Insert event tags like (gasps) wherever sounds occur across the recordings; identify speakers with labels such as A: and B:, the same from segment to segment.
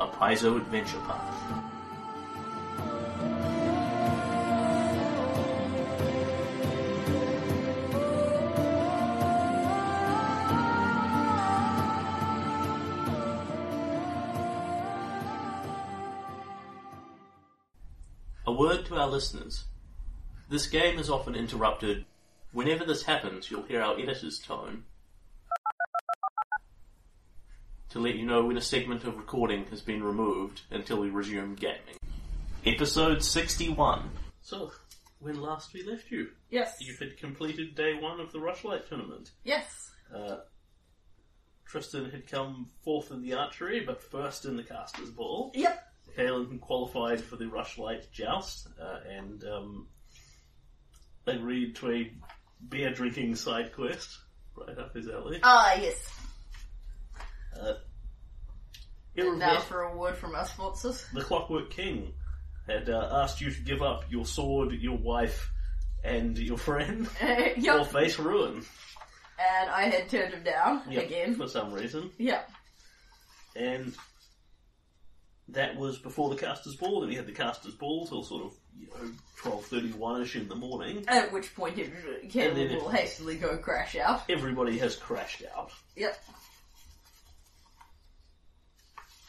A: a Paizo adventure path. A word to our listeners. This game is often interrupted. Whenever this happens, you'll hear our editor's tone to let you know when a segment of recording has been removed until we resume gaming. Episode 61. So, when last we left you,
B: Yes.
A: you had completed day one of the Rushlight tournament.
B: Yes.
A: Uh, Tristan had come fourth in the archery, but first in the caster's ball.
B: Yep.
A: Kalen qualified for the Rushlight Joust uh, and um, agreed to a beer drinking side quest right up his alley.
B: Ah, yes.
A: Uh,
B: And now
A: Irrevert,
B: for a word from our (laughs) sponsors.
A: the Clockwork King, had uh, asked you to give up your sword, your wife, and your
B: (laughs)
A: friend,
B: yep.
A: or face ruin.
B: And I had turned him down
A: Yep,
B: again.
A: For some reason.
B: Yep.
A: And that was before the Caster's Ball, and we had the Caster's Ball till sort of, you know, 12.31ish in the morning.
B: At which point it
A: And then
B: Kevin
A: it-
B: will hastily go crash out.
A: Everybody has crashed out.
B: Yep.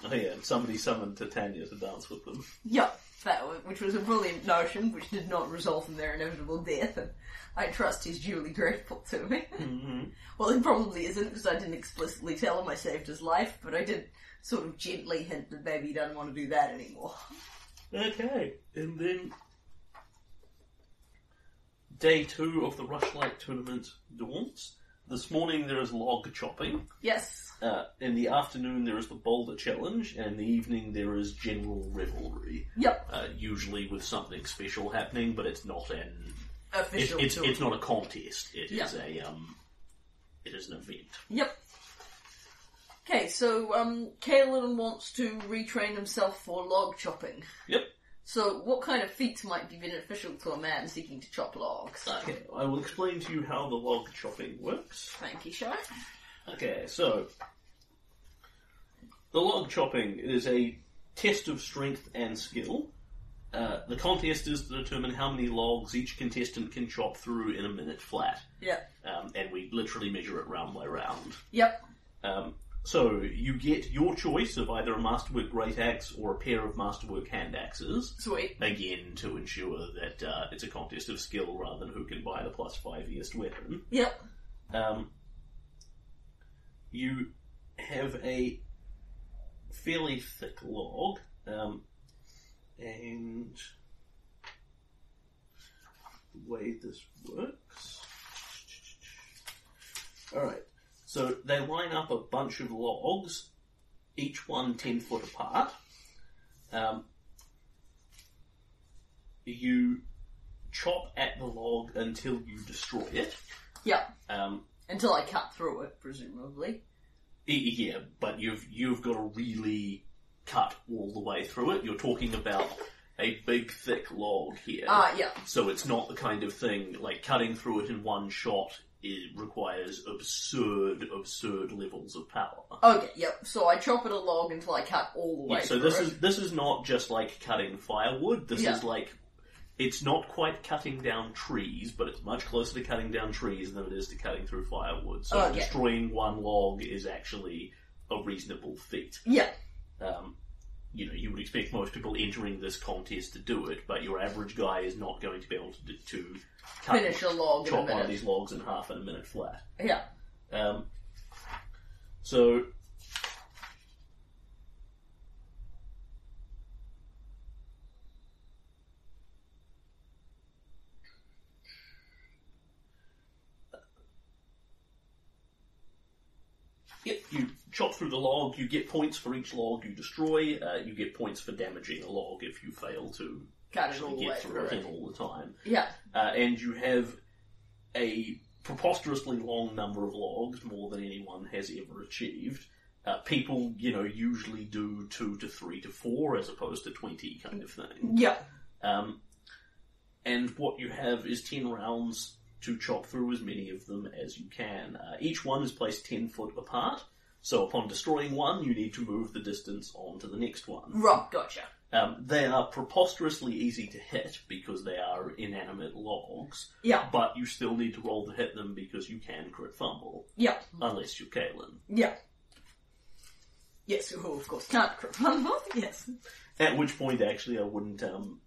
A: Oh yeah, and somebody summoned Titania to dance with them.
B: Yep. That was, which was a brilliant notion, which did not result in their inevitable death. And I trust he's duly grateful to me. (laughs)
A: Mm-hmm.
B: well, he probably isn't because I didn't explicitly tell him I saved his life, but I did sort of gently hint that maybe he doesn't want to do that anymore.
A: Okay, and then day two of the Rushlight tournament dawns. This morning there is log chopping.
B: Yes.
A: Uh, in the afternoon there is the boulder challenge, and in the evening there is general revelry.
B: Yep.
A: Uh, usually with something special happening, but it's not an it,
B: Official.
A: it's
B: tour.
A: it's not a contest. It is
B: Yeah.
A: a um, it is an event.
B: Yep. Okay, so um, Kalen wants to retrain himself for log chopping.
A: Yep.
B: So, what kind of feats might be beneficial to a man seeking to chop logs?
A: Okay, I will explain to you how the log chopping works.
B: Thank you, Shy.
A: Okay, so the log chopping is a test of strength and skill. Uh, the contest is to determine how many logs each contestant can chop through in a minute flat,
B: Yep.
A: um, and we literally measure it round by round.
B: Yep.
A: Um, so you get your choice of either a masterwork great axe or a pair of masterwork hand axes.
B: Sweet.
A: Again, to ensure that uh, it's a contest of skill rather than who can buy the plus five easiest weapon.
B: Yep.
A: Um, you have a fairly thick log, um, and the way this works. Alright, so they line up a bunch of logs, each one 10 foot apart. Um, you chop at the log until you destroy it.
B: Yep.
A: Um,
B: Until I cut through it, presumably.
A: Y- Yeah, but you've you've got to really cut all the way through it. You're talking about a big thick log here,
B: Ah, yep.
A: so it's not the kind of thing like cutting through it in one shot. It requires absurd, absurd levels of power.
B: Okay, yep. So I chop it a log until I cut all the way
A: Yeah, so
B: through
A: this
B: it.
A: is this is not just like cutting firewood. This
B: Yeah.
A: is like it's not quite cutting down trees, but it's much closer to cutting down trees than it is to cutting through firewood. So
B: Okay.
A: destroying one log is actually a reasonable feat.
B: Yep.
A: Um, you know, you would expect most people entering this contest to do it, but your average guy is not going to be able to, do, to cut,
B: Finish a log in a
A: chop one of
B: minute.
A: these logs in half in a minute flat.
B: Yeah.
A: Um, so, yep, you chop through the log. You get points for each log you destroy. Uh, you get points for damaging a log if you fail to
B: Cut it
A: actually
B: all the way
A: get through
B: through.
A: a thing
B: it.
A: all the time
B: Yeah.
A: uh, and you have a preposterously long number of logs, more than anyone has ever achieved. Uh, people, you know, usually do two to three to four as opposed to twenty kind of thing.
B: Yeah.
A: Um, and what you have is ten rounds to chop through as many of them as you can. Uh, each one is placed ten foot apart, so upon destroying one, you need to move the distance on to the next one.
B: Right, gotcha.
A: Um, they are preposterously easy to hit because they are inanimate logs,
B: Yeah.
A: but you still need to roll to hit them because you can crit fumble,
B: Yeah.
A: unless you're Kalen.
B: Yeah. Yes, who of course can't crit fumble. (laughs) Yes.
A: At which point, actually, I wouldn't um,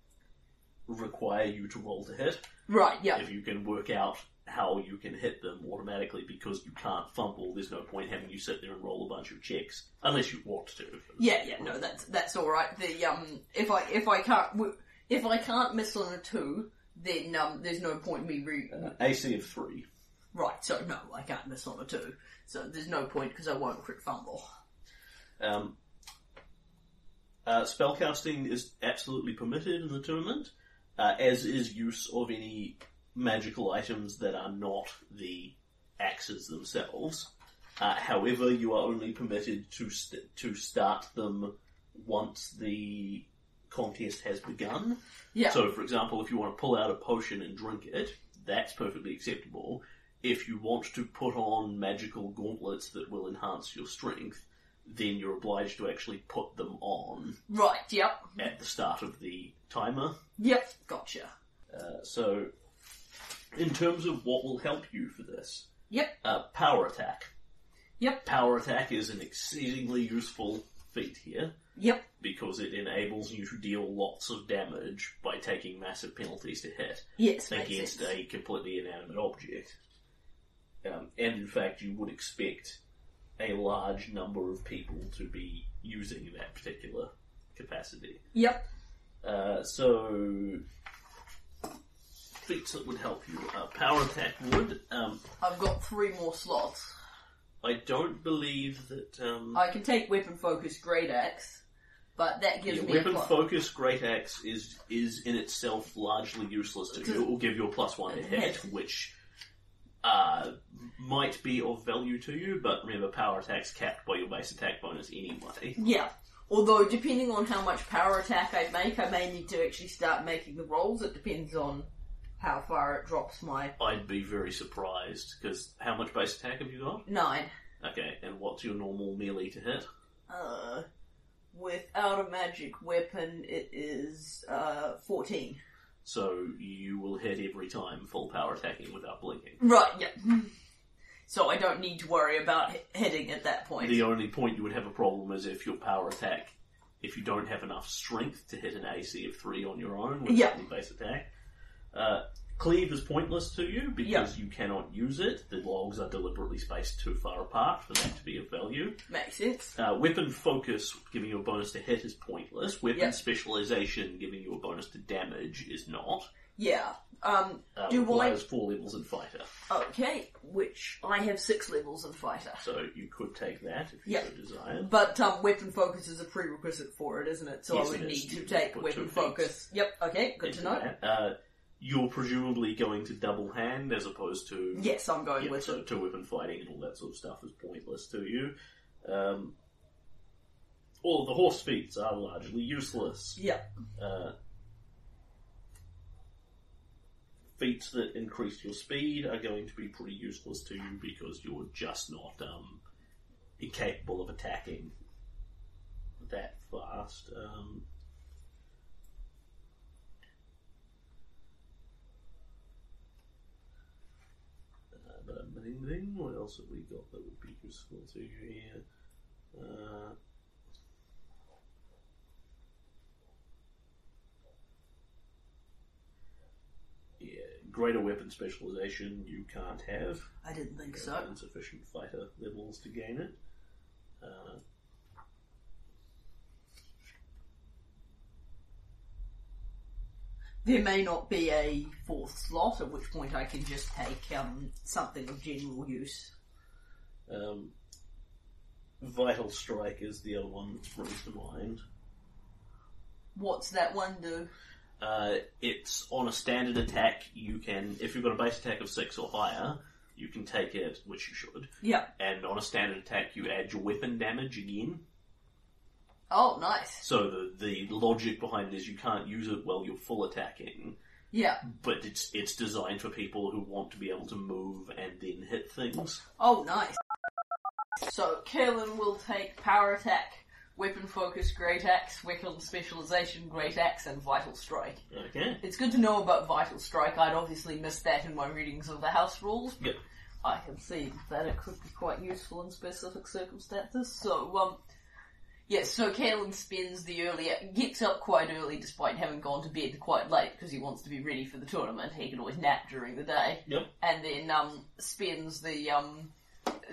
A: require you to roll to hit
B: Right, yeah.
A: if you can work out how you can hit them automatically because you can't fumble. There's no point having you sit there and roll a bunch of checks unless you want to.
B: Yeah, yeah, no, that's that's alright. The um if I if I can't w- if I can't miss on a two, then um there's no point me re-
A: AC Uh, of three.
B: right, so no, I can't miss on a two. So there's no point because I won't crit fumble.
A: Um, uh, spellcasting is absolutely permitted in the tournament, uh, as is use of any magical items that are not the axes themselves. Uh, however, you are only permitted to st- to start them once the contest has begun.
B: Yeah.
A: So, for example, if you want to pull out a potion and drink it, that's perfectly acceptable. If you want to put on magical gauntlets that will enhance your strength, then you're obliged to actually put them on
B: right, yep.
A: at the start of the timer.
B: Yep, gotcha.
A: Uh, so, in terms of what will help you for this,
B: Yep.
A: uh, power attack.
B: Yep.
A: Power attack is an exceedingly useful feat here
B: Yep.
A: because it enables you to deal lots of damage by taking massive penalties to hit.
B: Yes, makes
A: against
B: sense.
A: a completely inanimate object. Um, and in fact, you would expect a large number of people to be using that particular capacity.
B: Yep.
A: Uh, so, feats that would help you. Uh, power attack would. Um,
B: I've got three more slots.
A: I don't believe that. Um,
B: I can take weapon focus great axe, but that gives
A: yeah,
B: me
A: weapon
B: a plus.
A: focus great axe is is in itself largely useless to you. It will give you a plus one to hit, which uh, might be of value to you, but remember power attacks capped by your base attack bonus anyway.
B: Yeah. Although, depending on how much power attack I make, I may need to actually start making the rolls. It depends on how far it drops my
A: I'd be very surprised because how much base attack have you got?
B: nine.
A: Okay, and what's your normal melee to hit?
B: Uh, without a magic weapon, it is uh, 14.
A: So you will hit every time full power attacking without blinking.
B: Right, yeah. So I don't need to worry about h- hitting at that point.
A: The only point you would have a problem is if your power attack, if you don't have enough strength to hit an AC of three on your own with
B: Yeah.
A: your base attack. Uh, cleave is pointless to you because you cannot use it. The logs are deliberately spaced too far apart for that to be of value.
B: Makes sense.
A: Uh, weapon focus, giving you a bonus to hit, is pointless. Weapon
B: Yeah.
A: specialization, giving you a bonus to damage, is not.
B: Yeah. Um,
A: Uh,
B: do I...
A: requires four levels in fighter,
B: Okay, which I have six levels in fighter.
A: so you could take that if you
B: Yeah.
A: so desired.
B: But um, weapon focus is a prerequisite for it, isn't it? So
A: Yes,
B: I would
A: it is.
B: need
A: You
B: to
A: would
B: take
A: put
B: weapon
A: two
B: focus. Yep. Okay. Good to
A: into
B: know.
A: that. Uh, you're presumably going to double hand as opposed to
B: Yes, I'm going
A: yeah,
B: with
A: so
B: it.
A: two weapon fighting and all that sort of stuff is pointless to you. Um, all of the horse feats are largely useless.
B: Yeah.
A: Uh, feats that increase your speed are going to be pretty useless to you because you're just not um, incapable of attacking that fast. Um, uh, but I'm thinking, what else have we got that would be useful to you here? Uh, greater weapon specialization you can't have.
B: I didn't think
A: There
B: so.
A: are insufficient fighter levels to gain it. Uh,
B: There may not be a fourth slot, at which point I can just take um, something of general use.
A: um, Vital Strike is the other one that springs to mind.
B: What's that one do?
A: Uh, it's on a standard attack. You can, if you've got a base attack of six or higher, you can take it, which you should.
B: Yeah.
A: And on a standard attack, you add your weapon damage again.
B: Oh, nice.
A: So the the logic behind it is you can't use it while you're full attacking,
B: Yeah.
A: but it's it's designed for people who want to be able to move and then hit things.
B: Oh, nice. So, Kaelin will take power attack, weapon focus, great axe, weapon specialization, great axe, and vital strike.
A: Okay.
B: It's good to know about vital strike. I'd obviously missed that in my readings of the house rules.
A: Yep.
B: I can see that it could be quite useful in specific circumstances. So, um, yes, so Caelan spends the early, gets up quite early despite having gone to bed quite late because he wants to be ready for the tournament. He can always nap during the day.
A: Yep.
B: And then, um, spends the, um,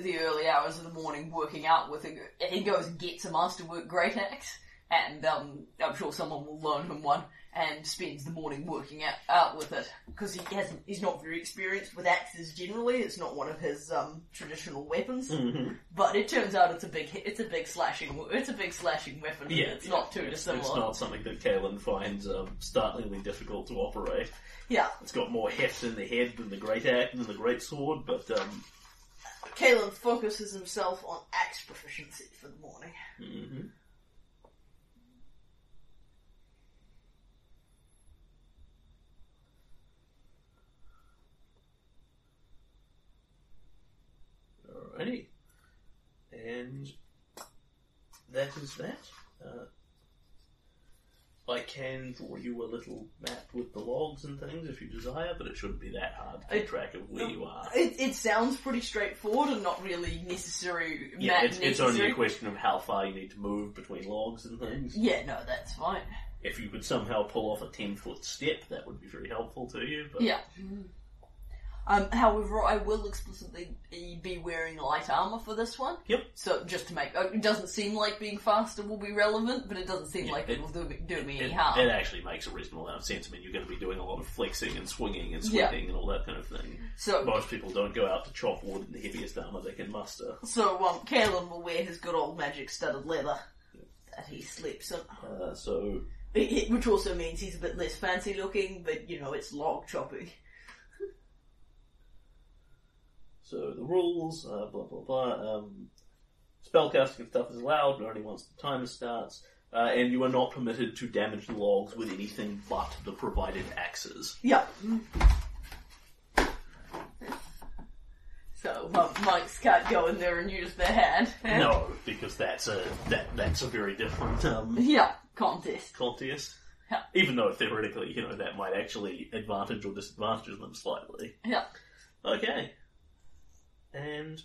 B: the early hours of the morning working out with a, he goes and gets a masterwork great axe and, um, I'm sure someone will loan him one and spends the morning working out, out with it because he hasn't he's not very experienced with axes generally. It's not one of his um, traditional weapons,
A: Mm-hmm.
B: but it turns out it's a big hit- it's a big slashing wo- it's a big slashing weapon. and
A: Yeah,
B: it's not too
A: It's,
B: dissimilar.
A: it's not something that Kalen finds um, startlingly difficult to operate.
B: Yeah,
A: It's got more heft in the head than the great axe than the great sword, but um,
B: Kalen focuses himself on axe proficiency for the morning.
A: mhm. Alrighty. And that is that. Uh, I can draw you a little map with the logs and things if you desire, but it shouldn't be that hard to keep
B: It-
A: track of where you are.
B: It, it sounds pretty straightforward and not really necessary.
A: Yeah,
B: ma-
A: it's, it's
B: necessary.
A: only a question of how far you need to move between logs and things.
B: Yeah, no, that's fine.
A: If you could somehow pull off a 10 foot step, that would be very helpful to you. But
B: Yeah. Um, however, I will explicitly be wearing light armor for this one.
A: Yep.
B: So just to make uh, it doesn't seem like being faster will be relevant, but it doesn't seem
A: Yeah,
B: like
A: it-
B: it, will do me, do me
A: It,
B: any harm.
A: it actually makes a reasonable amount of sense. I mean, you're going to be doing a lot of flexing and swinging and
B: Yeah.
A: sweating and all that kind of thing.
B: so
A: Most people don't go out to chop wood in the heaviest armour they can muster.
B: so um, Kalen will wear his good old magic studded leather that he sleeps in,
A: Uh, so,
B: It- it- which also means he's a bit less fancy looking, but you know it's log chopping.
A: so the rules, uh, blah blah blah. Um, spellcasting and stuff is allowed, but only once the timer starts. Uh, and you are not permitted to damage the logs with anything but the provided axes.
B: Yeah. So um, monks can't go in there and use their hand. eh?
A: No, because that's a that that's a very different um,
B: (laughs) Yeah. Contest.
A: contest.
B: Yeah.
A: Even though theoretically, you know, that might actually advantage or disadvantage them slightly.
B: Yeah.
A: Okay, and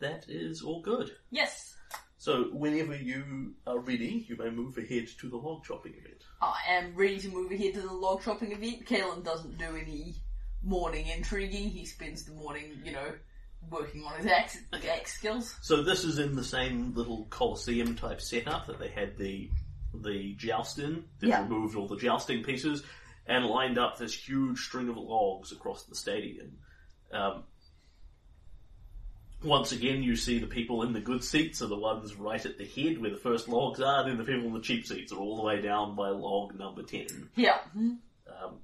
A: that is all good.
B: Yes.
A: So, whenever you are ready, you may move ahead to the log chopping event.
B: I am ready to move ahead to the log chopping event. Kalen doesn't do any morning intriguing. He spends the morning, you know, working on his axe, axe skills.
A: So this is in the same little coliseum type setup that they had the the joust in. They
B: Yeah.
A: removed all the jousting pieces and lined up this huge string of logs across the stadium. Um, once again, you see the people in the good seats are the ones right at the head where the first logs are. Then the people in the cheap seats are all the way down by log number ten.
B: Yeah. mhm.
A: Um,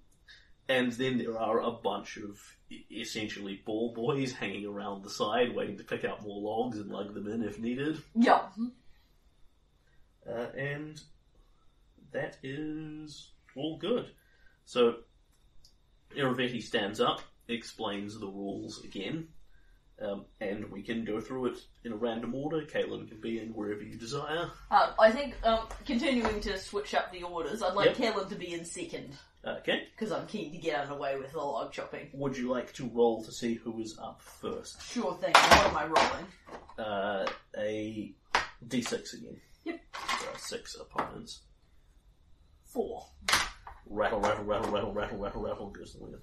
A: and then there are a bunch of e- essentially ball boys hanging around the side, waiting to pick up more logs and lug them in if needed.
B: Yeah. mhm.
A: Uh, and that is all good. So Iravetti stands up, explains the rules again, um, and we can go through it in a random order. Caitlin can be in wherever you desire.
B: Um, I think um, continuing to switch up the orders, I'd like Kalen to be in second
A: Uh, Okay.
B: because I'm keen to get underway with the log chopping.
A: Would you like to roll to see who is up first?
B: Sure thing. What am I rolling?
A: uh, a d6 again. Uh,
B: Yep.
A: There are six opponents.
B: Four.
A: rattle, rattle, rattle, rattle, rattle, rattle, rattle goes the wheel.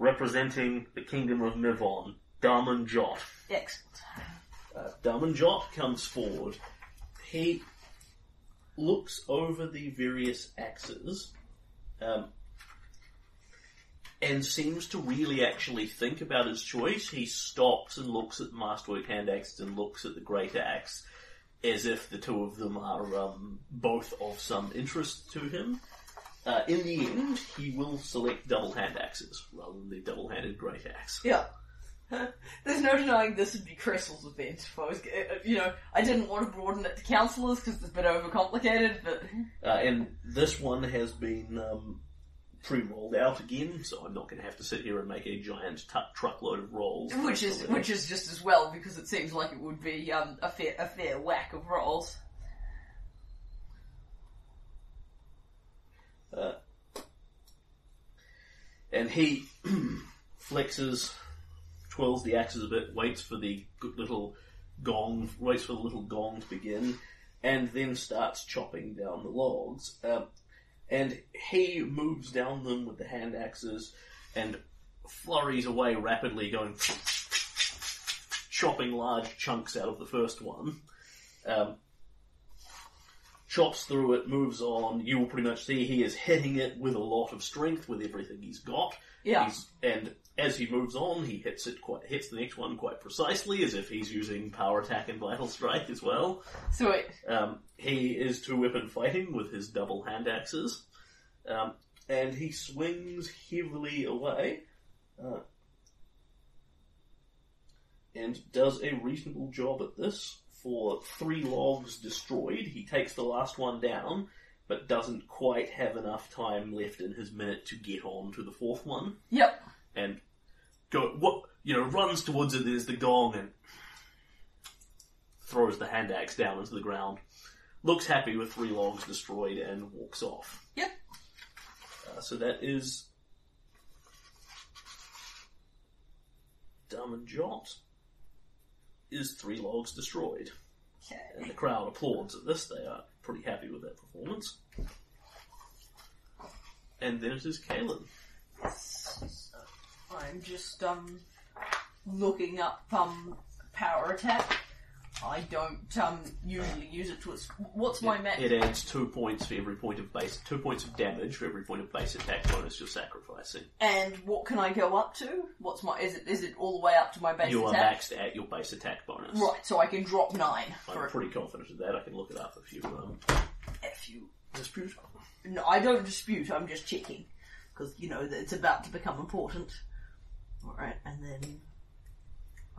A: Representing the kingdom of Nivon, Darman Jot.
B: Excellent.
A: Uh, Darman Jot comes forward. He looks over the various axes um, and seems to really actually think about his choice. He stops and looks at the Masterwork Hand Axe and looks at the Great Axe as if the two of them are um, both of some interest to him. Uh, in the end, he will select double hand axes rather than the double handed great axe.
B: Yeah. (laughs) There's no denying this would be Cressel's event if I was, uh, you know, I didn't want to broaden it to councillors because it's a bit overcomplicated, but
A: Uh, and this one has been um, pre-rolled out again, so I'm not going to have to sit here and make a giant tu truckload of rolls.
B: which is
A: Absolutely.
B: which is just as well because it seems like it would be um, a fair a fair whack of rolls.
A: and he (clears throat) flexes, twirls the axes a bit, waits for the good little gong, waits for the little gong to begin, and then starts chopping down the logs. Um, and he moves down them with the hand axes and flurries away rapidly, going (sniffs) chopping large chunks out of the first one. Um, chops through it, moves on. You will pretty much see he is hitting it with a lot of strength, with everything he's got.
B: Yeah.
A: He's, and as he moves on, he hits it quite hits the next one quite precisely, as if he's using power attack and vital strike as well.
B: So it,
A: Um, he is two weapon fighting with his double hand axes, um, and he swings heavily away, uh, and does a reasonable job at this. For three logs destroyed, he takes the last one down, but doesn't quite have enough time left in his minute to get on to the fourth one
B: yep,
A: and go what you know runs towards it there's the gong and throws the hand axe down into the ground looks happy with three logs destroyed and walks off
B: yep.
A: uh, so that is dumb and jot is three logs destroyed
B: Okay.
A: and the crowd applauds at this they are pretty happy with that performance and then it is Kalen.
B: I'm just um looking up um power attack. I don't um usually use it to its. What's my max?
A: It adds two points for every point of base, two points of damage for every point of base attack bonus you're sacrificing.
B: And what can I go up to? What's my? Is it is it all the way up to my base
A: you are
B: attack?
A: maxed at your base attack bonus.
B: Right, so I can drop nine for
A: I'm
B: it.
A: pretty confident of that. I can look it up if you um,
B: if you.
A: dispute.
B: No, I don't dispute. I'm just checking because you know it's about to become important. All right, and then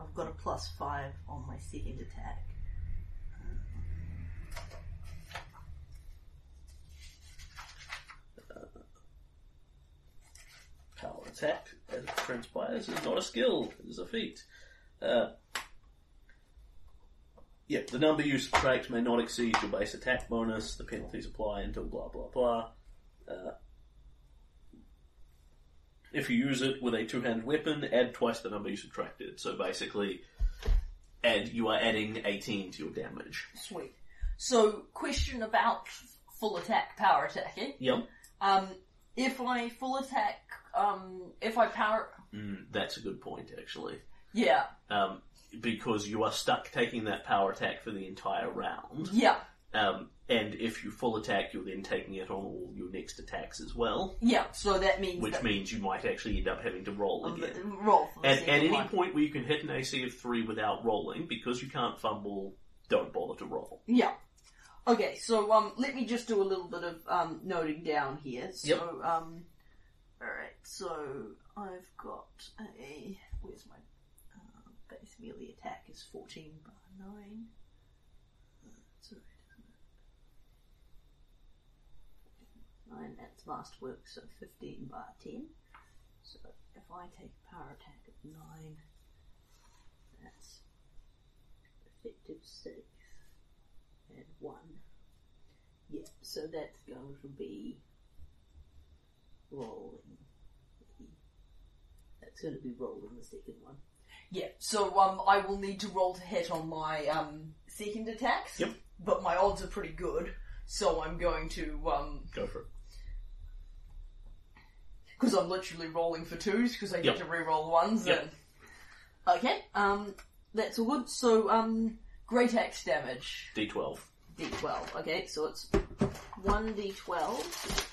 B: I've got a plus five on my second attack.
A: Power attack, as it transpires, is not a skill, it is a feat. Uh, yep, the number you subtract may not exceed your base attack bonus. The penalties apply until blah blah blah. Uh, if you use it with a two-handed weapon, add twice the number you subtracted. So basically, add you are adding eighteen to your damage.
B: Sweet. So, question about full attack, power attack. Eh?
A: Yep,
B: Um, if I full attack, um, if I power,
A: mm, that's a good point actually,
B: yeah,
A: um, because you are stuck taking that power attack for the entire round.
B: yeah,
A: Um, and if you full attack, you're then taking it on all your next attacks as well,
B: yeah. So that means
A: which
B: that
A: means you might actually end up having to roll again.
B: roll for the
A: At,
B: second
A: at any
B: one.
A: point where you can hit an AC of three without rolling, because you can't fumble, don't bother to roll.
B: Yeah. Okay, so um, let me just do a little bit of um, noting down here. So,
A: Yep.
B: um, alright, so I've got a. Where's my uh, base melee attack? Is 14 bar 9. Uh, That's alright, isn't it? 9, that's last work, so 15 bar 10. So if I take a power attack of 9, that's effective 6 and one. Yep, so that's going to be rolling. That's going to be rolling the second one. Yeah, so um, I will need to roll to hit on my um, second attacks.
A: Yep.
B: But my odds are pretty good, so I'm going to um,
A: Go for it.
B: because I'm literally rolling for twos because I
A: Yep.
B: get to re-roll ones.
A: Yep.
B: And... Okay, um, that's all good. So, um, great axe damage,
A: D12.
B: d12. Okay, so it's one d12,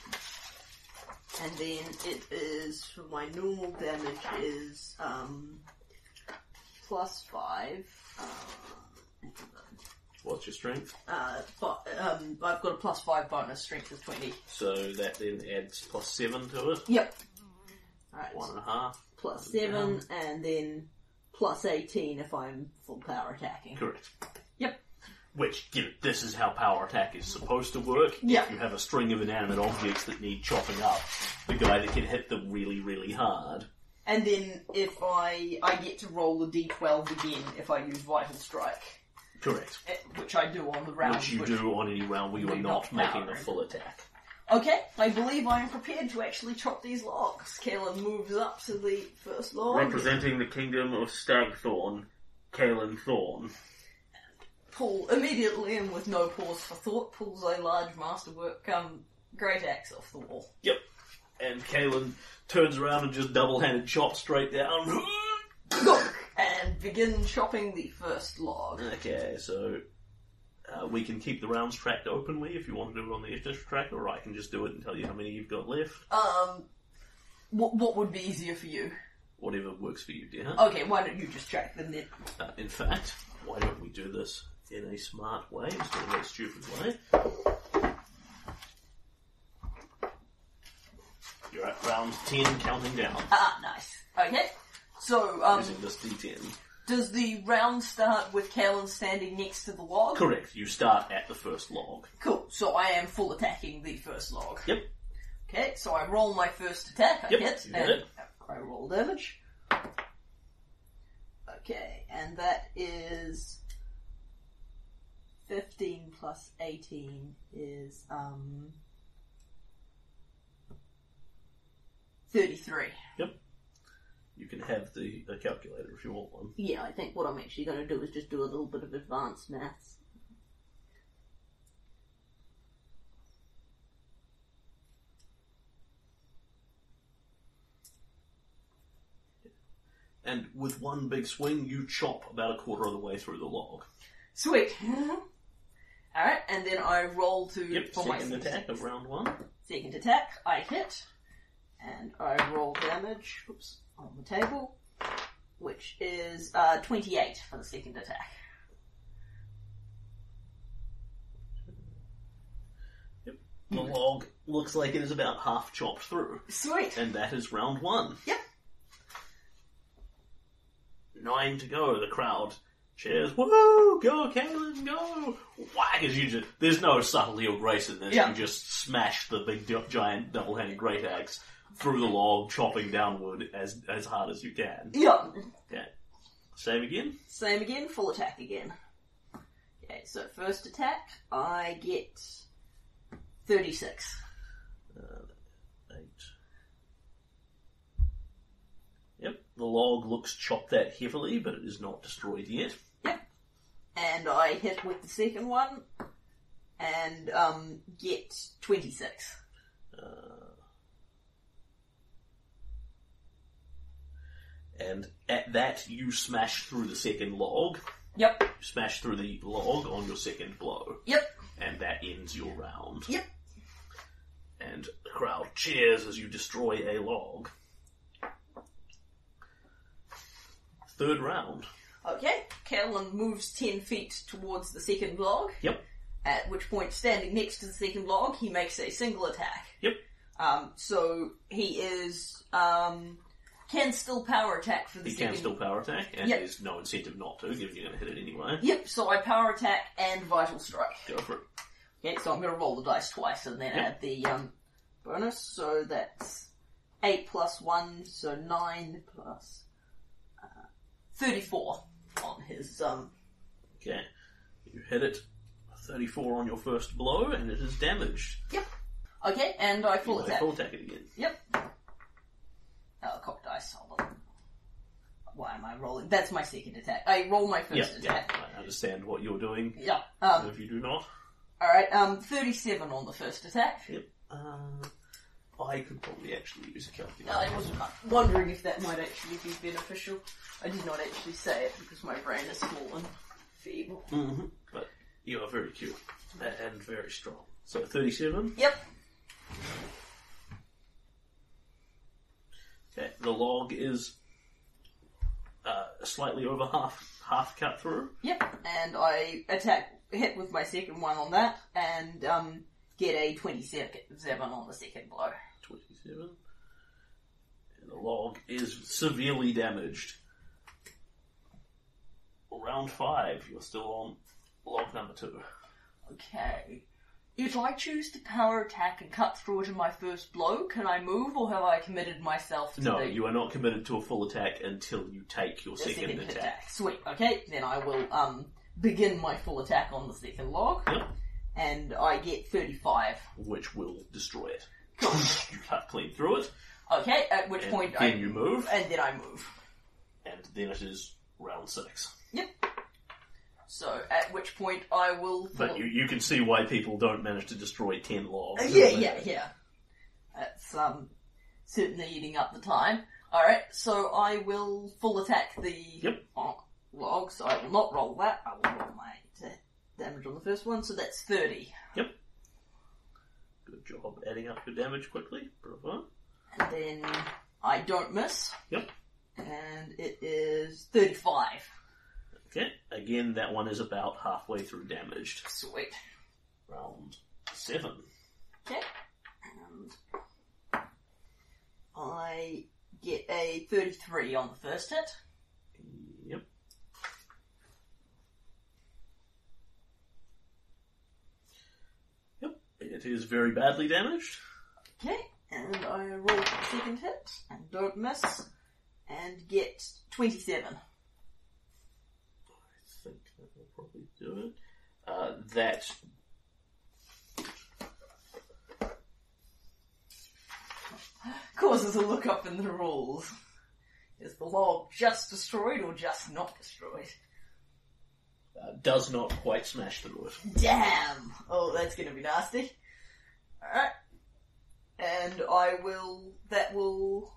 B: and then it is my normal damage is um plus five.
A: What's your strength?
B: Uh, but, um, I've got a plus five bonus, strength is twenty.
A: So that then adds plus seven to it.
B: Yep. Alright,
A: One and a half.
B: plus seven, and then plus eighteen if I'm full power attacking.
A: Correct.
B: Yep.
A: Which, given this is how power attack is supposed to work,
B: Yeah.
A: if you have a string of inanimate objects that need chopping up, the guy that can hit them really, really hard.
B: And then if I I get to roll the d12 again if I use vital strike,
A: Correct.
B: eh, which I do on the round.
A: Which you do on any round where you are
B: We're
A: not
B: not
A: making a
B: powering.
A: full attack.
B: Okay, I believe I am prepared to actually chop these logs. Kalen moves up to the first log.
A: Representing the kingdom of Stagthorn, Kalen Thorn.
B: Paul immediately and with no pause for thought pulls a large masterwork um great axe off the wall.
A: Yep. And Kalen turns around and just double-handed chops straight down. (laughs)
B: and begin chopping the first log.
A: okay, so uh, we can keep the rounds tracked openly if you want to do it on the initiative track, or I can just do it and tell you how many you've got left.
B: Um, what, what would be easier for you?
A: Whatever works for you, dear.
B: Okay, why don't you just check the net?
A: Uh, in fact, why don't we do this in a smart way instead of a stupid way? You're at round 10 counting down
B: Ah, nice. Okay, so um,
A: using this d10.
B: does the round start with Kalen standing next to the log?
A: Correct, you start at the first log.
B: Cool. So I am full attacking the first log.
A: Yep,
B: Okay, so I roll my first attack. I
A: Yep,
B: hit,
A: you hit
B: and
A: it.
B: I roll damage. Okay, and that is fifteen plus eighteen is um thirty-three.
A: yep. You can have the, the calculator if you want one.
B: Yeah, I think what I'm actually going to do is just do a little bit of advanced maths.
A: And with one big swing, you chop about a quarter of the way through the log.
B: Sweet. (laughs) All right, and then I roll to
A: Yep,
B: for my
A: second attack of round one.
B: Second attack, I hit, and I roll damage, oops, on the table, which is uh, 28 for the second attack.
A: The log looks like it is about half chopped through.
B: Sweet!
A: And that is round one.
B: Yep.
A: Nine to go, the crowd cheers,
B: Mm-hmm.
A: woo, go Kalen, go! Whack as you just, there's no subtlety or grace in this,
B: Yeah.
A: you just smash the big du- giant double-handed great axe through the log, chopping downward as, as hard as you can.
B: Yeah.
A: Okay. Same again?
B: Same again, full attack again. Okay, so first attack, I get 36.
A: Eight. Yep, the log looks chopped at heavily, but it is not destroyed yet.
B: And I hit with the second one, and um, get 26.
A: And at that, you smash through the second log.
B: Yep,
A: You smash through the log on your second blow,
B: yep,
A: and that ends your round.
B: yep.
A: And the crowd cheers as you destroy a log. Third round.
B: Okay, Caroline moves 10 feet towards the second log.
A: Yep.
B: At which point, standing next to the second log, he makes a single attack.
A: Yep.
B: Um, so he is um, can still power attack for the
A: He
B: second.
A: can still power attack, and
B: Yep.
A: there's no incentive not to, given you're going to hit it anyway.
B: Yep. So I power attack and vital strike.
A: Go for it.
B: Okay, so I'm going to roll the dice twice and then
A: Yep.
B: add the um, bonus. So that's eight plus one, so nine plus uh, thirty-four on his um,
A: Okay. You hit it. 34 on your first blow, and it is damaged.
B: Yep. Okay, and I full
A: You may
B: attack.
A: Full attack it again.
B: Yep. Oh, cock dice. Hold on. Why am I rolling? That's my second attack. I roll my
A: Yeah,
B: first
A: yeah,
B: attack.
A: I understand what you're doing.
B: Yeah. Um,
A: If you do not,
B: all right. Um, thirty-seven on the first attack.
A: Yep. Uh, I could probably actually use a calculator.
B: I was wondering if that might actually be beneficial. I did not actually say it because my brain is small and feeble.
A: hmm But you are very cute a- and very strong. So 37.
B: Yep.
A: Okay. The log is uh, slightly over half half cut through.
B: Yep. And I attack, hit with my second one on that, and um, get a 27 on the second blow.
A: 27. And the log is severely damaged. Round 5. You're still on log number 2.
B: Okay. If I choose to power attack and cut through it in my first blow, can I move or have I committed myself to
A: No,
B: the
A: you are not committed to a full attack until you take your
B: the
A: second,
B: second
A: attack.
B: attack? Sweet. Okay, then I will um, begin my full attack on the second log,
A: Yep.
B: and I get 35.
A: Which will destroy it. (laughs)
B: Cool.
A: You cut clean through it,
B: Okay, at which
A: and
B: point I
A: then you move,
B: and then I move.
A: and then it is round 6.
B: Yep. So at which point I will.
A: But you, you can see why people don't manage to destroy 10 logs.
B: Uh, yeah, yeah, yeah. That's um certainly eating up the time. All right, so I will full attack the
A: Yep.
B: o- log. So I will not roll that. I will roll my t- damage on the first one. So that's thirty,
A: Good job adding up your damage quickly. Bravo.
B: and then I don't miss.
A: Yep.
B: And it is thirty-five.
A: Okay. Again, that one is about halfway through damaged.
B: Sweet.
A: round seven.
B: Okay. And I get a 33 on the first hit.
A: Yep. Yep. It is very badly damaged.
B: Okay. And I roll the second hit and don't miss and get 27.
A: I think that will probably do it. Uh, that.
B: Causes a look up in the rules. Is the log just destroyed or just not destroyed?
A: Uh, does not quite smash through it.
B: Damn! Oh, that's gonna be nasty. Alright. And I will, that will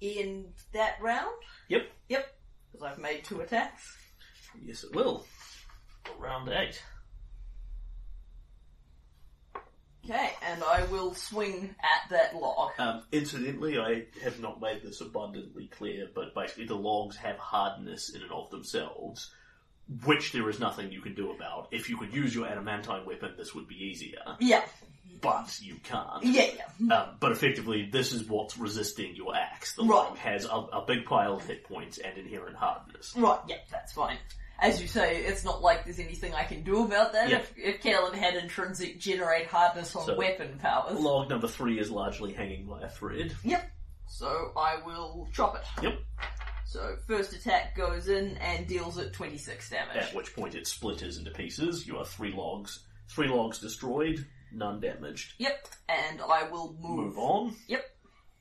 B: end that round.
A: Yep.
B: Yep. Because I've made two attacks.
A: Yes, it will. Round eight.
B: Okay, and I will swing at that log.
A: Um, incidentally, I have not made this abundantly clear, but basically the logs have hardness in and of themselves, which there is nothing you can do about. If you could use your adamantine weapon, this would be easier,
B: Yeah,
A: but you can't.
B: yeah, yeah.
A: Um, but effectively, this is what's resisting your axe. The
B: Right.
A: log has a, a big pile of hit points and inherent hardness.
B: Right, yeah, that's fine. As you say, it's not like there's anything I can do about that.
A: Yeah.
B: If, if Caleb had intrinsic generate hardness on
A: So-
B: weapon powers.
A: Log number three is largely hanging by a thread.
B: Yep. So I will chop it.
A: Yep.
B: So first attack goes in and deals it 26 damage.
A: At which point it splitters into pieces. You are three logs, three logs destroyed, none damaged.
B: Yep, and I will move.
A: Move on.
B: Yep.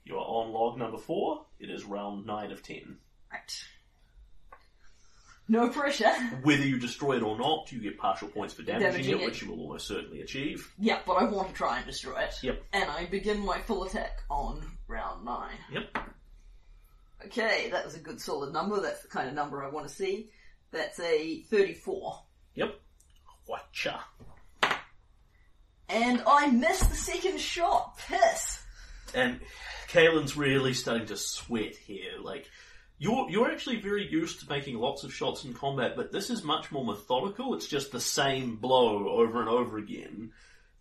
A: You are on log number four. It is round nine of ten.
B: Right. No pressure. (laughs)
A: Whether you destroy it or not, you get partial points for damaging,
B: Damaging
A: it,
B: it.
A: which you will almost certainly achieve.
B: Yeah, but I want to try and destroy it.
A: Yep.
B: And I begin my full attack on round nine.
A: Yep.
B: Okay, that was a good solid number. That's the kind of number I want to see. That's a 34.
A: Yep. Whatcha?
B: And I missed the second shot. Piss.
A: And Kalen's really starting to sweat here. Like, you're you're actually very used to making lots of shots in combat, but this is much more methodical. It's just the same blow over and over again.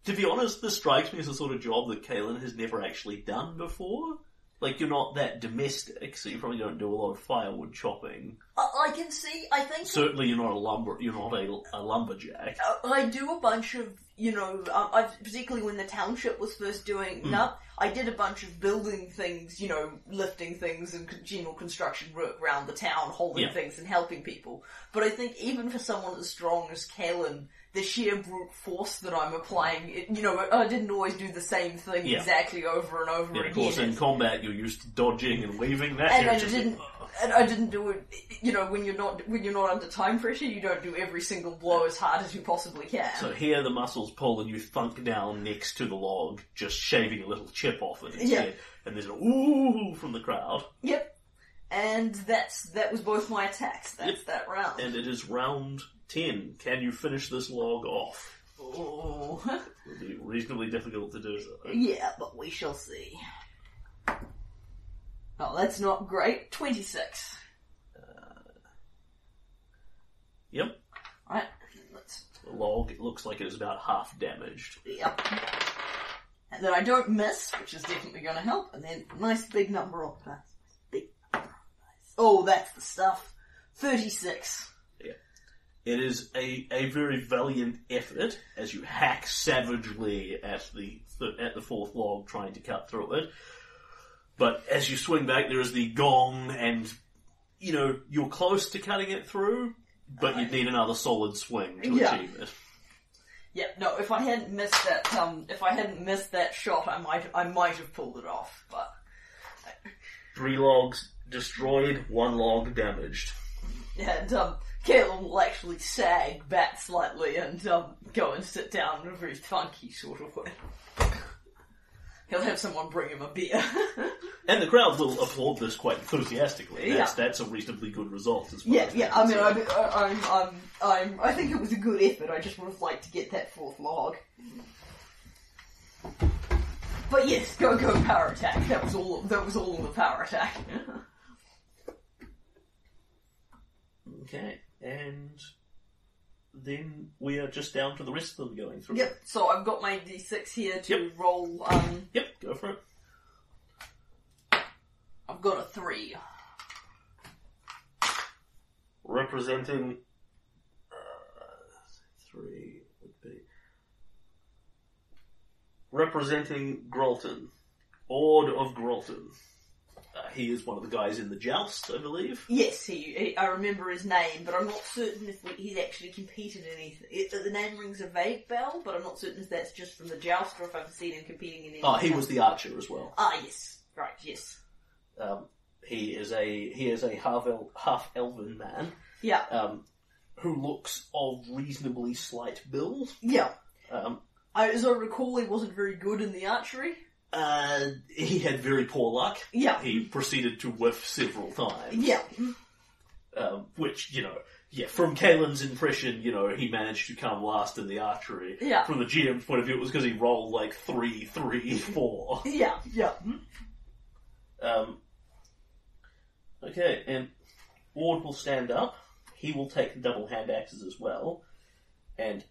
A: To be honest, this strikes me as the sort of job that Kalen has never actually done before. Like, you're not that domestic, so you probably don't do a lot of firewood chopping.
B: I, I can see, I think
A: Certainly, you're not a lumber. You're not a, a lumberjack.
B: I- Uh, I do a bunch of, you know, um, I, particularly when the township was first doing
A: Mm.
B: up, I did a bunch of building things, you know, lifting things and con- general construction work around the town, holding
A: Yeah.
B: things and helping people. But I think even for someone as strong as Kalen, the sheer brute force that I'm applying, it, you know, I I didn't always do the same thing
A: Yeah.
B: exactly over and over
A: Yeah,
B: again.
A: of course, in combat, you're used to dodging and weaving. That
B: and
A: you're
B: I
A: just-
B: didn't and I didn't do it. You know, when you're not when you're not under time pressure, you don't do every single blow as hard as you possibly can.
A: So here the muscles pull and you thunk down next to the log, just shaving a little chip off it instead. And there's an ooh from the crowd.
B: yep. And that's that was both my attacks. That's
A: Yep.
B: that round.
A: And it is round 10. Can you finish this log off?
B: oh.
A: It'll be reasonably difficult to do so.
B: (laughs) yeah, but we shall see. Oh, that's not great. Twenty six.
A: Yep.
B: Right. Let's
A: The log looks like it is about half damaged.
B: Yep. And then I don't miss, which is definitely going to help. And then nice big number on that. Big number on dice. Oh, that's the stuff. 36.
A: It is a, a very valiant effort as you hack savagely at the th- at the fourth log trying to cut through it. But as you swing back, there is the gong, and you know you're close to cutting it through, but you'd need another solid swing to
B: Yeah.
A: achieve it.
B: Yep, no, if I hadn't missed that, um, if I hadn't missed that shot, I might, I might have pulled it off, but
A: Three logs destroyed, one log damaged.
B: And um, Caleb will actually sag back slightly and um, go and sit down in a very funky sort of way. He'll have someone bring him a beer.
A: And the crowd will applaud this quite enthusiastically.
B: Yeah.
A: That's, that's a reasonably good result as well.
B: (laughs) Yeah, yeah. I mean, I, I, I'm, I'm, I'm, I think it was a good effort. I just would have liked to get that fourth log. But yes, go go power attack. That was all. That was all in the power attack.
A: Okay, and then we are just down to the rest of them going through.
B: (laughs) yep. So I've got my d6 here to
A: Yep.
B: roll. Um,
A: Yep, go for it.
B: I've got a three.
A: Representing uh, three would be representing Grolton, Ord of Grolton. Uh, he is one of the guys in the joust, I believe.
B: Yes, he, he. I remember his name, but I'm not certain if we, he's actually competed in anything. It, the name rings a vague bell, but I'm not certain if that's just from the joust or if I've seen him competing in anything.
A: Oh, he was
B: else.
A: the archer as well.
B: Ah, yes. Right. Yes.
A: Um, he is a he is a half el- half elven man
B: Yeah.
A: um, who looks of reasonably slight build.
B: Yeah.
A: Um,
B: I, as I recall, he wasn't very good in the archery.
A: Uh, he had very poor luck.
B: Yeah.
A: He proceeded to whiff several times.
B: Yeah.
A: Um, which, you know, yeah, from Kalen's impression, you know, he managed to come last in the archery.
B: Yeah.
A: From the GM's point of view, it was because he rolled like three, three, four.
B: Yeah. Yeah.
A: Um, okay, and Ward will stand up. He will take the double hand axes as well, and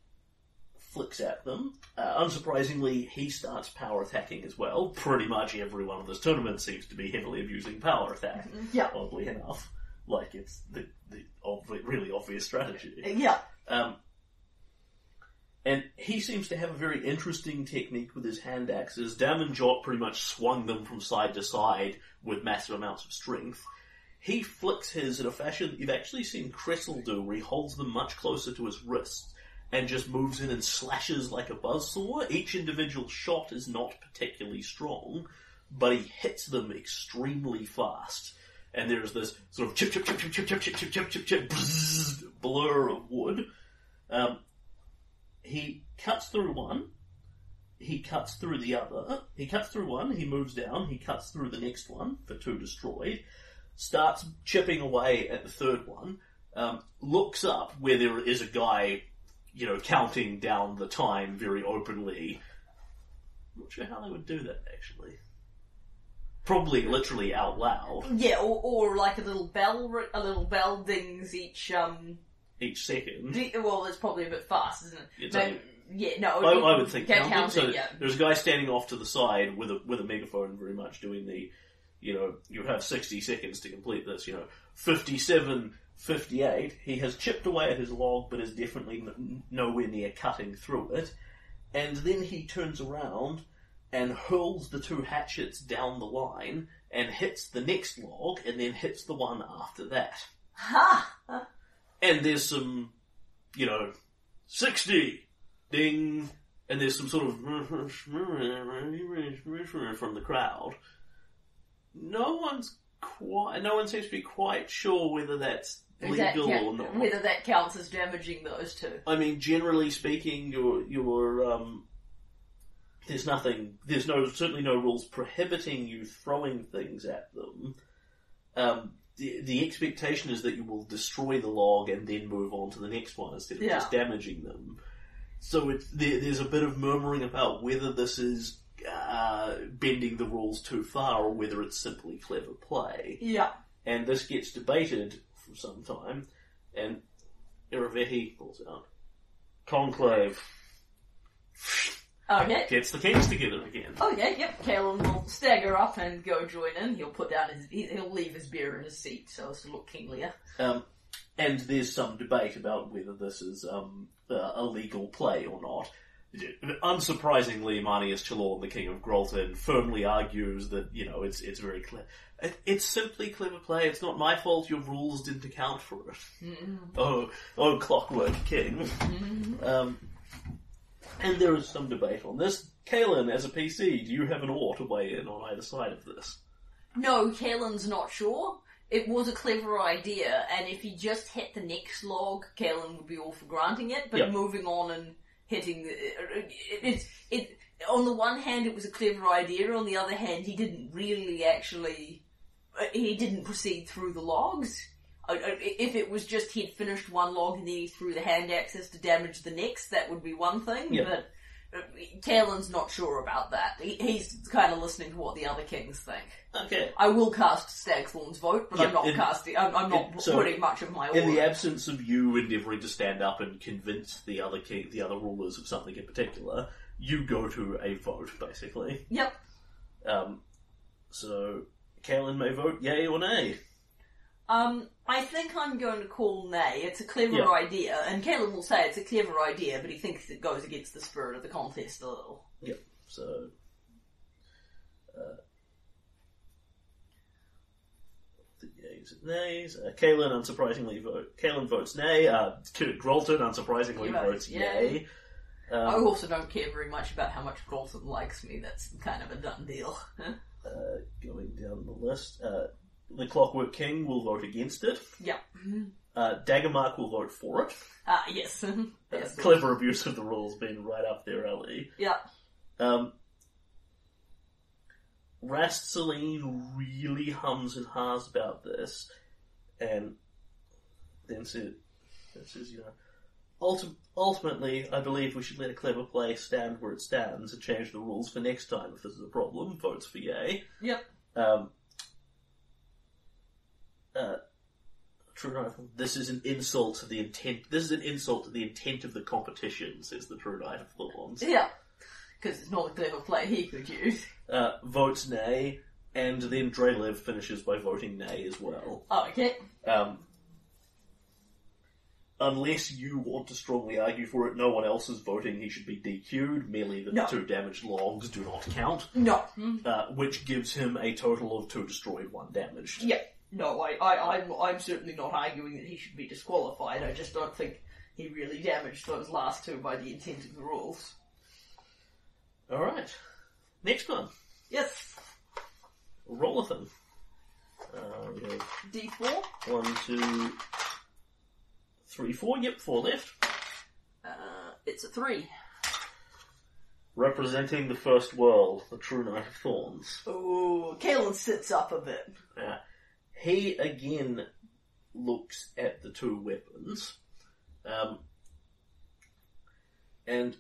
A: flicks at them. Uh, unsurprisingly, he starts power attacking as well. Pretty much everyone in this tournament seems to be heavily abusing power attack.
B: Yeah.
A: Oddly enough, (laughs) like it's the, the obvi- really obvious strategy.
B: Yeah.
A: Um, and he seems to have a very interesting technique with his hand axes. Dam and Jot pretty much swung them from side to side with massive amounts of strength. He flicks his in a fashion you've actually seen Cressel do, where he holds them much closer to his wrist and just moves in and slashes like a buzzsaw. Each individual shot is not particularly strong, but he hits them extremely fast. And there's this sort of chip, chip, chip, chip, chip, chip, chip, chip, chip, chip, chip, bzzz, blur of wood. Um, he cuts through one. He cuts through the other. He cuts through one. He moves down. He cuts through the next one for two destroyed. Starts chipping away at the third one. Um, looks up where there is a guy, you know, counting down the time very openly. Not sure how they would do that actually. Probably literally out loud
B: Yeah. Or, or like a little bell, ri- a little bell dings each. Um.
A: each second.
B: D- well, it's probably a bit fast, isn't it?
A: It's
B: Maybe- yeah. No.
A: I, I would think
B: yeah,
A: counting.
B: counting,
A: so
B: yeah.
A: there's a guy standing off to the side with a with a megaphone, very much doing the, you know, you have 60 seconds to complete this. You know, 57, 58. He has chipped away at his log, but is definitely n- nowhere near cutting through it. And then he turns around and hurls the two hatchets down the line and hits the next log, and then hits the one after that.
B: Ha.
A: And there's some, you know, 60, ding, and there's some sort of from the crowd. No one's quite. No one seems to be quite sure whether that's legal
B: Is that count-
A: or not.
B: Whether that counts as damaging those two.
A: I mean, generally speaking, your your um, there's nothing, there's no certainly no rules prohibiting you throwing things at them. Um, the the expectation is that you will destroy the log and then move on to the next one instead of
B: Yeah.
A: just damaging them. So it's, there, there's a bit of murmuring about whether this is uh, bending the rules too far or whether it's simply clever play
B: Yeah.
A: and this gets debated for some time, and Iravehi calls out, Conclave
B: Okay.
A: gets the kings together again.
B: Okay, yep. Kalen will stagger up and go join in. He'll put down his, he- he'll leave his beer in his seat so as to look kinglier.
A: Um, and there's some debate about whether this is um, uh, a legal play or not. Unsurprisingly, Manius Chalorn, the king of Grolton, firmly argues that you know it's it's very clear. It, it's simply clever play. It's not my fault. Your rules didn't account for it. Oh, oh, clockwork king. um, and there is some debate on this. Kalen, as a PC, do you have an awe to weigh in on either side of this?
B: No, Kalen's not sure. It was a clever idea, and if he just hit the next log, Kalen would be all for granting it. But
A: Yep.
B: moving on and hitting the, it, it, it, on the one hand, it was a clever idea. On the other hand, he didn't really actually, uh, he didn't proceed through the logs. I- I- If it was just he'd finished one log and then he threw the hand axes to damage the next, that would be one thing.
A: Yep.
B: But uh, Kalen's not sure about that. He, he's kind of listening to what the other kings think.
A: Okay.
B: I will cast Stagthorn's vote, but
A: Yeah,
B: I'm not
A: in-
B: casting. I'm, I'm not
A: in- so-
B: putting much of my aura.
A: In the absence of you endeavouring to stand up and convince the other king, the other rulers of something in particular, you go to a vote basically.
B: Yep.
A: Um, so Kalen may vote yay or nay.
B: Um, I think I'm going to call nay. It's a clever
A: Yeah.
B: idea, and Caleb will say it's a clever idea, but he thinks it goes against the spirit of the contest a little.
A: So uh, the yays and nays. Uh, Kalen unsurprisingly vote. Kalen votes nay. Uh, K- Grolton unsurprisingly
B: He votes
A: votes yay.
B: I
A: Um,
B: also don't care very much about how much Grolton likes me. That's kind of a done deal. (laughs)
A: uh, going down the list, uh, the Clockwork King will vote against it.
B: yeah.
A: Uh, Daggermark will vote for it.
B: Ah, yes. (laughs) yes.
A: Uh, clever abuse of the rules being right up their alley.
B: Yeah.
A: Um, Rastaline really hums and haws about this, and then said, then says, you know, Ulti- ultimately, I believe we should let a clever play stand where it stands and change the rules for next time if this is a problem. Votes for yay.
B: Yep.
A: Um, uh, true Knight, This is an insult to the intent. This is an insult to the intent of the competition, says the True Knight of Thorns.
B: Yeah. Because it's not a clever play he could use. (laughs)
A: Uh, votes nay, and then Drelev finishes by voting nay as well.
B: Oh, okay.
A: Um, unless you want to strongly argue for it, no one else is voting. He should be DQ'd. Merely that
B: No.
A: two damaged logs do not count,
B: No. Hmm.
A: uh, which gives him a total of two destroyed, one damaged.
B: Yeah, no, I, I, I'm, I'm certainly not arguing that he should be disqualified. I just don't think he really damaged those last two by the intent of the rules.
A: All right, next one.
B: Yes,
A: Rollathan. Uh, we have
B: D4.
A: one, two, three, four. Yep, four left.
B: Uh, it's a three.
A: Representing the first world, the true knight of thorns.
B: Oh, Kalen sits up a bit.
A: Uh, he again looks at the two weapons, um, and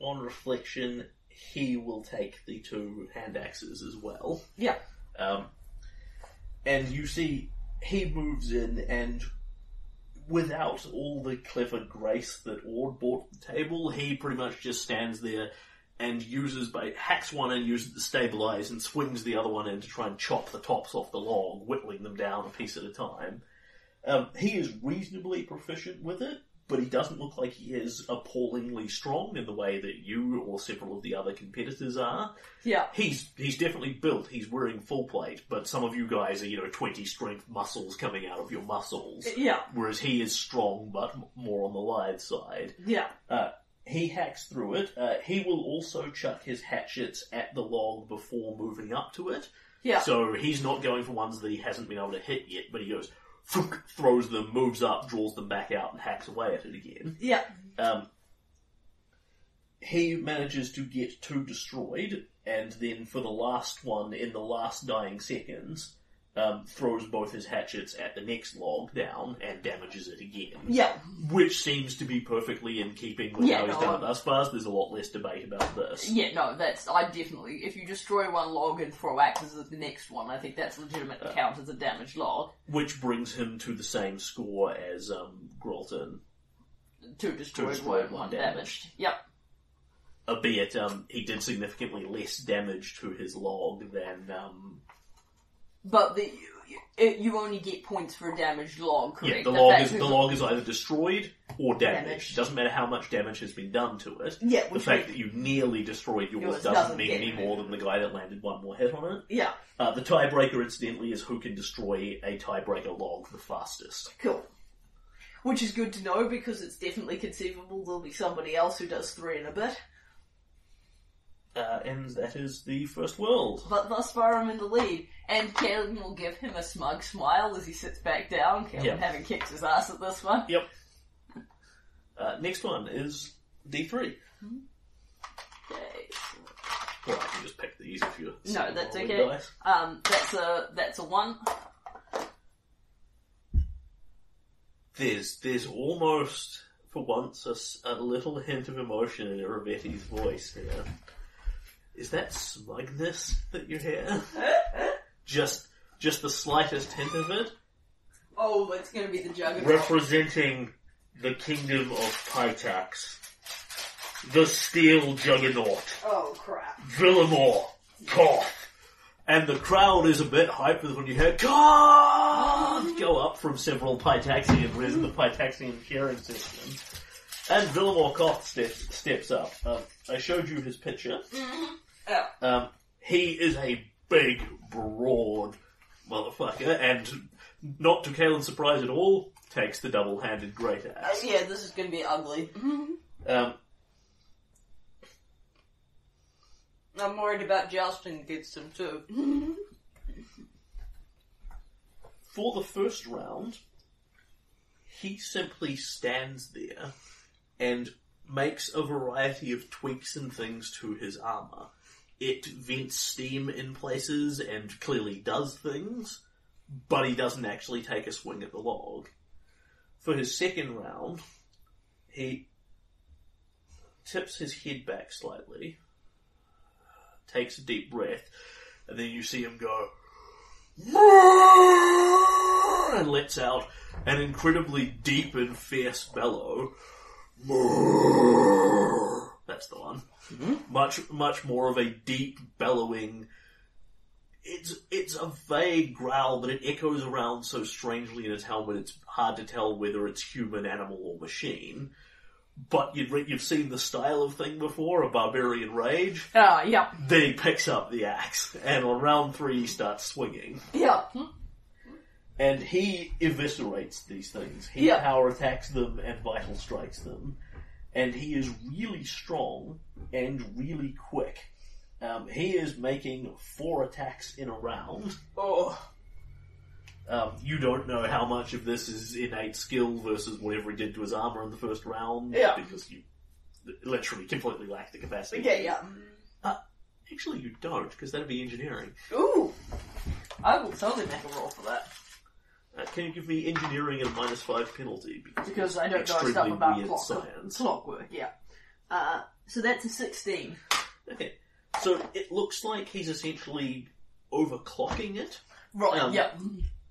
A: on reflection, he will take the two hand axes as well.
B: Yeah,
A: Um, and you see, he moves in and without all the clever grace that Ord brought to the table, he pretty much just stands there and uses, by hacks one and uses it to stabilize and swings the other one in to try and chop the tops off the log, whittling them down a piece at a time. Um, he is reasonably proficient with it, but he doesn't look like he is appallingly strong in the way that you or several of the other competitors are.
B: yeah,
A: He's he's definitely built. He's wearing full plate, but some of you guys are you know twenty strength muscles coming out of your muscles,
B: yeah,
A: whereas he is strong but m- more on the live side.
B: yeah.
A: Uh, He hacks through it. Uh, he will also chuck his hatchets at the log before moving up to it.
B: Yeah.
A: So he's not going for ones that he hasn't been able to hit yet, but he goes, "Funk," throws them, moves up, draws them back out, and hacks away at it again.
B: yeah.
A: Um, he manages to get two destroyed, and then for the last one, in the last dying seconds, um, throws both his hatchets at the next log down and damages it again.
B: Yeah.
A: Which seems to be perfectly in keeping with
B: Yeah,
A: how he's
B: no,
A: done
B: I'm-
A: it thus far. so There's a lot less debate about this.
B: Yeah, no, that's, I definitely, if you destroy one log and throw axes at the next one, I think that's legitimate to count as a damaged log
A: Which brings him to the same score as um, Grolton,
B: to destroy
A: destroy one
B: one, one
A: damaged.
B: damaged. Yep.
A: albeit um, he did significantly less damage to his log than um,
B: But the, it, you only get points for a damaged log, correct?
A: Yeah, the
B: If
A: log
B: that's
A: is
B: who-
A: the log is either destroyed or damaged.
B: Damaged.
A: It doesn't matter how much damage has been done to it.
B: Yeah,
A: The
B: which
A: fact
B: we-
A: that you nearly destroyed yours
B: Yours
A: doesn't,
B: doesn't
A: mean
B: get
A: any
B: it.
A: more than the guy that landed one more hit on it.
B: Yeah,
A: Uh, the tiebreaker, incidentally, is who can destroy a tiebreaker log the fastest.
B: cool. Which is good to know because it's definitely conceivable there'll be somebody else who does three in a bit.
A: Uh, and that is the first world.
B: But thus far, I'm in the lead, and Kalen will give him a smug smile as he sits back down. Kalen
A: Yeah.
B: having kicked his ass at this one.
A: Yep. Uh, next one is D3.
B: Okay, so-
A: Well, I can just pick these if you're...
B: No, that's
A: rolling
B: okay.
A: dice.
B: Um, that's a that's a one.
A: There's there's almost for once a s- a, little hint of emotion in Rivetti's voice. Here. Is that smugness that you hear? just just the slightest hint of it,
B: Oh, that's going to be the juggernaut.
A: representing the kingdom of Pytax, the steel juggernaut,
B: oh crap!
A: Villamore, Koth. And the crowd is a bit hyped with when you hear Koth go up from several Pytaxian, where's the Pytaxian cheering system. And Villamore Koth steps, steps up. Um, I showed you his picture.
B: Oh.
A: Um, he is a big, broad motherfucker, and not to Kalen's surprise at all, takes the double-handed great axe.
B: Yeah, this is going to be ugly.
A: Um,
B: I'm worried about jousting against him too.
A: for the first round, he simply stands there and makes a variety of tweaks and things to his armor. It vents steam in places and clearly does things, but he doesn't actually take a swing at the log. For his second round, he tips his head back slightly, takes a deep breath, and then you see him go, and lets out an incredibly deep and fierce bellow. That's the one. Much, much more of a deep bellowing. It's it's a vague growl, but it echoes around so strangely in his helmet. It's hard to tell whether it's human, animal, or machine. But you've re- you've seen the style of thing before, a barbarian rage.
B: (laughs) Ah, yep,
A: Then he picks up the axe, and on round three he starts swinging
B: yep.
A: and he eviscerates these things. He
B: Yeah.
A: power attacks them and vital strikes them, and he is really strong and really quick. Um, he is making four attacks in a round.
B: Oh,
A: Um, you don't know how much of this is innate skill versus whatever he did to his armor in the first round,
B: Yeah.
A: because you literally completely lack the capacity.
B: okay, yeah.
A: Actually, you don't, because that'd be engineering.
B: Ooh, I will totally make a roll for that
A: Uh, can you give me engineering and minus five penalty? Because
B: because I don't
A: extremely
B: know stuff about
A: weird
B: clock
A: science.
B: clockwork. Yeah. Uh, so that's a sixteen.
A: Okay. So it looks like he's essentially overclocking it,
B: Right.
A: Um,
B: yep.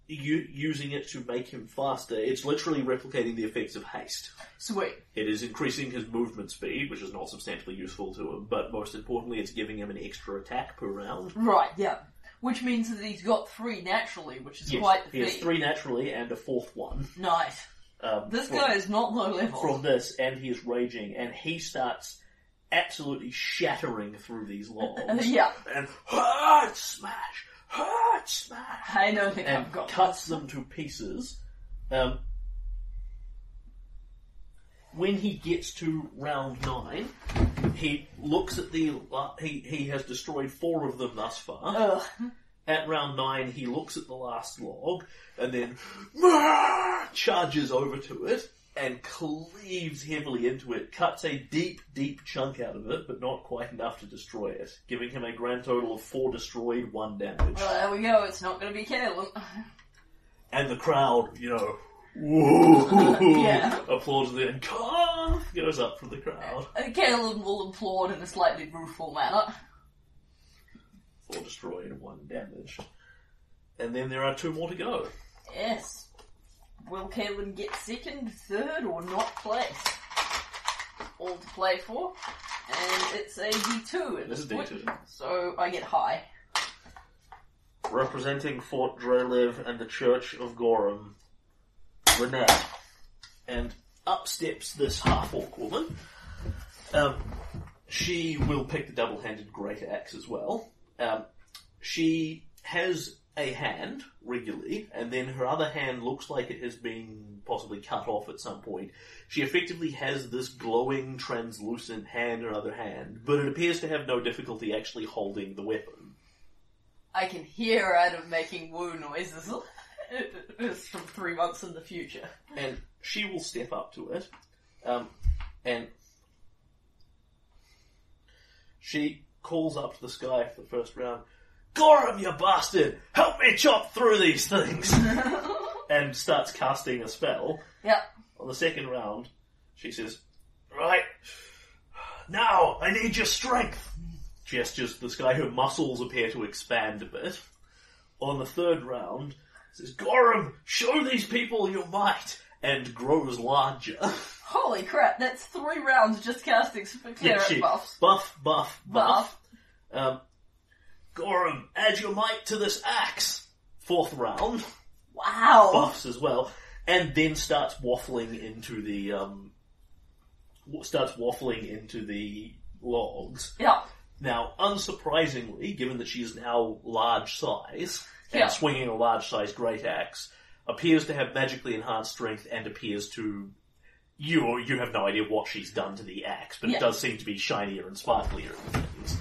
A: u- using it to make him faster. It's literally replicating the effects of haste.
B: Sweet.
A: It is increasing his movement speed, which is not substantially useful to him, but most importantly, it's giving him an extra attack per round.
B: Right. Yep. Which means that he's got three naturally, which is
A: Yes,
B: quite the
A: he has
B: feat.
A: three naturally and a fourth one.
B: Nice.
A: Um,
B: This
A: from-
B: guy is not low level.
A: from this, and he is raging, and he starts absolutely shattering through these logs.
B: Uh, (laughs) yeah.
A: And hurt smash, hurt smash.
B: I don't think
A: and
B: I've got
A: cuts them to pieces. Um, when he gets to round nine, he looks at the la- he he has destroyed four of them thus far.
B: Ugh.
A: At round nine, he looks at the last log and then charges over to it and cleaves heavily into it, cuts a deep, deep chunk out of it, but not quite enough to destroy it, giving him a grand total of four destroyed, one damaged.
B: Well, there we go. It's not going to be Caleb. Uh,
A: And the crowd, you know, whoa,
B: Yeah.
A: (laughs) applauds the and Kong goes up from the crowd.
B: And Caleb will applaud in a slightly rueful manner.
A: Four destroyed, one damaged. And then there are two more to go.
B: Yes. Will Caleb get second, third, or not place? All to play for. And it's a D2 at
A: This
B: this,
A: is
B: point.
A: D2.
B: So I get high.
A: representing Fort Drelev and the Church of Gorham, Renette. And up steps this half orc woman. Um, she will pick the double handed great axe as well. Um, she has a hand regularly, and then her other hand looks like it has been possibly cut off at some point. She effectively has this glowing, translucent hand, her other hand, but it appears to have no difficulty actually holding the weapon.
B: I can hear Adam making woo noises. (laughs) it's from three months in the future. (laughs)
A: and she will step up to it, um, and she calls up to the sky for the first round. Gorham, you bastard! Help me chop through these things! (laughs) and starts casting a spell.
B: Yep.
A: On the second round, she says, Right, now I need your strength! Gestures to the sky, her muscles appear to expand a bit. On the third round, says, Gorham, show these people your might! And grows larger. (laughs)
B: Holy crap, that's three rounds just casting for
A: Yeah,
B: cleric
A: she-
B: buffs.
A: Buff, buff, buff.
B: Buff.
A: Um, Gorham, add your might to this axe! Fourth round.
B: Wow.
A: buffs as well, and then starts waffling into the um, w- starts waffling into the logs.
B: Yeah.
A: Now, unsurprisingly, given that she is now large size and
B: Yeah.
A: swinging a large size great axe, appears to have magically enhanced strength and appears to you you have no idea what she's done to the axe, but it
B: Yeah.
A: does seem to be shinier and sparklier and things.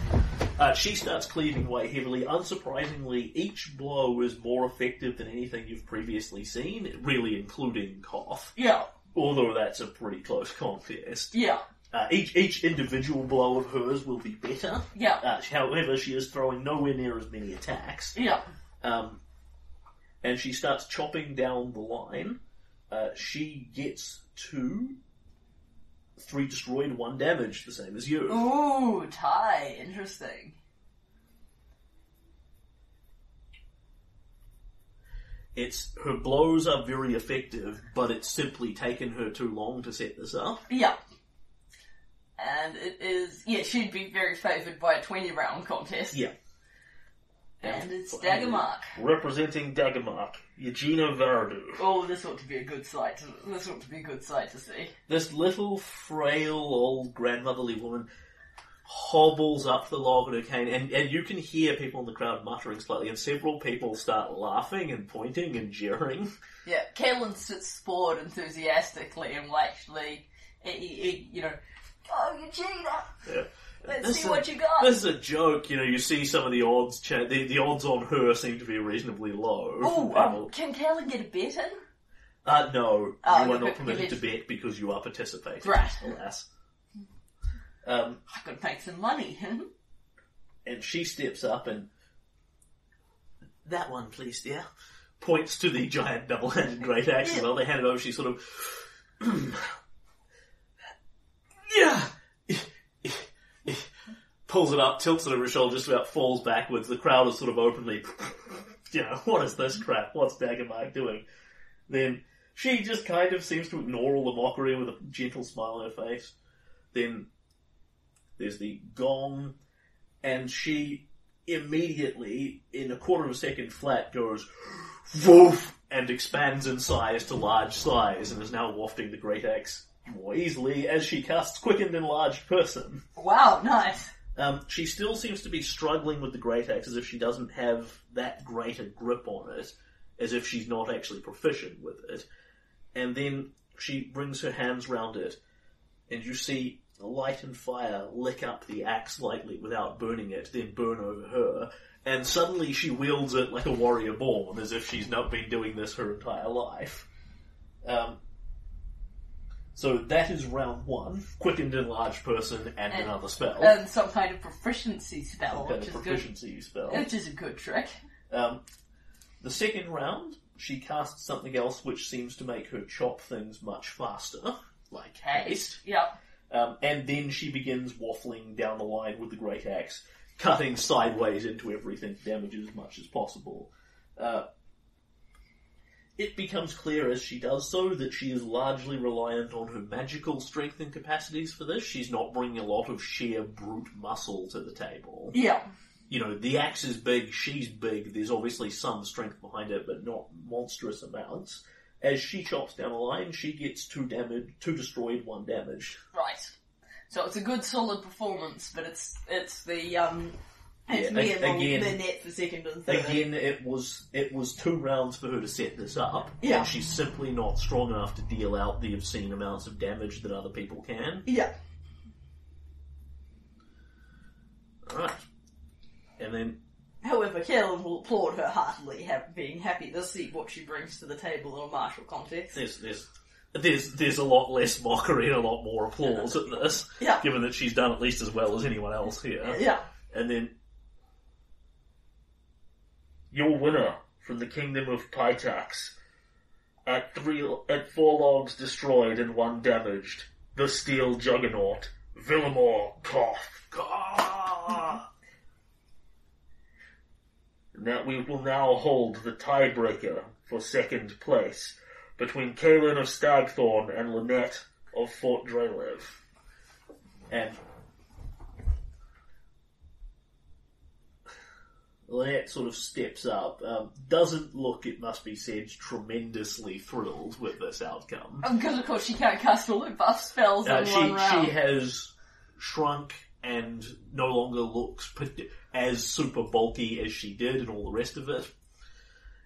A: Uh, she starts cleaving away heavily. Unsurprisingly, each blow is more effective than anything you've previously seen, really including cough.
B: Yeah.
A: Although that's a pretty close contest.
B: Yeah.
A: Uh, each each individual blow of hers will be better.
B: Yeah.
A: Uh, however, she is throwing nowhere near as many attacks,
B: Yeah.
A: um, and she starts chopping down the line. Uh, she gets two, three destroyed, one damaged, the same as you.
B: Ooh, tie. Interesting.
A: It's her blows are very effective, but it's simply taken her too long to set this up.
B: Yeah. And it is, yeah, she'd be very favoured by a 20 round contest.
A: Yeah.
B: And it's
A: finally,
B: Dagamark.
A: representing Dagamark, Eugenia Varadu.
B: Oh, this ought to be a good sight. To, this ought to be a good sight to see.
A: This little frail old grandmotherly woman hobbles up the log on her cane, and, and you can hear people in the crowd muttering slightly, and several people start laughing and pointing and jeering. (laughs)
B: Yeah, Caitlin sits forward enthusiastically and will actually, eh, eh, eh, you know, go Eugenia,
A: Yeah.
B: let's
A: This
B: see
A: is-
B: what you got.
A: This is a joke, you know. You see some of the odds. Cha- the, the odds on her seem to be reasonably low.
B: Oh, um,
A: People-
B: can Caitlin get a bet in?
A: uh, no,
B: Oh,
A: you are
B: you
A: not
B: bet-
A: permitted to
B: you bet.
A: bet because you are participating.
B: Right.
A: Alas. Um,
B: I could make some money. hmm?
A: and she steps up and that one, please, dear. Points to the giant double-handed great axe as well. They hand it over. She sort of, yeah, pulls it up, tilts it over her shoulder, just about falls backwards. The crowd is sort of openly, you know, what is this crap? What's Daggermark doing? Then she just kind of seems to ignore all the mockery with a gentle smile on her face. Then there's the gong and she immediately, in a quarter of a second flat, goes woof and expands in size to large size and is now wafting the great axe more easily as she casts quickened enlarged person.
B: Wow, nice.
A: Um, she still seems to be struggling with the great axe as if she doesn't have that great a grip on it, as if she's not actually proficient with it. And then she brings her hands round it and you see light and fire lick up the axe lightly without burning it, then burn over her, and suddenly she wields it like a warrior born, as if she's not been doing this her entire life. Um, so that is round one: quickened, enlarged person, and,
B: And-
A: another spell,
B: And some kind of proficiency spell,
A: Oh. kind
B: which
A: of
B: is good.
A: proficiency spell.
B: Which is a good trick.
A: Um, the second round, she casts something else which seems to make her chop things much faster, like haste.
B: Yep.
A: Um, and then she begins waffling down the line with the great axe, cutting sideways into everything to damage it as much as possible. Uh, it becomes clear as she does so that she is largely reliant on her magical strength and capacities for this. She's not bringing a lot of sheer brute muscle to the table
B: Yep.
A: you know, the axe is big, she's big, there's obviously some strength behind it, but not monstrous amounts. As she chops down a line, she gets two damage, two destroyed, one
B: (laughs)
A: damaged.
B: Right. So it's a good solid performance, but it's it's the um it's
A: Yeah,
B: me
A: a-
B: and the-
A: again-
B: the net for second and third.
A: Again, it was it was two rounds for her to set this up,
B: Yeah.
A: and she's simply not strong enough to deal out the obscene amounts of damage that other people can.
B: Yeah.
A: Alright. And then,
B: However, Carolyn will applaud her heartily, ha- being happy to see what she brings to the table in a martial context.
A: there's, there's, there's, there's a lot less mockery and a lot more applause at this,
B: Yeah.
A: given that she's done at least as well as anyone else here.
B: Yeah.
A: and then your winner from the kingdom of Pytax at three at four logs destroyed and one damaged the steel juggernaut Villamor Koth Koth. Now we will now hold the tiebreaker for second place between Caelan of Stagthorn and Lynette of Fort Drelev. And Lynette sort of steps up, um, doesn't look, it must be said, tremendously thrilled with this outcome.
B: Because of course she can't cast all her buff spells
A: Uh,
B: in
A: she
B: one round.
A: she has shrunk and no longer looks pat- as super bulky as she did and all the rest of it.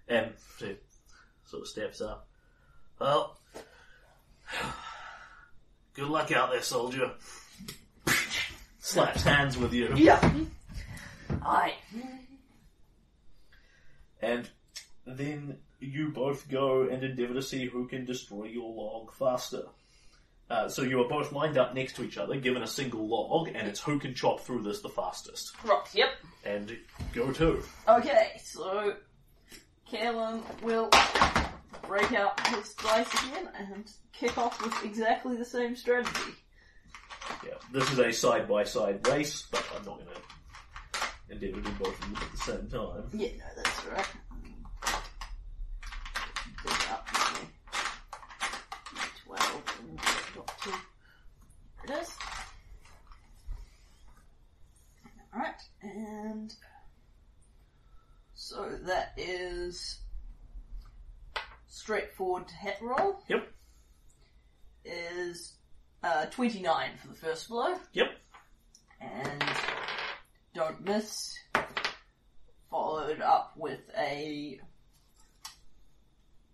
A: And she sort of steps up. Well, (sighs) good luck out there, soldier. (sighs) Slaps hands with you.
B: Yeah. I.
A: And then you both go and endeavour to see who can destroy your log faster. Uh, so you are both lined up next to each other, given a single log, and it's who can chop through this the fastest.
B: Rock, yep.
A: And go to.
B: Okay, so Kalen will break out his dice again and kick off with exactly the same strategy.
A: Yeah, this is a side by side race, but I'm not going to endeavour to do both of them at the same time.
B: Yeah, no, that's right. Pick up my twelve and dot two. There it is. Alright, and so that is straightforward to hit roll.
A: Yep.
B: Is uh, twenty nine for the first blow
A: Yep.
B: and don't miss. Followed up with a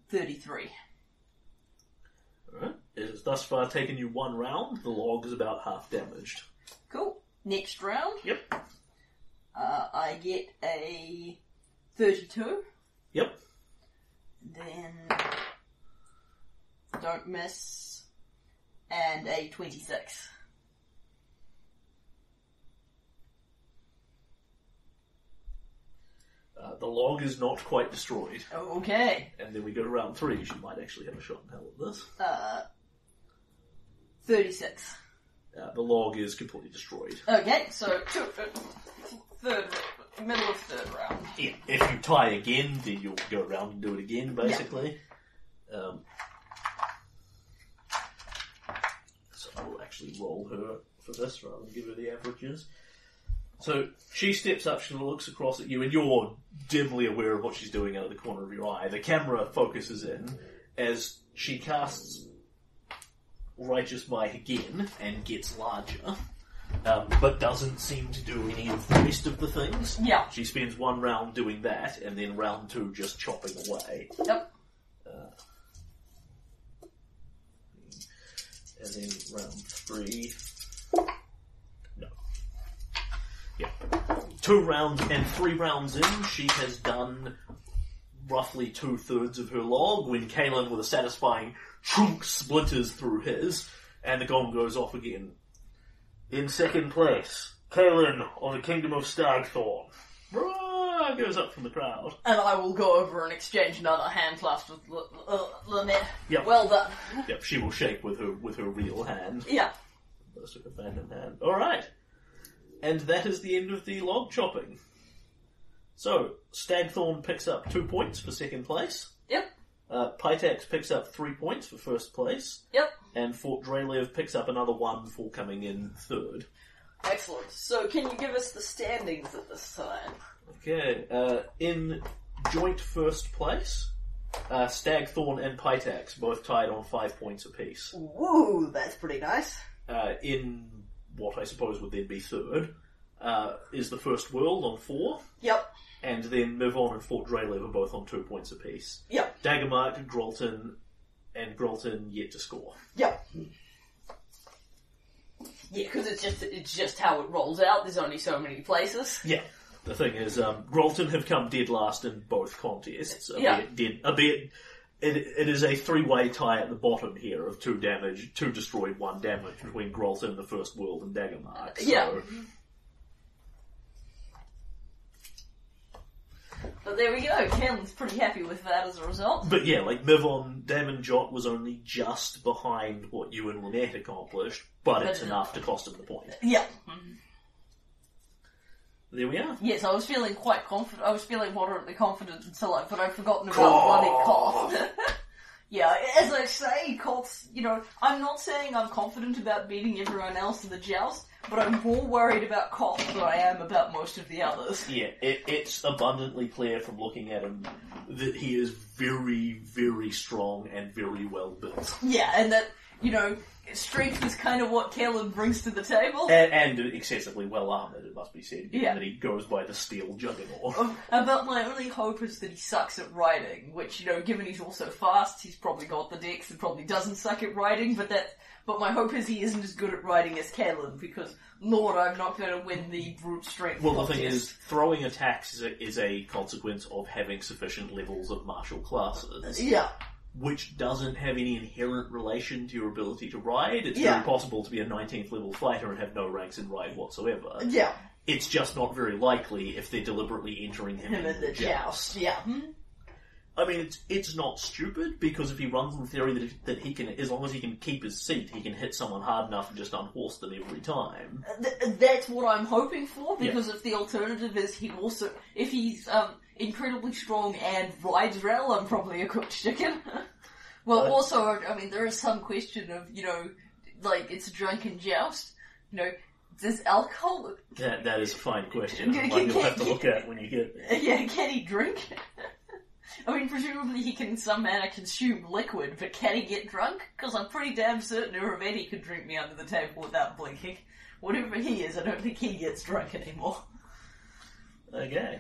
B: 33.
A: Alright. It has thus far taken you one round. The log is about half damaged.
B: Cool. Next round,
A: Yep.
B: uh, I get a 32.
A: Yep.
B: Then don't miss and a 26.
A: Uh, the log is not quite destroyed.
B: Okay.
A: And then we go to round three. She might actually have a shot in hell at this.
B: Uh, 36.
A: Uh, the log is completely destroyed.
B: Okay, so two, uh, third, middle of third round.
A: If you tie again, then you'll go around and do it again, basically. Um, so I will actually roll her for this rather than give her the averages. So she steps up, she looks across at you, and you're dimly aware of what she's doing out of the corner of your eye. The camera focuses in as she casts Righteous Might again and gets larger, um, but doesn't seem to do any of the rest of the things.
B: Yeah.
A: She spends one round doing that, and then round two just chopping away.
B: Yep.
A: And and then round three. No. Yeah. Two rounds and three rounds in, she has done roughly two thirds of her log when Kalen with a satisfying chunk splinters through his, and the gong goes off again. In second place, Kalen of the Kingdom of Stagthorn. Hurrah! Goes up from the crowd.
B: And I will go over and exchange another hand clasp with L- L- Lynette.
A: Yep.
B: Well done.
A: Yep, she will shake with her with her real hand.
B: Yeah.
A: Let's do it hand in hand. All right, and that is the end of the log chopping. So Stagthorn picks up two points for second place.
B: Yep.
A: Uh, Pytax picks up three points for first place,
B: Yep.
A: and Fort Drelev picks up another one for coming in third.
B: Excellent. So can you give us the standings at this time?
A: Okay, uh, in joint first place, uh, Stagthorn and Pytax both tied on five points apiece.
B: Woo, that's pretty nice.
A: uh, in what I suppose would then be third, uh, is the First World on four,
B: Yep.
A: and then Mivon and Fort Drelev are both on two points apiece.
B: Yep.
A: Dagomark, Grolton, and Grolton yet to score.
B: Yep. Yeah, because it's just it's just how it rolls out. There's only so many places.
A: Yeah. The thing is, um, Grolton have come dead last in both contests.
B: Yeah.
A: Albeit dead, albeit it, it is a three-way tie at the bottom here of two damage, two destroyed, one damage between Grolton, the First World, and Dagomark. So,
B: Yeah. But there we go. Ken's pretty happy with that as a result.
A: But yeah, like Mivon, Damon Jot was only just behind what you and Lynette accomplished, but it's
B: But-
A: enough to cost him the point.
B: Yep.
A: There we are.
B: Yes, I was feeling quite confident. I was feeling moderately confident until I, but I'd forgotten about
A: Cough.
B: bloody cough. (laughs) yeah, as I say, coughs. You know, I'm not saying I'm confident about beating everyone else in the joust, but I'm more worried about cough than I am about most of the others.
A: Yeah, it, it's abundantly clear from looking at him that he is very, very strong and very well built.
B: Yeah, and that you know, strength is kind of what Caleb brings to the table.
A: And, and excessively well armoured, it must be said, given
B: Yeah.
A: that he goes by the steel juggernaut.
B: Um, About my only hope is that he sucks at riding, which you know, given he's also fast, he's probably got the dex and probably doesn't suck at riding. But that, but my hope is he isn't as good at riding as Caleb because Lord, I'm not going to win the brute strength.
A: Well, the thing
B: contest.
A: is, throwing attacks is a, is a consequence of having sufficient levels of martial classes.
B: yeah,
A: which doesn't have any inherent relation to your ability to ride. It's
B: Yeah.
A: very possible to be a 19th level fighter and have no ranks in ride whatsoever.
B: yeah,
A: It's just not very likely if they're deliberately entering him,
B: him in the joust. Yeah, Hmm?
A: I mean, it's it's not stupid because if he runs on the theory that, that he can, as long as he can keep his seat, he can hit someone hard enough and just unhorse them every time.
B: Th- that's what I'm hoping for because if the alternative is he also, if he's um incredibly strong and rides well, I'm probably a cooked chicken. (laughs) well,
A: Uh,
B: also, I mean, there is some question of you know, like it's a drunken joust. You know, does alcohol? (laughs)
A: That that is a fine question.
B: Can-
A: One you'll
B: can-
A: have to look at when you get there.
B: Yeah, can he drink? (laughs) I mean, presumably he can in some manner consume liquid, but can he get drunk? Because I'm pretty damn certain Uravetti could drink me under the table without blinking. Whatever he is, I don't think he gets drunk anymore.
A: Okay,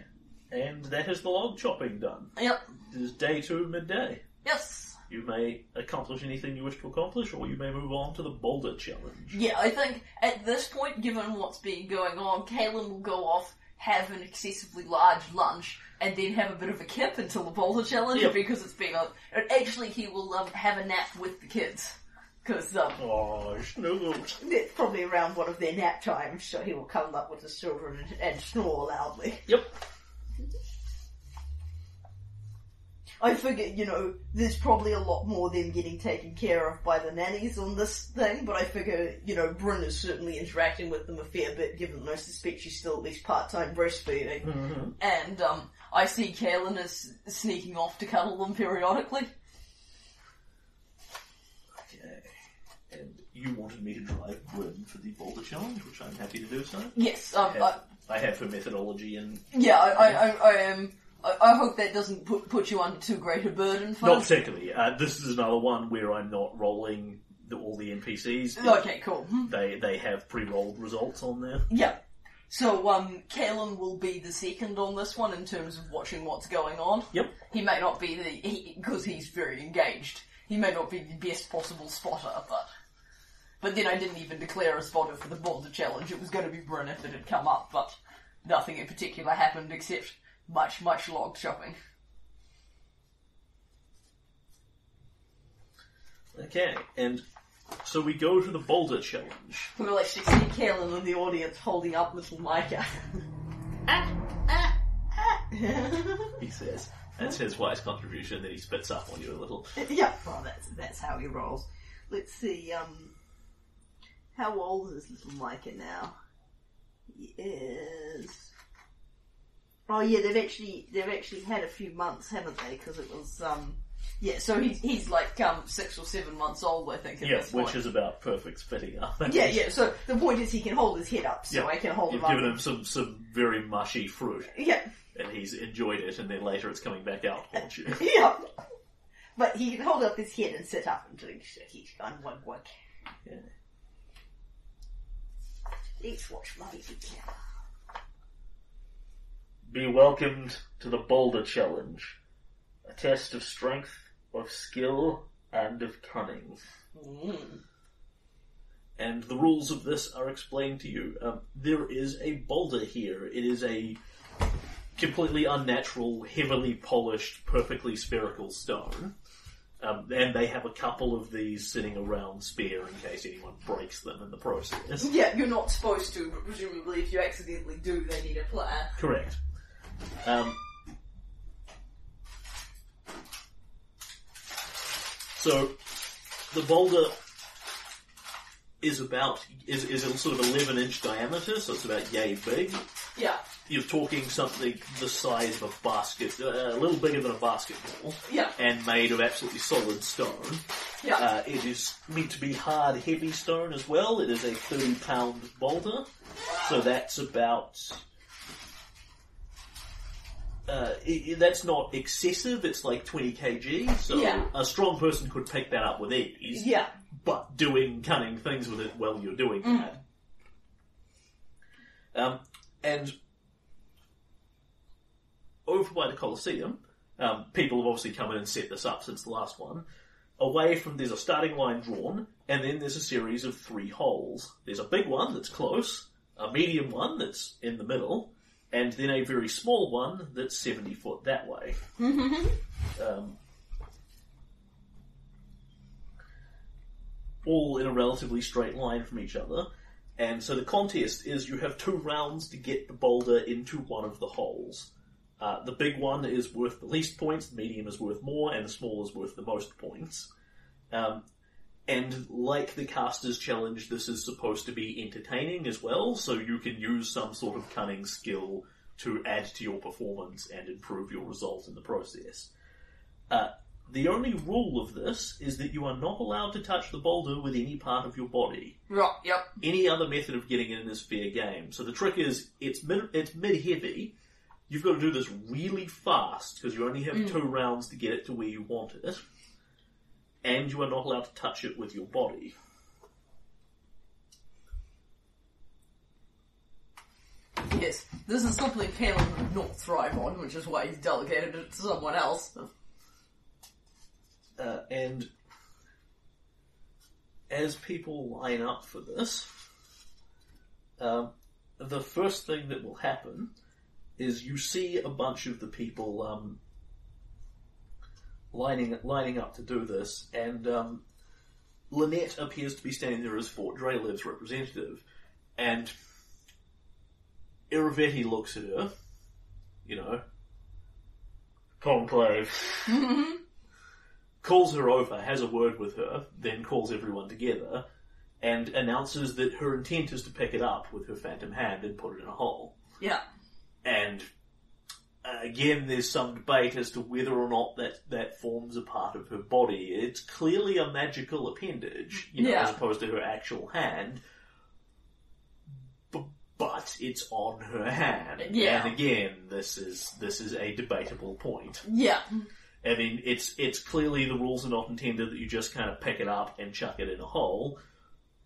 A: and that is the log chopping done.
B: Yep.
A: It is day two midday.
B: Yes.
A: You may accomplish anything you wish to accomplish, or you may move on to the boulder challenge.
B: Yeah, I think at this point, given what's been going on, Kaelin will go off, have an excessively large lunch, and then have a bit of a kip until the boulder challenge
A: Yep.
B: because it's been a. and Actually, he will um, have a nap with the kids because um,
A: Oh, snoot.
B: it's probably around one of their nap times, so he will cuddle up with his children and, and snore loudly.
A: Yep.
B: I figure, you know, there's probably a lot more than getting taken care of by the nannies on this thing, but I figure, you know, Bryn is certainly interacting with them a fair bit, given that I suspect she's still at least part-time breastfeeding.
A: Mm.
B: And, um, I see Kaelin is sneaking off to cuddle them periodically.
A: Okay. And you wanted me to drive Bryn for the boulder challenge, which I'm happy to do so.
B: Yes, um,
A: I
B: I,
A: have, I have her methodology and
B: yeah, I, I, I, I am... I, I hope that doesn't put, put you under too great a burden, for
A: not particularly. Uh, this is another one where I'm not rolling the, all the NPCs.
B: Okay, cool. Hmm.
A: They they have pre-rolled results on there.
B: Yeah. So, um, Kalen will be the second on this one in terms of watching what's going on.
A: Yep.
B: He may not be the, because he's very engaged, he may not be the best possible spotter, but But then I didn't even declare a spotter for the Boulder Challenge. It was going to be Bryn if it had come up, but nothing in particular happened except much, much log shopping.
A: Okay, and so we go to the boulder challenge.
B: We will actually see Kalen in the audience holding up little Micah. (laughs) Ah, ah, ah.
A: He says that's his wise contribution that he spits up on you a little.
B: yeah, well, that's that's how he rolls. Let's see. Um, how old is little Micah now? He is. Oh yeah, they've actually they've actually had a few months, haven't they? Because it was um. Yeah, so he's he's like um six or seven months old, I think. At
A: Yeah,
B: this
A: which
B: point.
A: is about perfect spitting (laughs) up.
B: Yeah, yeah. So the point is, he can hold his head up, so
A: Yeah,
B: I can hold
A: You've
B: him up.
A: given him some some very mushy fruit,
B: Yeah.
A: and he's enjoyed it, and then later it's coming back out, won't you?
B: Yeah. But he can hold up his head and sit up and do shit on one wink.
A: Yeah.
B: Let's watch Mummy together.
A: Be welcomed to the boulder challenge, a test of strength, of skill, and of cunning.
B: Mm.
A: and the rules of this are explained to you. Um, there is a boulder here. It is a completely unnatural, heavily polished, perfectly spherical stone. Um, and they have a couple of these sitting around spare in case anyone breaks them in the process.
B: Yeah, you're not supposed to, but presumably if you accidentally do, they need a player.
A: Correct. Um, so the boulder is about is is a sort of eleven inch diameter, so it's about yay big.
B: Yeah,
A: you're talking something the size of a basket, uh, a little bigger than a basketball,
B: yeah,
A: and made of absolutely solid stone.
B: yeah.
A: Uh, it is meant to be hard, heavy stone as well. It is a 30 pound boulder, so that's about. Uh, i i- that's not excessive, it's like 20 kg, so
B: Yeah.
A: a strong person could pick that up with ease
B: yeah.
A: but doing cunning things with it while you're doing that. Um, and over by the Colosseum, um, people have obviously come in and set this up since the last one. Away from there's a starting line drawn, and then there's a series of three holes. There's a big one that's close, a medium one that's in the middle, and then a very small one that's 70 foot that way. um, all in a relatively straight line from each other. And so the contest is you have two rounds to get the boulder into one of the holes. Uh, the big one is worth the least points, the medium is worth more, and the small is worth the most points. Um, and like the caster's challenge, this is supposed to be entertaining as well, so you can use some sort of cunning skill to add to your performance and improve your result in the process. The only rule of this is that you are not allowed to touch the boulder with any part of your body.
B: Right, yep.
A: Any other method of getting in is fair game. So the trick is, it's mid, it's mid heavy. You've got to do this really fast because you only have two rounds to get it to where you want it, and you are not allowed to touch it with your body.
B: Yes, this is something Kalen would not thrive on, which is why he's delegated it to someone else.
A: Uh, and as people line up for this, um, the first thing that will happen is you see a bunch of the people um, lining lining up to do this, and um, Lynette appears to be standing there as Fort Drelev's representative, and Iravetti looks at her, you know, conclave calls her over, has a word with her, then calls everyone together, and announces that her intent is to pick it up with her phantom hand and put it in a hole.
B: Yeah,
A: And uh, again, there's some debate as to whether or not that, that forms a part of her body. It's clearly a magical appendage, you know,
B: Yeah.
A: as opposed to her actual hand. B- But it's on her hand,
B: Yeah.
A: and again, this is this is a debatable point.
B: yeah,
A: I mean, it's it's clearly the rules are not intended that you just kind of pick it up and chuck it in a hole.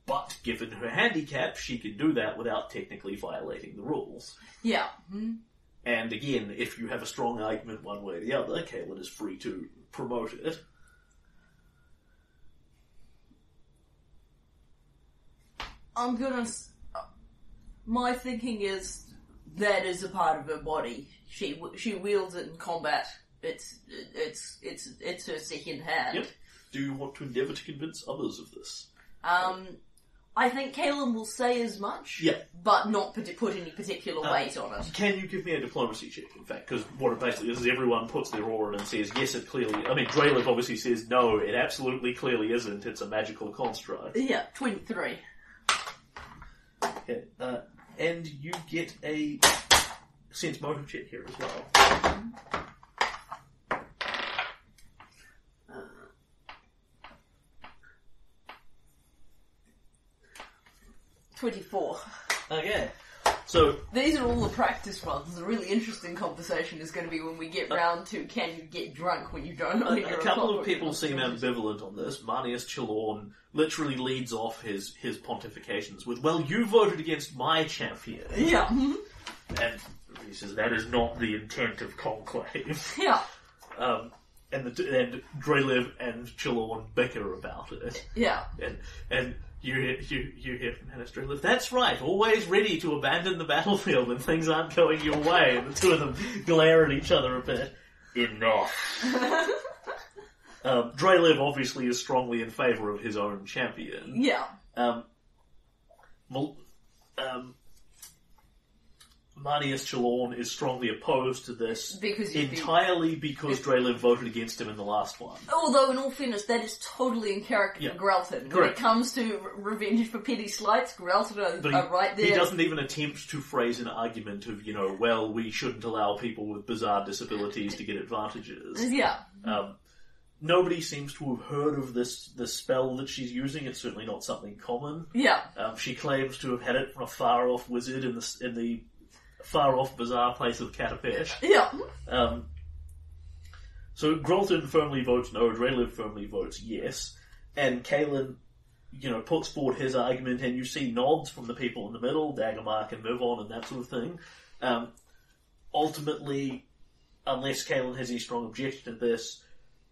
A: But given her handicap, she can do that without technically violating the rules.
B: yeah.
A: And again, if you have a strong argument one way or the other, Kaelin is free to promote it.
B: I'm gonna. s- uh, My thinking is that is a part of her body. She w- she wields it in combat. It's it's it's it's her second hand.
A: Yep. Do you want to endeavour to convince others of this?
B: Um, I think Kalen will say as much.
A: Yeah.
B: But not parti- put any
A: Uh.
B: particular weight on it.
A: Can you give me a diplomacy check, in fact? Because what it basically is, is everyone puts their oar in and says, yes, it clearly... I mean, Draylev obviously says, no, it absolutely clearly isn't. It's a magical construct.
B: Yeah, twenty three.
A: Yeah, uh, and you get a sense motive check here as well.
B: Twenty four.
A: Okay. So,
B: These are all the practice ones. The really interesting conversation is going to be when we get round to can you get drunk when you don't know
A: Uh. a,
B: you're
A: a couple
B: culprit?
A: of people seem ambivalent on this. Manius Chilorn literally leads off his, his pontifications with, well, you voted against my champion.
B: Yeah, (laughs) mhm,
A: And he says, that is not the intent of Conclave. (laughs)
B: yeah,
A: Um, and the, and Drelev and Chilorn bicker about it,
B: yeah.
A: and and you hear, you you hear from Hannes Drelev. That's right, always ready to abandon the battlefield when things aren't going your way. And the two of them glare at each other a bit. Enough. (laughs) Um, Drelev obviously is strongly in favour of his own champion.
B: Yeah.
A: Um, Mal- um, Marnius Chilorn is strongly opposed to this
B: Because you'd be-
A: entirely because Drelin voted against him in the last one.
B: Although, in all fairness, that is totally in character
A: Yeah.
B: for Grelton. When
A: Correct.
B: it comes to r- revenge for petty slights, Grelton
A: But
B: are,
A: he,
B: are Oh, right there.
A: he doesn't even attempt to phrase an argument of, you know, well, we shouldn't allow people with bizarre disabilities to get advantages.
B: Yeah,
A: Um, nobody seems to have heard of this this spell that she's using. It's certainly not something common.
B: yeah.
A: Um, she claims to have had it from a far off wizard in the s- in the far off bizarre place of Catapesh.
B: Yeah,
A: Um, so Grolton firmly votes no, Drelev firmly votes yes, and Kalen, you know, puts forward his argument, and you see nods from the people in the middle, Daggermark and Mivon and that sort of thing. Um, ultimately, unless Kalen has any strong objection to this,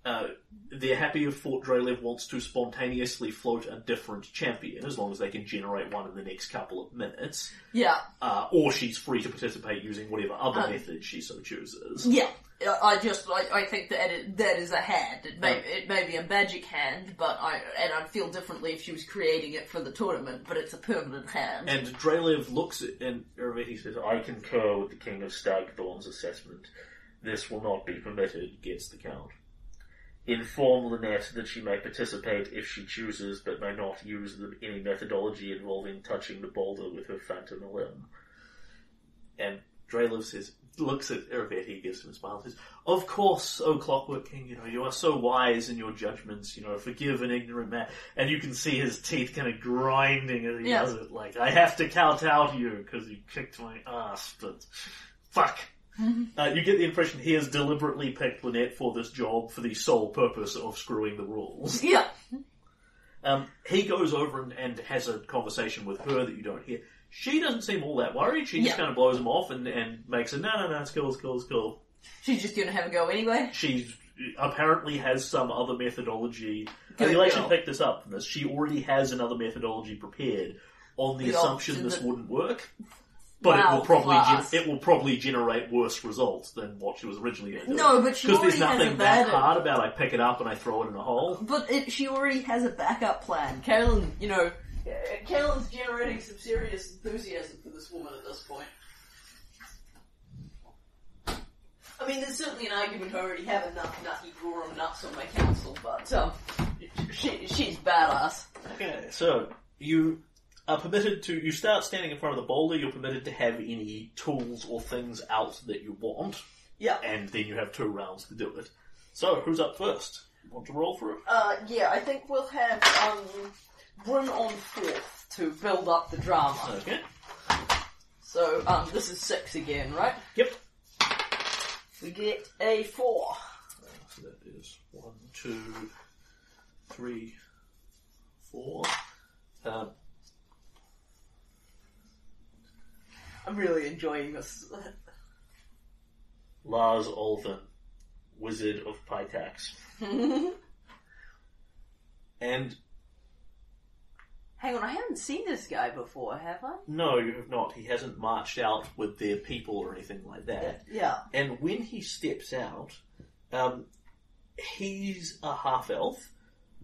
A: uh, they're happy if Fort Drelev wants to spontaneously float a different champion, as long as they can generate one in the next couple of minutes,
B: yeah,
A: uh, or she's free to participate using whatever other
B: Um,
A: method she so chooses.
B: yeah. I- I just, I, I think that it, that is a hand. It may, it may be a magic hand, but I, and I'd feel differently if she was creating it for the tournament, but it's a permanent hand.
A: And Drelev looks at and Iravetti says, I concur with the King of Stagthorn's assessment. This will not be permitted, gets the count. Inform Lynette that she may participate if she chooses, but may not use the, any methodology involving touching the boulder with her phantom limb. And Drelev says, looks at Iravetti, gives him a smile, says, Of course, O Clockwork King, you know, you are so wise in your judgments, you know, forgive an ignorant man. And you can see his teeth kind of grinding as he
B: Yeah.
A: does it, like, I have to kowtow to you because you kicked my ass, but fuck. Uh, you get the impression he has deliberately picked Lynette for this job for the sole purpose of screwing the rules.
B: (laughs) yeah,
A: Um, he goes over and, and has a conversation with her that you don't hear. She doesn't seem all that worried. She just
B: Yeah.
A: kind of blows him off and, and makes a no, no, no, it's cool, it's cool, it's cool.
B: she's just gonna have a go anyway.
A: She apparently has some other methodology.
B: Good
A: I think I should
B: girl.
A: pick this up from this. She already has another methodology prepared on the,
B: The
A: assumption
B: option
A: this
B: that-
A: wouldn't work. But it
B: Wow,
A: will probably
B: class.
A: gen- it will probably generate worse results than what she was originally going to do.
B: No, but she
A: because there's
B: already has
A: nothing
B: a
A: that
B: bad-
A: hard about I pick it up and I throw it in a hole.
B: But it, she already has a backup plan. Carolyn, you know, Carolyn's generating some serious enthusiasm for this woman at this point. I mean, there's certainly an argument I already have enough nutty Gorham nuts on my council, but um, she, she's badass.
A: Okay, so you are permitted to. You start standing in front of the boulder. You're permitted to have any tools or things out that you want,
B: Yeah.
A: and then you have two rounds to do it. So who's up first? Want to roll for it?
B: Uh, yeah, I think we'll have um, Bryn on fourth to build up the drama.
A: Okay.
B: So um, this is six again, right?
A: Yep.
B: We get a four.
A: So that is one, two, three, four. Um,
B: I'm really enjoying this. (laughs)
A: Lars Olvin, Wizard of (laughs) Pytax, and
B: Hang on, I haven't seen this guy before, have I?
A: No, you have not. He hasn't marched out with their people or anything like that.
B: Yeah.
A: And when he steps out, um, he's a half elf,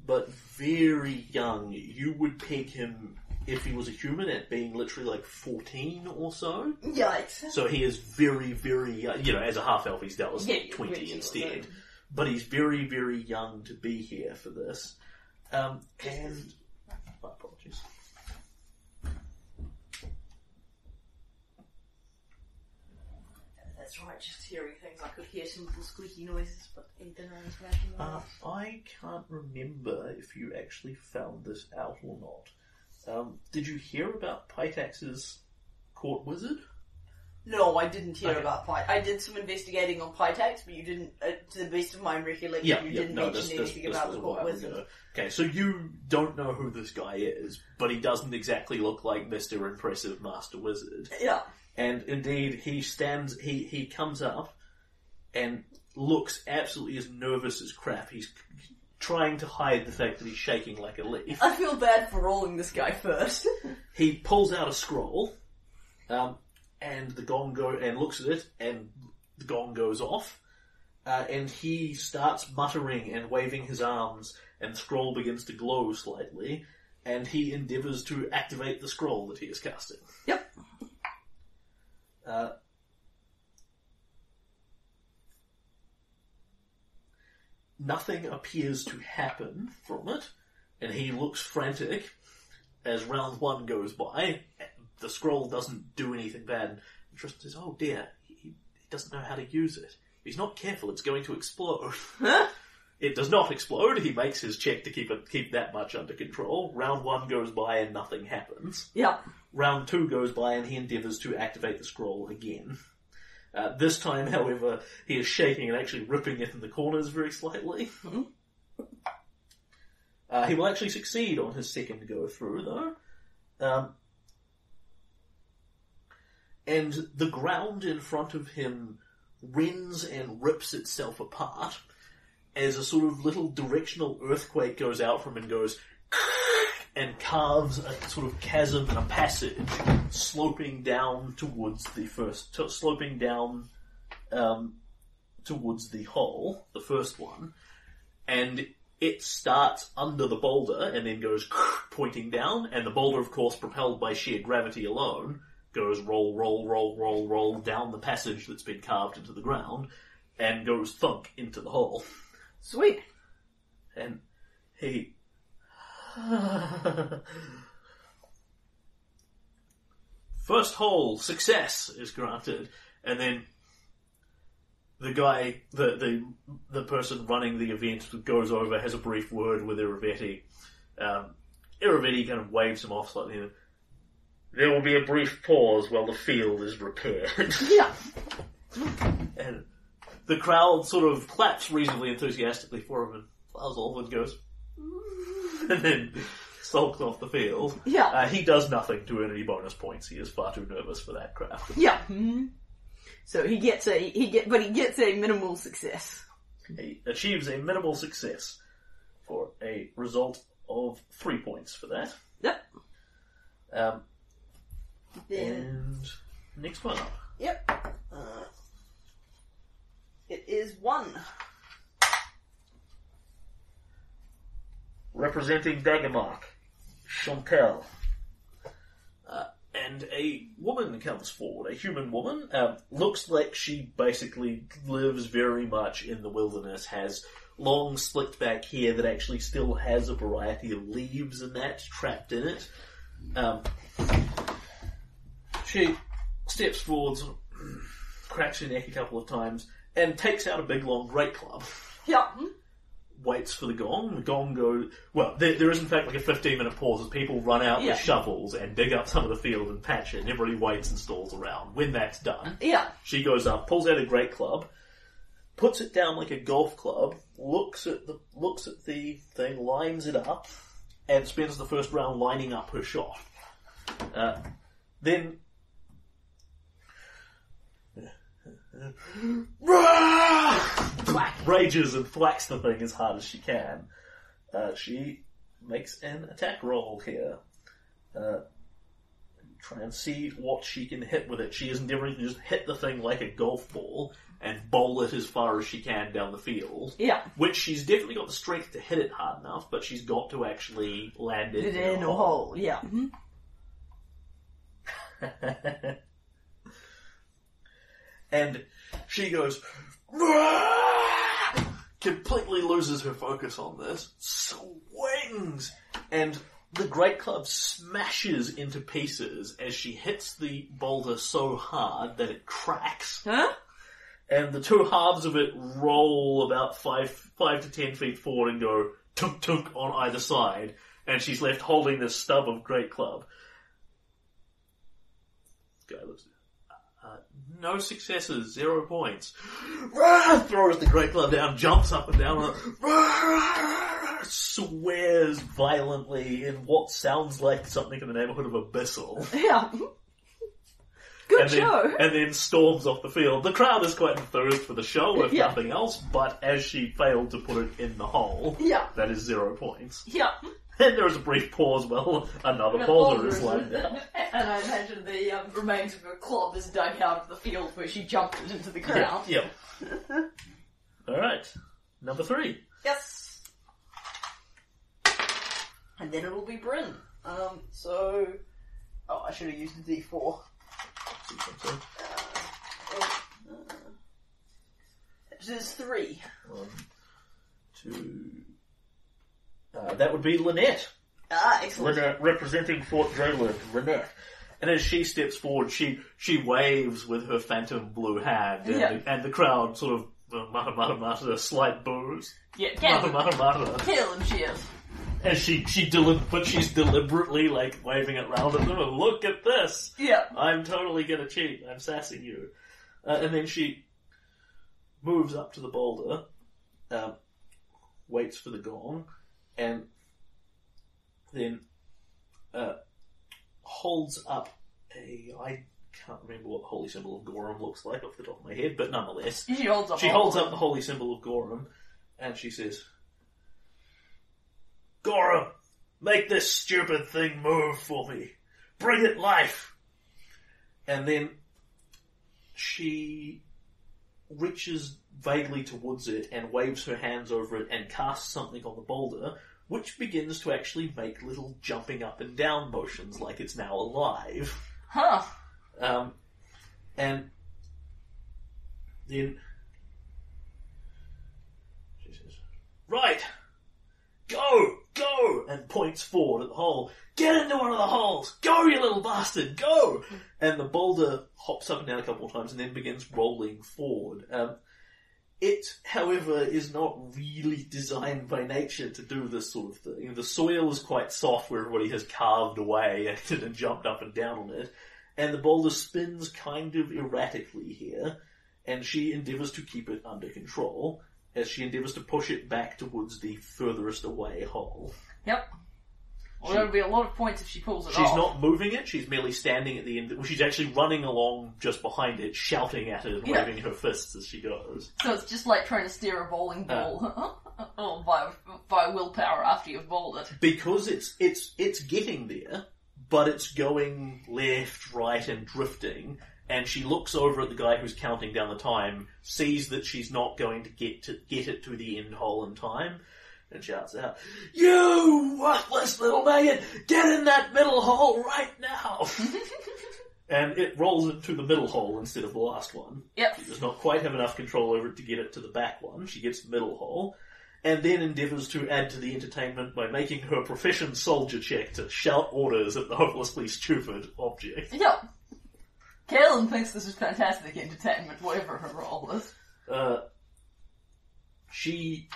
A: but very young. You would peg him, if he was a human, at being literally like 14 or so.
B: Yikes.
A: So he is very, very, young. you know, as a half elf, he's dealt as
B: Yeah, yeah,
A: 20
B: 20 or
A: instead.
B: so.
A: But he's very, very young to be here for this. Um, and. My apologies.
B: That's right, just hearing things. I could hear some little squeaky noises, but I didn't imagine that.
A: Uh, I can't remember if you actually found this out or not. Um, did you hear about Pytax's court wizard?
B: No, I didn't hear
A: Okay.
B: about Pi. I did some investigating on Pytax, but you didn't, uh, to the best of my recollection, you didn't mention anything about the court wizard.
A: Okay, so you don't know who this guy is, but he doesn't exactly look like Mr. Impressive Master Wizard.
B: Yeah.
A: And indeed, he stands, he, he comes up and looks absolutely as nervous as crap. He's trying to hide the fact that he's shaking like a leaf.
B: I feel bad for rolling this guy first. (laughs)
A: he pulls out a scroll, um, and the gong go and looks at it, and the gong goes off, uh, and he starts muttering and waving his arms, and the scroll begins to glow slightly, and he endeavours to activate the scroll that he is casting.
B: yep.
A: Uh, nothing appears to happen from it, and he looks frantic as round one goes by. The scroll doesn't do anything bad. And Tristan says, "Oh dear, he, he doesn't know how to use it. If he's not careful, it's going to explode." (laughs) It does not explode. He makes his check to keep it, keep that much under control. Round one goes by and nothing happens.
B: Yeah.
A: Round two goes by and he endeavours to activate the scroll again. Uh, this time, (laughs) however, he is shaking and actually ripping it in the corners very slightly. Uh, he will actually succeed on his second go through, though. Um, and the ground in front of him rends and rips itself apart as a sort of little directional earthquake goes out from and goes and carves a sort of chasm and a passage sloping down towards the first, to, sloping down um, towards the hole, the first one, and it starts under the boulder and then goes (laughs) pointing down, and the boulder, of course, propelled by sheer gravity alone, goes roll, roll, roll, roll, roll down the passage that's been carved into the ground, and goes thunk into the hole.
B: Sweet.
A: And he. (laughs) First hole, success is granted. And then the guy, the, the, the person running the event goes over, has a brief word with Iravetti. Um, Iravetti kind of waves him off slightly. and, There will be a brief pause while the field is repaired. (laughs)
B: Yeah.
A: And the crowd sort of claps reasonably enthusiastically for him and plows off and goes, (laughs) and then sulks off the field.
B: Yeah.
A: Uh, he does nothing to earn any bonus points. He is far too nervous for that crap.
B: Yeah. Mhm. So he gets a, he get, but he gets a minimal success.
A: He achieves a minimal success for a result of three points for that.
B: Yep.
A: Um,
B: Then,
A: and next one up.
B: yep. Uh, it is one.
A: representing Dagamark, Chantel. Uh, and a woman comes forward, a human woman. Um, looks like she basically lives very much in the wilderness, has long slicked back hair that actually still has a variety of leaves and that trapped in it. Um, she steps forward, sort of (clears throat) cracks her neck a couple of times, and takes out a big long great club
B: Yeah.
A: waits for the gong. The gong go well. There, there is in fact like a fifteen minute pause as people run out
B: Yeah.
A: with shovels and dig up some of the field and patch it. And everybody waits and stalls around. When that's done,
B: Yeah.
A: she goes up, pulls out a great club, puts it down like a golf club, looks at the looks at the thing, lines it up, and spends the first round lining up her shot. Uh, then. Rages and thwacks the thing as hard as she can. Uh, she makes an attack roll here. uh, try and see what she can hit with it. She is endeavoring to just hit the thing like a golf ball and bowl it as far as she can down the field.
B: Yeah.
A: Which she's definitely got the strength to hit it hard enough, but she's got to actually land it
B: Did it in a hole. Yeah.
A: and she goes, "Rah!" completely loses her focus on this, swings, and the great club smashes into pieces as she hits the boulder so hard that it cracks
B: Huh?
A: and the two halves of it roll about five five to ten feet forward and go tunk tunk on either side, and she's left holding this stub of great club. This guy looks. Uh, no successes, zero points. Rah, throws the great club down, jumps up and down, rah, swears violently in what sounds like something in the neighborhood of a Abyssal
B: Yeah. Good
A: and
B: show.
A: Then, and then storms off the field. The crowd is quite enthused for the show, if
B: Yeah.
A: nothing else, but as she failed to put it in the hole,
B: Yeah.
A: that is zero points. (laughs)
B: Yeah.
A: And there is a brief pause while another boulder is lined down.
B: And I imagine the um, remains of her club is dug out of the field where she jumped it into
A: (laughs)
B: the
A: Yeah.
B: ground. (laughs)
A: yeah. Alright. Number three.
B: Yes. And then it'll be Bryn. Um, so. Oh, I should have used the D4. This is three.
A: One, two. Uh, that would be Lynette.
B: Ah, excellent.
A: Renette, representing Fort Drayland, Renette. And as she steps forward, she she waves with her phantom blue hand, and,
B: Yeah.
A: the, and the crowd sort of uh, mutter, mutter, mutter, slight boos,
B: Yeah, get
A: mutter, mutter,
B: him.
A: mutter.
B: Kill him, she is.
A: As she she deli- but she's deliberately like waving it round at them. And look at this!
B: Yeah.
A: I'm totally gonna cheat. I'm sassing you. Uh, and then she moves up to the boulder, um, waits for the gong, and then uh, holds up a. I can't remember what the holy symbol of Gorham looks like off the top of my head, but nonetheless,
B: She holds up.
A: she
B: all
A: holds
B: of
A: up the holy symbol of Gorham, and she says, "Gorham, make this stupid thing move for me. Bring it life." And then she reaches vaguely towards it and waves her hands over it and casts something on the boulder, which begins to actually make little jumping up and down motions like it's now alive.
B: it. Huh.
A: Um, and then she says, "Right, go, go!" and points forward at the hole. Get into one of the holes. Go, you little bastard. Go. And the boulder hops up and down a couple of times and then begins rolling forward. Um, it, however, is not really designed by nature to do this sort of thing. The soil is quite soft where everybody has carved away (laughs) and, and jumped up and down on it. And the boulder spins kind of erratically here, and she endeavors to keep it under control as she endeavors to push it back towards the furthest away hole.
B: Yep. Well, there'll be a lot of points if she pulls it
A: She's
B: off.
A: not moving it, she's merely standing at the end. Well, she's actually running along just behind it, shouting at it and
B: Yeah.
A: waving her fists as she goes.
B: So it's just like trying to steer a bowling
A: Uh.
B: ball. (laughs) oh, by, by willpower after you've bowled it.
A: Because it's it's it's getting there, but it's going left, right, and drifting. And she looks over at the guy who's counting down the time, sees that she's not going to get to get it to the end hole in time, and shouts out, "You worthless little maggot! Get in that middle hole right now!" and it rolls into the middle hole instead of the last one.
B: Yep.
A: She does not quite have enough control over it to get it to the back one. She gets the middle hole, and then endeavours to add to the entertainment by making her profession soldier check to shout orders at the hopelessly stupid object.
B: Yep. Kaelin thinks this is fantastic entertainment, whatever her role is.
A: Uh, she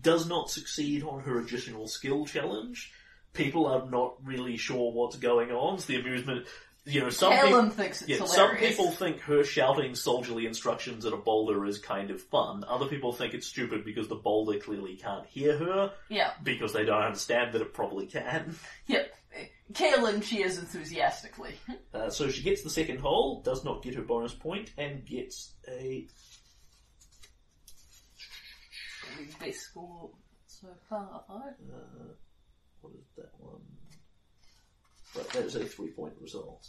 A: does not succeed on her additional skill challenge. People are not really sure what's going on. It's the amusement, you know, some people.
B: Kaelin thinks it's
A: Yeah, some
B: hilarious.
A: people think her shouting soldierly instructions at a boulder is kind of fun. Other people think it's stupid because the boulder clearly can't hear her
B: Yeah,
A: because they don't understand that it probably can.
B: yep. Kaelin cheers enthusiastically.
A: Uh, so she gets the second hole, does not get her bonus point, and gets a
B: Best score so far.
A: what is that one? But there's a three point result.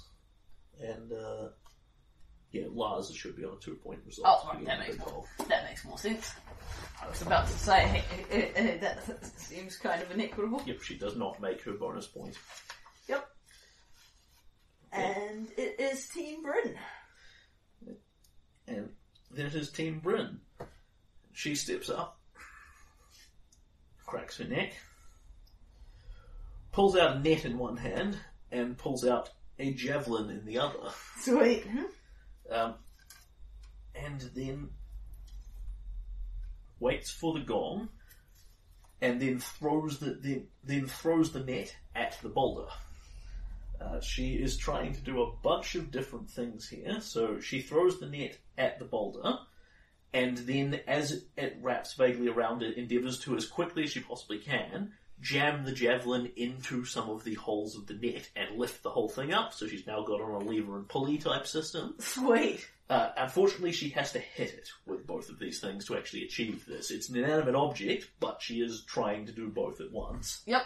A: And, uh, yeah, Lars should be on a two point result.
B: Oh, right,
A: Being
B: that
A: number
B: makes
A: 12.
B: That makes more sense. I was about to say, (laughs) hey, eh, eh, eh, that seems kind of inequitable.
A: Yep, she does not make her bonus point.
B: Yep. And it is Team Britain.
A: And then it is Team Bryn. She steps up, cracks her neck, pulls out a net in one hand, and pulls out a javelin in the other.
B: Sweet.
A: Um, and then waits for the gong, and then throws the then, then throws the net at the boulder. Uh, she is trying to do a bunch of different things here. So she throws the net at the boulder, and then as it wraps vaguely around it, endeavors to, as quickly as she possibly can, jam the javelin into some of the holes of the net and lift the whole thing up. So she's now got on a lever and pulley type system.
B: Sweet.
A: Uh, unfortunately, she has to hit it with both of these things to actually achieve this. It's an inanimate object, but she is trying to do both at once.
B: Yep.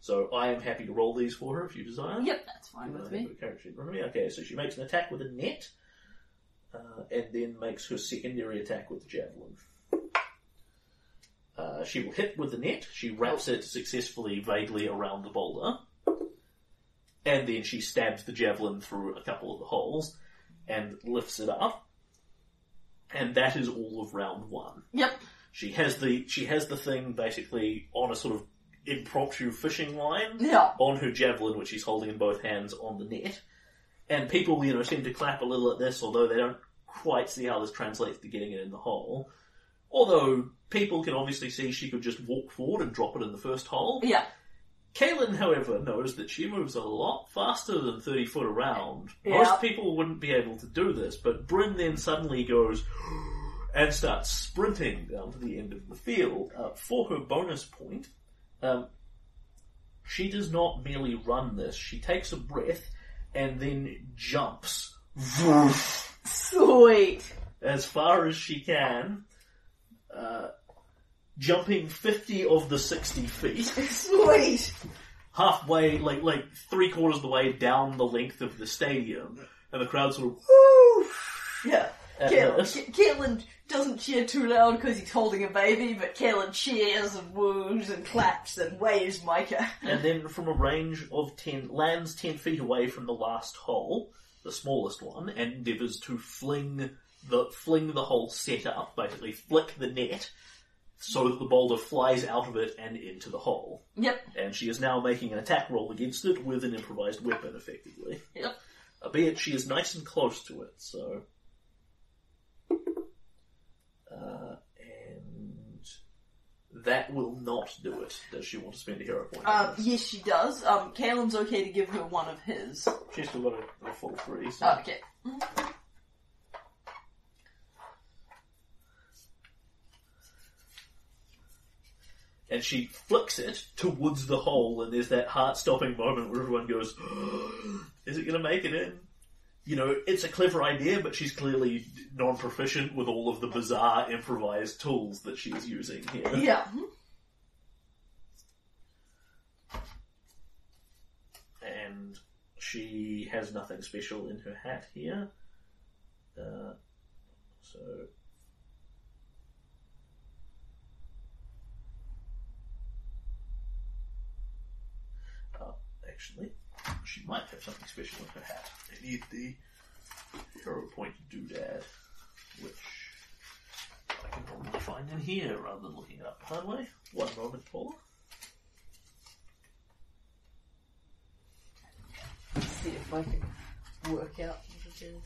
A: So I am happy to roll these for her if you desire.
B: Yep, that's fine
A: Uh,
B: with me.
A: put a character in front of me. Okay, so she makes an attack with a net, uh, and then makes her secondary attack with the javelin. Uh, she will hit with the net. She wraps it successfully, vaguely around the boulder, and then she stabs the javelin through a couple of the holes and lifts it up. And that is all of round one.
B: Yep.
A: She has the she has the thing basically on a sort of impromptu fishing line
B: Yeah.
A: on her javelin, which she's holding in both hands on the net. And people, you know, seem to clap a little at this, although they don't quite see how this translates to getting it in the hole. Although people can obviously see she could just walk forward and drop it in the first hole.
B: Yeah.
A: Kaylin, however, knows that she moves a lot faster than 30 foot around.
B: Yeah.
A: Most people wouldn't be able to do this, but Bryn then suddenly goes (gasps) and starts sprinting down to the end of the field. Uh, for her bonus point, um, she does not merely run this, she takes a breath and then jumps (laughs)
B: Sweet.
A: as far as she can, uh, jumping 50 of the 60 feet.
B: Sweet.
A: halfway, like like three quarters of the way down the length of the stadium, and the crowd sort of
B: Woo. Yeah.
A: at this.
B: Caitlin, Caitlin doesn't cheer too loud because he's holding a baby, but Caitlin cheers and woos and claps and waves Micah.
A: and then from a range of ten lands ten feet away from the last hole, the smallest one, and endeavors to fling the fling the whole set up, basically flick the net so that the boulder flies out of it and into the hole.
B: Yep.
A: And she is now making an attack roll against it with an improvised weapon, effectively.
B: Yep.
A: albeit she is nice and close to it,
B: (laughs)
A: so. Uh, and that will not do it. Does she want to spend a hero point? on
B: Um,
A: this?
B: yes, she does. Um, Caelan's okay to give her one of his. Uh,
A: She's still got a, a full three, so.
B: Okay.
A: and she flicks it towards the hole, and there's that heart-stopping moment where everyone goes, (gasps) "Is it going to make it in?" You know, it's a clever idea, but she's clearly non-proficient with all of the bizarre improvised tools that she's using here.
B: Yeah. Hmm?
A: and she has nothing special in her hat here. Uh, so. Oh, actually, she might have something special in her hat. I need the hero point doodad, which I can probably find in here rather than looking it up highway. One moment, Paula.
B: see if I can work out what it is.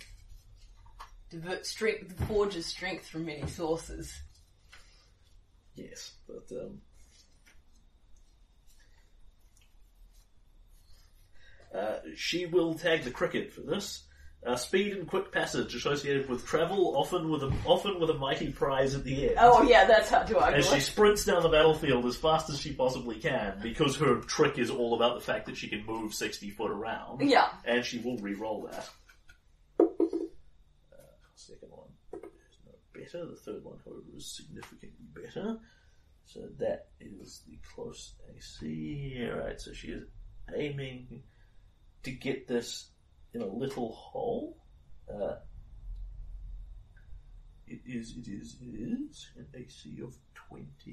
B: Divert strength, the forge's strength from many sources.
A: Yes, but um, uh, she will tag the cricket for this. Uh, speed and quick passage associated with travel, often with a often with a mighty prize at the end.
B: Oh yeah, that's how to argue.
A: As she
B: it.
A: sprints down the battlefield as fast as she possibly can, because her trick is all about the fact that she can move sixty foot around
B: Yeah.
A: and she will re-roll that. Uh, second one is no better. The third one, however, is significantly better. So that is the close AC. Alright, so she is aiming to get this in a little hole. Uh, it is, it is, it is an AC of 20.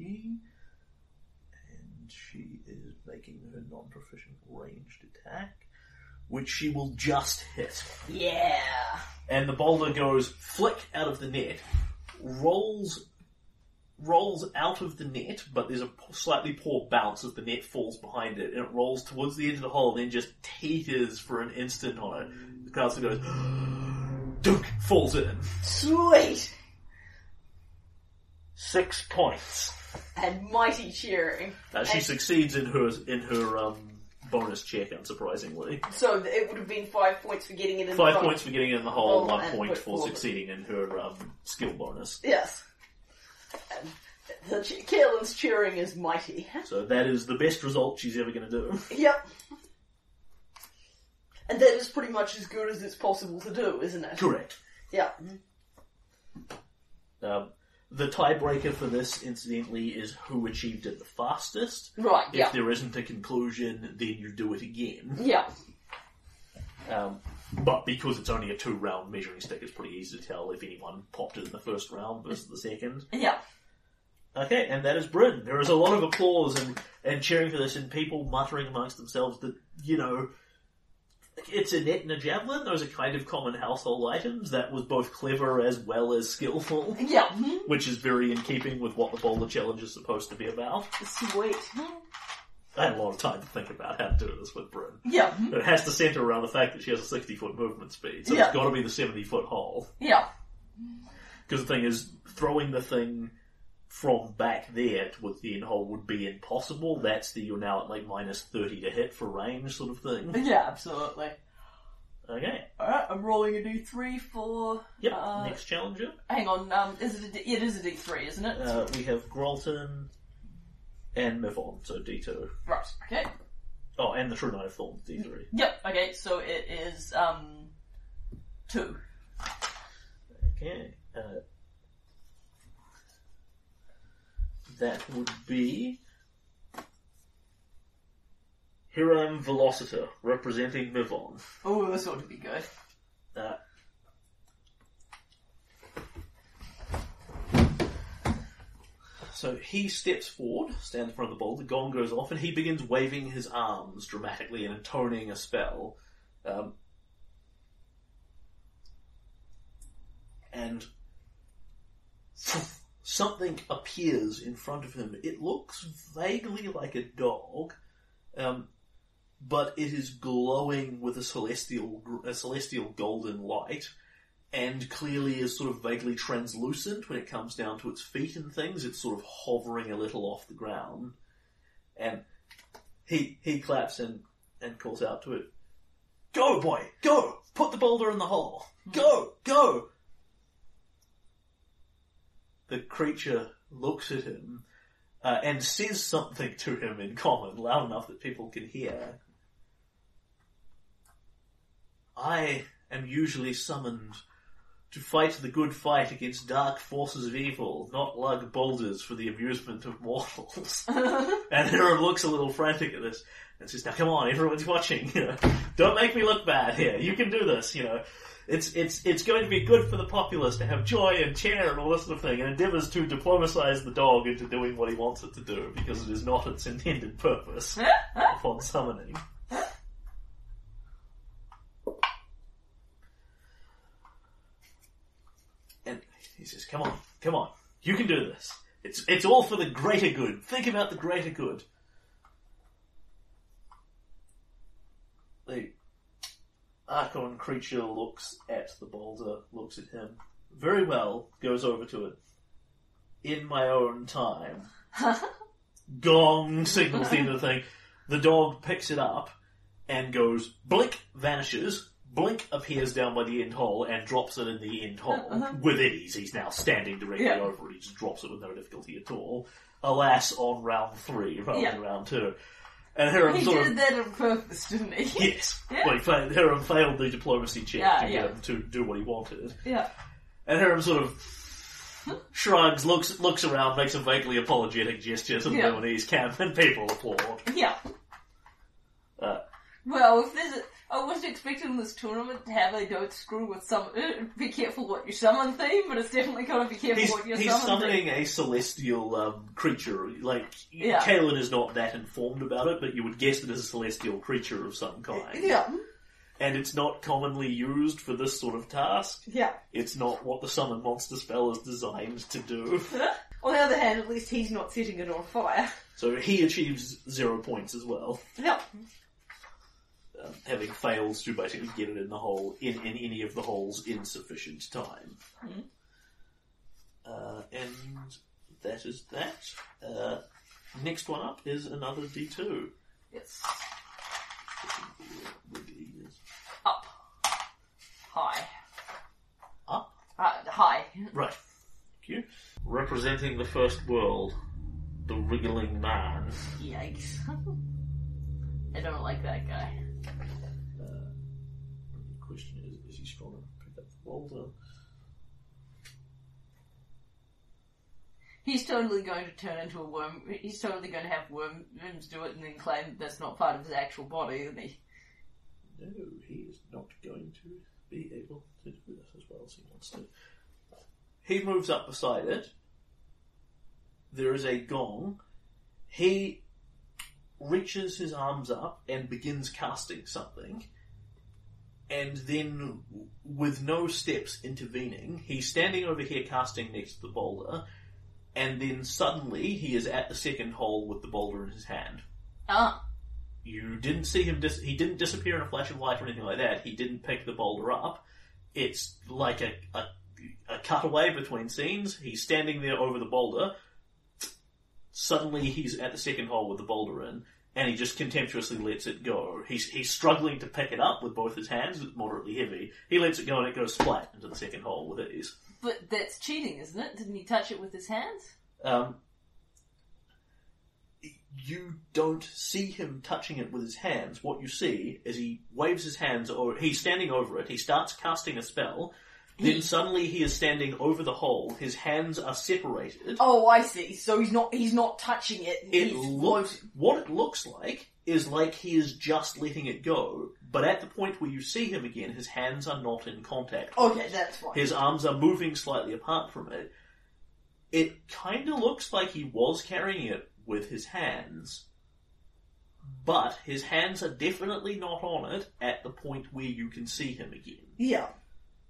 A: And she is making her non proficient ranged attack, which she will just hit.
B: Yeah.
A: And the boulder goes flick out of the net, rolls. Rolls out of the net, but there's a p- slightly poor bounce as the net falls behind it, and it rolls towards the edge of the hole, and then just teeters for an instant on it. The crowd still goes, (gasps) dunk, falls in.
B: Sweet.
A: Six points.
B: And mighty cheering.
A: Uh, she
B: And-
A: succeeds in her in her um, bonus check, unsurprisingly.
B: So th- it would have been five points for getting it in
A: Five
B: the front.
A: points for getting in the hole,
B: Oh,
A: one
B: and
A: point
B: put
A: for
B: forward.
A: succeeding in her um, skill bonus.
B: Yes. And the che- Caelan's cheering is mighty.
A: So that is the best result she's ever going to do. (laughs)
B: (laughs) Yep. And that is pretty much as good as it's possible to do, isn't it?
A: Correct.
B: Yep.
A: Um, the tiebreaker for this, incidentally, is who achieved it the fastest.
B: Right,
A: If
B: yep.
A: there isn't a conclusion, then you do it again.
B: Yep.
A: Um, but because it's only a two-round measuring stick, it's pretty easy to tell if anyone popped it in the first round versus the second.
B: Yep.
A: Okay, and that is Bryn. There is a lot of applause and, and cheering for this, and people muttering amongst themselves that, you know, it's a net and a javelin. Those are kind of common household items. That was both clever as well as skillful, (laughs)
B: Yep.
A: which is very in keeping with what the Boulder Challenge is supposed to be about.
B: Sweet.
A: I had a lot of time to think about how to do this with Bryn.
B: Yep.
A: But it has to centre around the fact that she has a 60 foot movement speed, so
B: Yeah.
A: it's got to be the 70 foot hole.
B: Yep.
A: Because the thing is, throwing the thing from back there towards the end hole would be impossible. That's the you're now at like minus 30 to hit for range sort of
B: (laughs)
A: thing.
B: Yeah, absolutely.
A: Okay.
B: Alright, I'm rolling a d3 for.
A: Yep.
B: Uh,
A: Next challenger.
B: Hang on, um, is it a d- it is a d3, isn't it?
A: Uh, we have Grolton and Mivon, so D2.
B: right, okay.
A: Oh, and the True Knight of Thorns, D3.
B: Yep, okay, so it is, um, two.
A: Okay. Uh, that would be Hiram Velociter, representing Mivon.
B: Oh, this ought to be good.
A: Uh, so he steps forward, stands in front of the bowl, the gong goes off, and he begins waving his arms dramatically and intoning a spell. Um, and something appears in front of him. It looks vaguely like a dog, um, but it is glowing with a celestial, gr- a celestial golden light, and clearly is sort of vaguely translucent when it comes down to its feet and things. It's sort of hovering a little off the ground, and he he claps and and calls out to it, "Go, boy, go! Put the boulder in the hole! Go, go!" The creature looks at him uh, and says something to him in common, loud enough that people can hear. I am usually summoned to fight the good fight against dark forces of evil, not lug boulders for the amusement of mortals. and Hiram looks a little frantic at this and says, "Now come on, everyone's watching. (laughs) You know, don't make me look bad here. You can do this. You know." It's, it's, it's going to be good for the populace to have joy and cheer and all this sort of thing, and endeavours to diplomatise the dog into doing what he wants it to do, because it is not its intended purpose upon summoning. And he says, "Come on, come on, you can do this. It's it's all for the greater good. Think about the greater good." The Archon creature looks at the boulder, looks at him very well, goes over to it. In my own
B: (laughs)
A: time, gong signals the end of the thing. The dog picks it up and goes blink, vanishes. Blink appears down by the end hole and drops it in the end
B: (laughs)
A: hole with ease. He's now standing directly
B: Uh-huh. Yeah.
A: over it. He just drops it with no difficulty at all. Alas, on round three rather
B: Yeah.
A: than round two. And Hiram
B: He
A: sort of
B: did that on purpose, didn't he?
A: yes,
B: Yeah.
A: well, he failed, Hiram failed the diplomacy check
B: Yeah,
A: to
B: yeah.
A: get him to do what he wanted.
B: Yeah.
A: And Hiram sort of shrugs, looks looks around, makes a vaguely apologetic gesture to the
B: Yeah.
A: Lebanese camp, and people applaud.
B: Yeah.
A: Uh,
B: Well, if there's a, I wasn't expecting this tournament to have a don't screw with some uh, be careful what you summon theme, but it's definitely gonna be careful
A: He's,
B: what you
A: he's
B: summon theme.
A: summoning a celestial um, creature. Like,
B: Yeah.
A: Kalen is not that informed about it, but you would guess it is a celestial creature of some kind.
B: Yeah,
A: And it's not commonly used for this sort of task.
B: yeah.
A: It's not what the summon monster spell is designed to do.
B: On the other hand, at least he's not setting it on fire.
A: So he achieves zero points as well,
B: Yeah.
A: um, having failed to basically get it in the hole, in, in any of the holes in sufficient time.
B: Mhm.
A: Uh, and that is that. Uh, next one up is another D2.
B: It's
A: Wiggly is
B: up. High.
A: Up?
B: Uh, high.
A: Right. Thank you. Representing the first world, the wriggling man.
B: Yikes. (laughs) I don't like that guy.
A: The question is, is he strong enough to pick up the boulder?
B: He's totally going to turn into a worm. He's totally going to have worm, worms do it and then claim that that's not part of his actual body, isn't he?
A: No, he is not going to be able to do this as well as he wants to. He moves up beside it. There is a gong. He reaches his arms up and begins casting something. And then, with no steps intervening, he's standing over here casting next to the boulder. And then suddenly, he is at the second hole with the boulder in his hand.
B: Ah,
A: You didn't see him. Dis- he didn't disappear in a flash of light or anything like that. He didn't pick the boulder up. It's like a a, a cutaway between scenes. He's standing there over the boulder. Suddenly, he's at the second hole with the boulder in, and he just contemptuously lets it go. He's he's struggling to pick it up with both his hands. It's moderately heavy. He lets it go, and it goes splat into the second hole with ease.
B: but that's cheating, isn't it? Didn't he touch it with his hands?
A: Um, you don't see him touching it with his hands. What you see is he waves his hands, or he's standing over it. He starts casting a spell. Then suddenly he is standing over the hole. His hands are separated.
B: Oh, I see. So he's not he's not touching it.
A: It
B: he's
A: looks what it looks like is like he is just letting it go. But at the point where you see him again, his hands are not in contact.
B: Okay, that's fine.
A: His arms are moving slightly apart from it. It kind of looks like he was carrying it with his hands, but his hands are definitely not on it at the point where you can see him again.
B: yeah.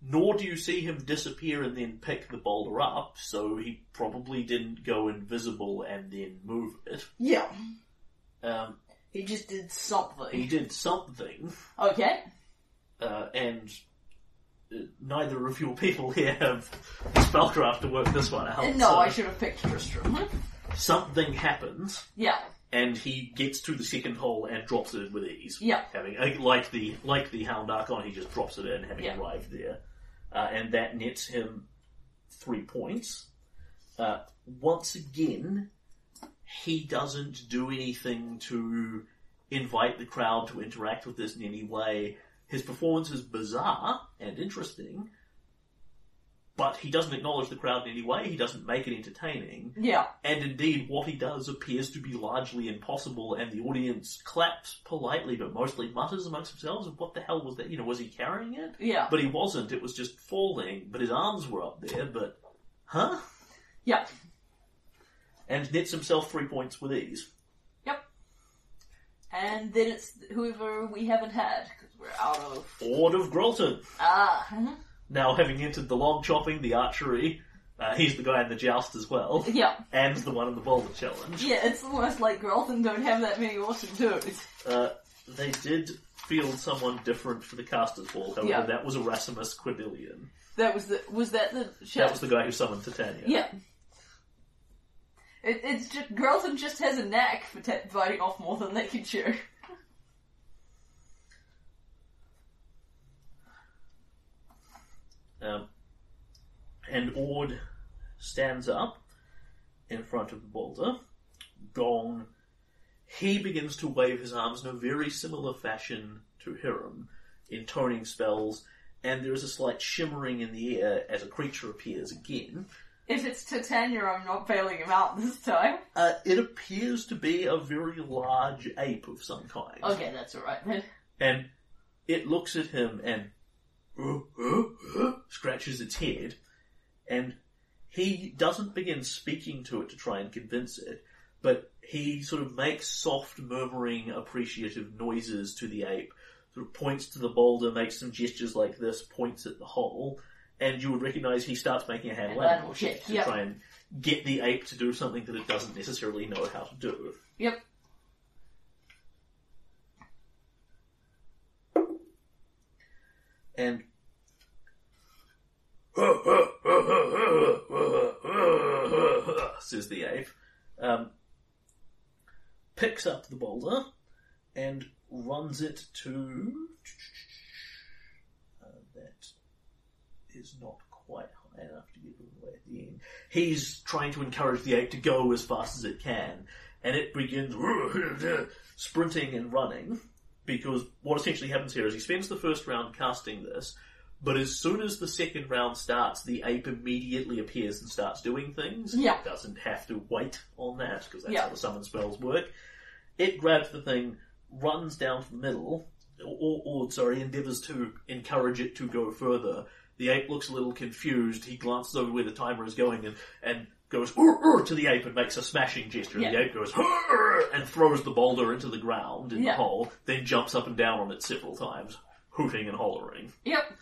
A: Nor do you see him disappear and then pick the boulder up, so he probably didn't go invisible and then move it.
B: Yeah.
A: Um,
B: He just did
A: he
B: something.
A: did something,
B: Okay.
A: uh, and uh, neither of your (laughs) people here have spellcraft to work this one out.
B: no,
A: so-
B: I should have picked Tristram.
A: something happens,
B: yeah.
A: and he gets to the second hole and drops it in with ease.
B: Yeah.
A: having uh, like the like the Hound Archon, he just drops it in, having
B: Yeah.
A: arrived there, uh, and that nets him three points. Uh, once again, he doesn't do anything to invite the crowd to interact with this in any way. His performance is bizarre and interesting, but he doesn't acknowledge the crowd in any way. He doesn't make it entertaining
B: Yeah.
A: and indeed what he does appears to be largely impossible and the audience claps politely but mostly mutters amongst themselves what the hell was that you know was he carrying it
B: Yeah.
A: but he wasn't it was just falling but his arms were up there but huh
B: Yeah.
A: and nets himself three points with ease
B: And then it's whoever we haven't had because we're out of
A: Ord of Grolton
B: ah.
A: now having entered the log chopping the archery uh, he's the guy in the joust as well
B: Yeah.
A: and the one in the boulder challenge
B: Yeah, it's almost like Grolton don't have that many awesome dudes.
A: uh, they did field someone different for the caster's ball however
B: Yeah.
A: that was Erasmus Quadrillion
B: That was the was that the
A: That was the guy who summoned Titania.
B: yeah. It, it's just Grolton just has a knack for ta biting off more than they can chew.
A: Um, and Ord stands up in front of the boulder. Gong. He begins to wave his arms in a very similar fashion to Hiram, intoning spells, and there is a slight shimmering in the air as a creature appears again.
B: If it's Titania, I'm not bailing him out this time.
A: Uh, it appears to be a very large ape of some kind.
B: Okay, that's alright then.
A: And it looks at him and uh, uh, uh, scratches its head, and he doesn't begin speaking to it to try and convince it, but he sort of makes soft, murmuring, appreciative noises to the ape, sort of points to the boulder, makes some gestures like this, points at the hole, and you would recognize he starts making a handle
B: Handle
A: animal shift to
B: yep.
A: try and get the ape to do something that it doesn't necessarily know how to do.
B: Yep.
A: And says the ape, um, picks up the boulder and runs it to. Uh, that is not quite high enough to give him away at the end. He's trying to encourage the ape to go as fast as it can, and it begins (laughs) sprinting and running because what essentially happens here is he spends the first round casting this, but as soon as the second round starts, the ape immediately appears and starts doing things.
B: Yeah.
A: It doesn't have to wait on that because that's
B: Yeah.
A: how the summon spells work. It grabs the thing, runs down to the middle, or, or sorry, endeavors to encourage it to go further. The ape looks a little confused. He glances over where the timer is going and, and goes "Urr, urr," to the ape and makes a smashing gesture. And
B: Yeah.
A: The ape goes "Urr," and throws the boulder into the ground in
B: Yeah.
A: the hole, then jumps up and down on it several times, hooting and hollering.
B: Yep.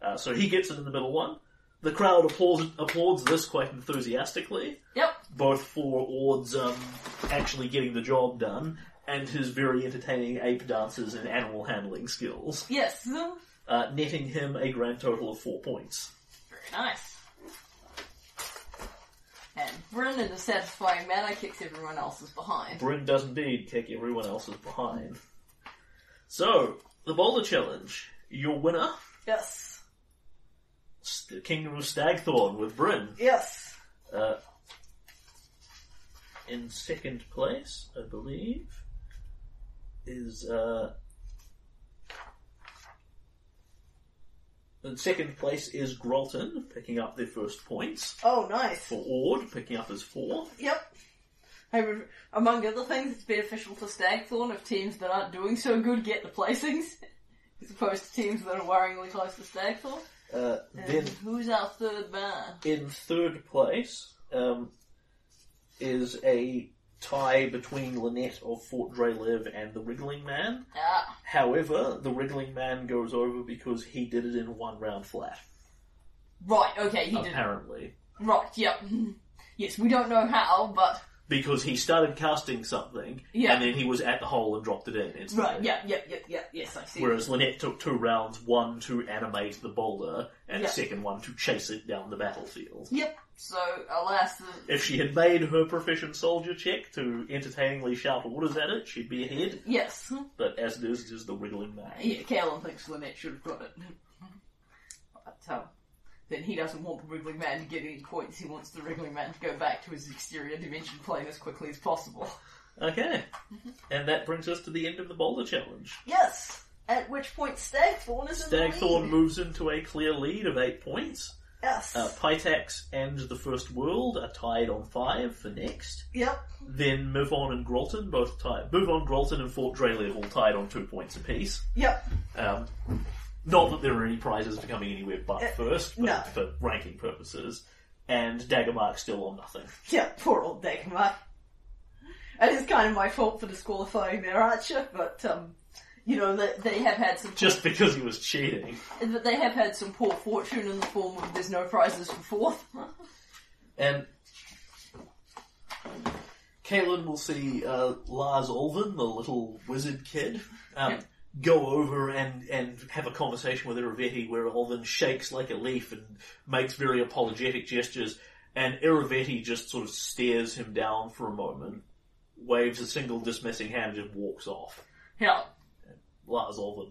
A: Uh, so he gets it in the middle one. The crowd applauds, applauds this quite enthusiastically,
B: Yep.
A: both for Ord's um, actually getting the job done and his very entertaining ape dances and animal handling skills
B: Yes. Very
A: uh, netting him a grand total of four points.
B: nice. And Bryn, in a satisfying manner, kicks everyone else's behind.
A: Bryn does indeed kick everyone else's behind. So, the boulder challenge. Your winner,
B: Yes.
A: St- Kingdom of Stagthorn with Bryn.
B: Yes.
A: Uh, in second place, I believe, is. Uh, in second place is Grolton, picking up their first points.
B: Oh, nice.
A: For Ord, picking up his four.
B: Yep. I would, among other things, it's beneficial for Stagthorn if teams that aren't doing so good get the placings, (laughs) as opposed to teams that are worryingly close to Stagthorn.
A: Uh,
B: And
A: then
B: who's our third man?
A: In third place um, is a tie between Lynette of Fort Dre Live and the Wriggling Man.
B: Ah,
A: However, the Wriggling Man goes over because he did it in one round flat,
B: right, okay, he
A: Oh,
B: did.
A: apparently.
B: Right, yep. (laughs) Yes, we don't know how, but.
A: Because he started casting something,
B: Yeah.
A: and then he was at the hole and dropped it in. instantly.
B: Right, yep, yep, yep, yep, yes, I see.
A: Whereas Lynette took two rounds, one to animate the boulder, and
B: Yeah.
A: the second one to chase it down the battlefield.
B: Yep, so, alas, uh, the,
A: If she had made her proficient soldier check to entertainingly shout orders at it, she'd be ahead.
B: yes.
A: But as it is, it is the wriggling man.
B: Yeah, Kalen thinks Lynette should have got it. But, um, then he doesn't want the Wriggling Man to get any points. He wants the Wriggling Man to go back to his exterior dimension plane as quickly as possible.
A: Okay.
B: Mm-hmm.
A: And that brings us to the end of the boulder challenge.
B: Yes! At which point Stagthorn is
A: Stagthorn moves into a clear lead of eight points.
B: Yes.
A: Uh, Pytax and the First World are tied on five for next.
B: yep.
A: Then Mivon and Grolton both tied. Mivon, Grolton, and Fort Draylev all tied on two points apiece.
B: Yep.
A: Um, not that there are any prizes for coming anywhere but
B: Uh,
A: first, but
B: no.
A: for ranking purposes. And Daggermark still on nothing. (laughs)
B: Yep. Poor old Dagmar. It is kind of my fault for disqualifying their archer, but, um, you know, they, they have had some
A: Just because he was cheating.
B: but they have had some poor fortune in the form of there's no prizes for fourth.
A: And Kaelin will see uh, Lars Ulven, the little wizard kid, um,
B: Yeah.
A: go over and, and have a conversation with Iravetti where Ulven shakes like a leaf and makes very apologetic gestures. And Iravetti just sort of stares him down for a moment, waves a single dismissing hand and just walks off.
B: yeah.
A: Lars Ulven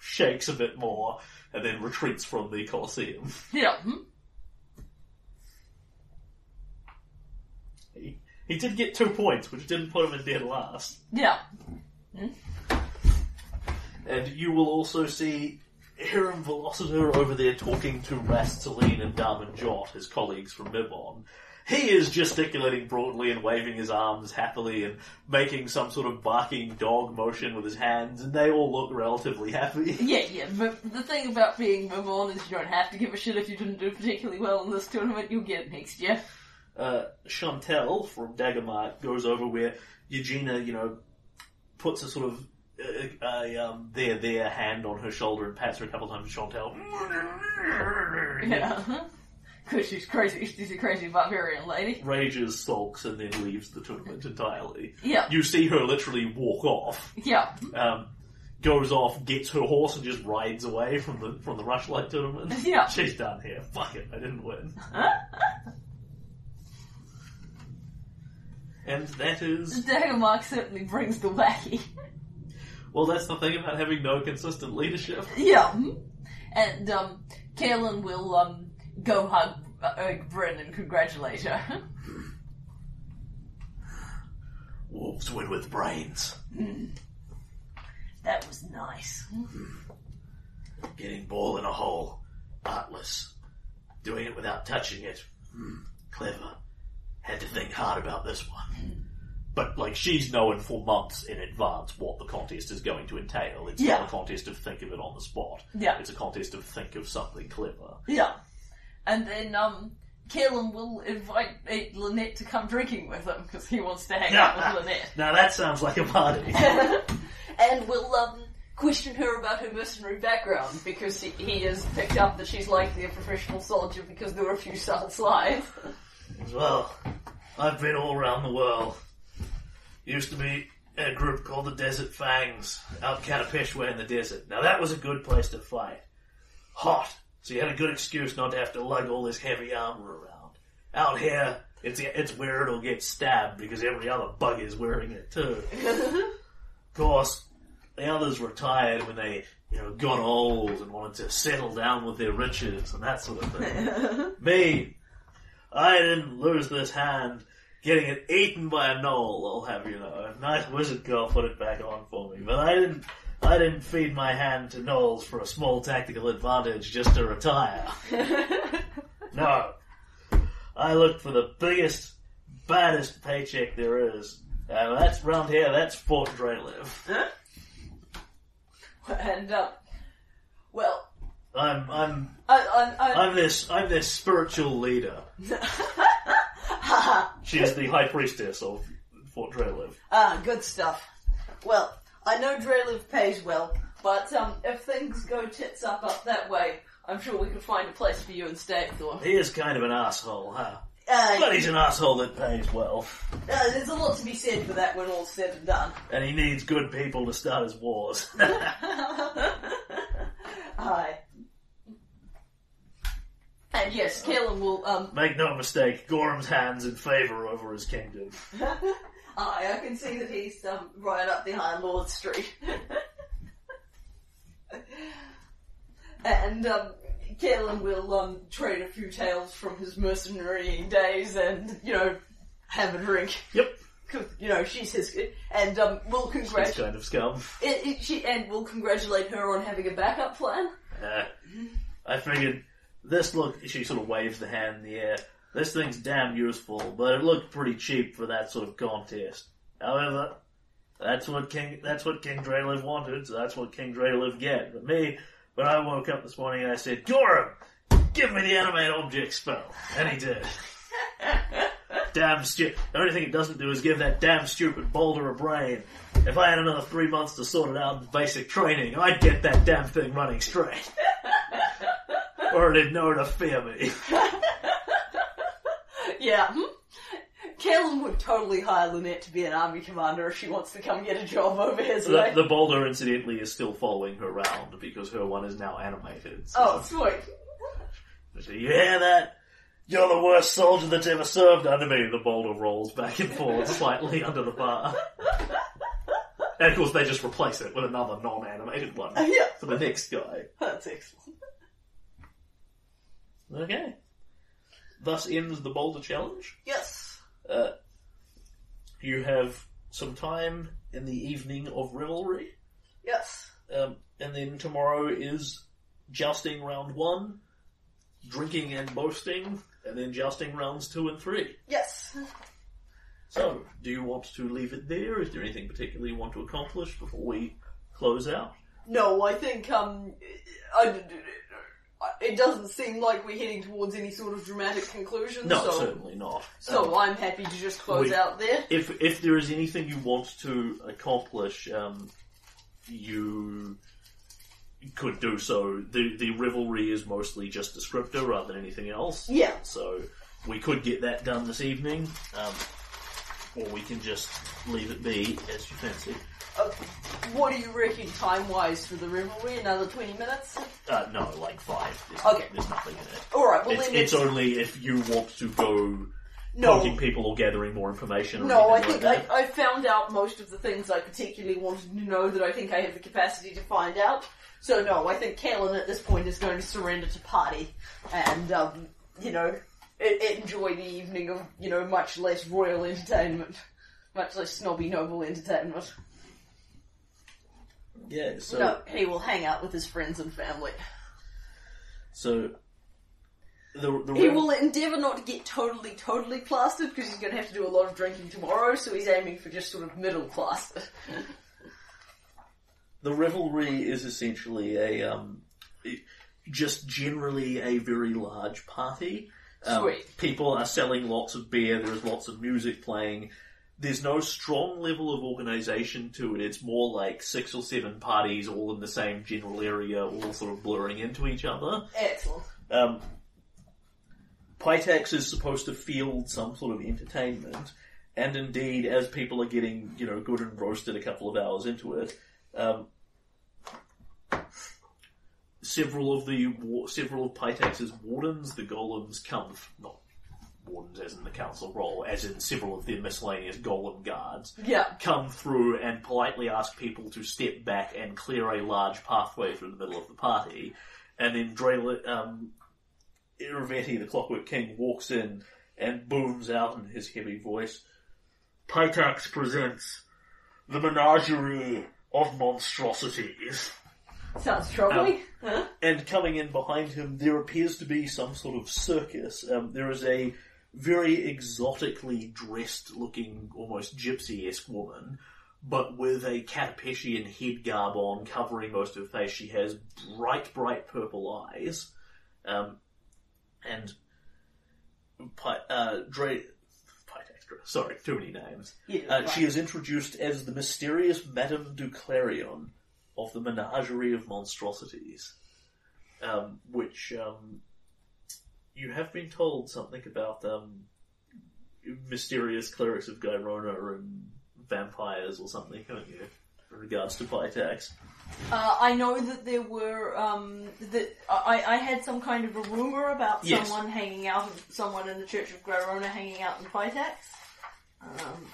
A: shakes a bit more and then retreats from the Colosseum.
B: Yeah. hmm?
A: He, he did get two points, which didn't put him in dead last.
B: Yeah.
A: And you will also see Hiram Velociter over there talking to Rastaline and Darman Jot, his colleagues from Mibon. He is gesticulating broadly and waving his arms happily and making some sort of barking dog motion with his hands, and they all look relatively happy. (laughs)
B: Yeah, yeah, but the thing about being Vivon is you don't have to give a shit if you didn't do particularly well in this tournament, you'll get it next year.
A: Uh, Chantel from Dagamart goes over where Eugenia, you know, puts a sort of uh, a, um, there, there hand on her shoulder and pats her a couple times. Chantel
B: Yeah. (laughs) Because she's crazy, she's a crazy barbarian lady.
A: rages, sulks, and then leaves the tournament entirely.
B: Yeah,
A: You see her literally walk off.
B: yeah.
A: um, goes off, gets her horse, and just rides away from the from the rushlight tournament.
B: Yeah.
A: she's done here. Fuck it, I didn't win. and that is
B: Dagamark certainly brings the wacky. (laughs)
A: well, that's the thing about having no consistent leadership.
B: Yeah. And, um, Kaelin will, um, go hug uh, Bryn and congratulate her. (laughs)
A: Wolves win with brains.
B: that was nice.
A: Getting ball in a hole, artless, doing it without touching it. Hmm, clever. Had to think hard about this one. But like she's known for months in advance what the contest is going to entail. It's
B: Yeah.
A: not a contest of think of it on the spot.
B: Yeah.
A: It's a contest of think of something clever.
B: Yeah. And then, um, Kaelin will invite eh, Lynette to come drinking with him because he wants to hang
A: (laughs)
B: out with Lynette.
A: now that sounds like a
B: (laughs)
A: party.
B: and will um, question her about her mercenary background because he, he has picked up that she's likely a professional soldier because there were a few such lies.
A: As well, I've been all around the world. Used to be in a group called the Desert Fangs out Catapeshwa in the desert. Now that was a good place to fight. Hot, so you had a good excuse not to have to lug all this heavy armor around. Out here, it's it's where it'll get stabbed because every other bug is wearing it too. of course, the others retired when they you know got old and wanted to settle down with their riches and that sort of thing. Me, I didn't lose this hand getting it eaten by a knoll, I'll have you know. A nice wizard girl put it back on for me. But I didn't I didn't feed my hand to knolls for a small tactical advantage just to retire. no. I looked for the biggest, baddest paycheck there is. And that's round here, that's Fort Drayliv.
B: and, uh, well,
A: I'm I'm
B: I, I,
A: I'm this I'm this spiritual leader.
B: I,
A: She is the high priestess of Fort Drayliv.
B: ah, good stuff. Well, I know Dreliv pays well, but um, if things go tits up up that way, I'm sure we could find a place for you and stay at Thorn.
A: He is kind of an asshole, huh?
B: Uh,
A: But he's an asshole that pays well,
B: uh, there's a lot to be said for that when all's said and done.
A: and he needs good people to start his wars. (laughs)
B: (laughs) Aye. And yes, Kaelin will, (laughs) um,
A: Make no mistake, Gorham's hands in favour over his kingdom.
B: aye, I can see that he's, um, right up behind Lord Street. (laughs) and, um, Kaelin will, um, trade a few tales from his mercenarying days and, you know, have a drink.
A: Yep,
B: 'Cause, You know, she's his, and, um, will
A: he's
B: congratulate,
A: kind of scum.
B: it, it, she, and will congratulate her on having a backup plan.
A: Uh, I figured this look. She sort of waves the hand in the air. This thing's damn useful, but it looked pretty cheap for that sort of contest. However, that's what King that's what King Drayliv wanted, so that's what King Drayliv get. But me, when I woke up this morning, I said, Gorham, give me the animate object spell, and he did. damn stupid. The only thing it doesn't do is give that damn stupid boulder a brain. If I had another three months to sort it out in basic training, I'd get that damn thing running straight. or it'd know to fear me.
B: Yeah. hmm? Kaelin would totally hire Lynette to be an army commander if she wants to come get a job over his
A: The,
B: way.
A: the boulder, incidentally, is still following her round because her one is now animated. So
B: Oh, sweet. (laughs)
A: so you hear that? You're the worst soldier that's ever served under me. The boulder rolls back and forth slightly under the bar. And of course, they just replace it with another non-animated one
B: Yeah,
A: for the next guy.
B: that's excellent.
A: Okay. Thus ends the boulder challenge.
B: Yes.
A: Uh, you have some time in the evening of revelry,
B: Yes.
A: um, and then tomorrow is jousting round one, drinking and boasting, and then jousting rounds two and three.
B: Yes.
A: So, do you want to leave it there? Is there anything particularly you want to accomplish before we close out?
B: No, I think um, I, it doesn't seem like we're heading towards any sort of dramatic conclusion.
A: No,
B: so,
A: certainly not. Um,
B: so I'm happy to just close
A: we-
B: out there.
A: if if there is anything you want to accomplish, um, you could do so. The the rivalry is mostly just descriptor rather than anything else.
B: Yeah.
A: So we could get that done this evening, um, or we can just leave it be as you fancy.
B: Uh, what do you reckon time wise for the rivalry? Another 20 minutes?
A: Uh, no, like five. There's,
B: Okay.
A: There's nothing in it.
B: Alright, well
A: It's,
B: then.
A: it's
B: let's-
A: only if you want to go poking
B: no.
A: people or gathering more information. Or
B: No, I
A: anything
B: think
A: like
B: I,
A: that.
B: I found out most of the things I particularly wanted to know that I think I have the capacity to find out. So no, I think Kalen at this point is going to surrender to party and, um, you know, e- enjoy the evening of, you know, much less royal entertainment. Much less snobby noble entertainment.
A: yeah. So
B: no, he will hang out with his friends and family.
A: so the the
B: He will endeavour not to get totally, totally plastered because he's going to have to do a lot of drinking tomorrow, so he's aiming for just sort of middle class.
A: the revelry is essentially a um, just generally a very large party. Um,
B: Sweet.
A: People are selling lots of beer. There is lots of music playing. There's no strong level of organisation to it. It's more like six or seven parties all in the same general area, all sort of blurring into each other.
B: Excellent.
A: Um, Pytax is supposed to field some sort of entertainment, and indeed, as people are getting you know good and roasted a couple of hours into it, um, several of the wa- several of Pytax's wardens, the golems, come f- not wardens as in the council role, as in several of their miscellaneous golem guards
B: Yeah.
A: come through and politely ask people to step back and clear a large pathway through the middle of the party. And then Drayla, um, Iravetti, the Clockwork King, walks in and booms out in his heavy voice, Pytax presents the menagerie of monstrosities.
B: Sounds troubling. Huh?
A: And coming in behind him, there appears to be some sort of circus. Um, there is a very exotically dressed looking, almost gypsy esque woman, but with a Catapecian head garb on, covering most of her face. She has bright, bright purple eyes. Um, and Pi- uh, Dre. Pytax- Sorry, too many names.
B: Yeah,
A: Uh,
B: right.
A: she is introduced as the mysterious Madame Duclarion of the Menagerie of Monstrosities, um, which um, you have been told something about um, mysterious clerics of Gyrona and vampires or something, haven't you? In regards to Pytax.
B: Uh, I know that there were um, that I, I had some kind of a rumor about
A: Yes.
B: someone hanging out, someone in the Church of Glarona hanging out in Pytax. Um,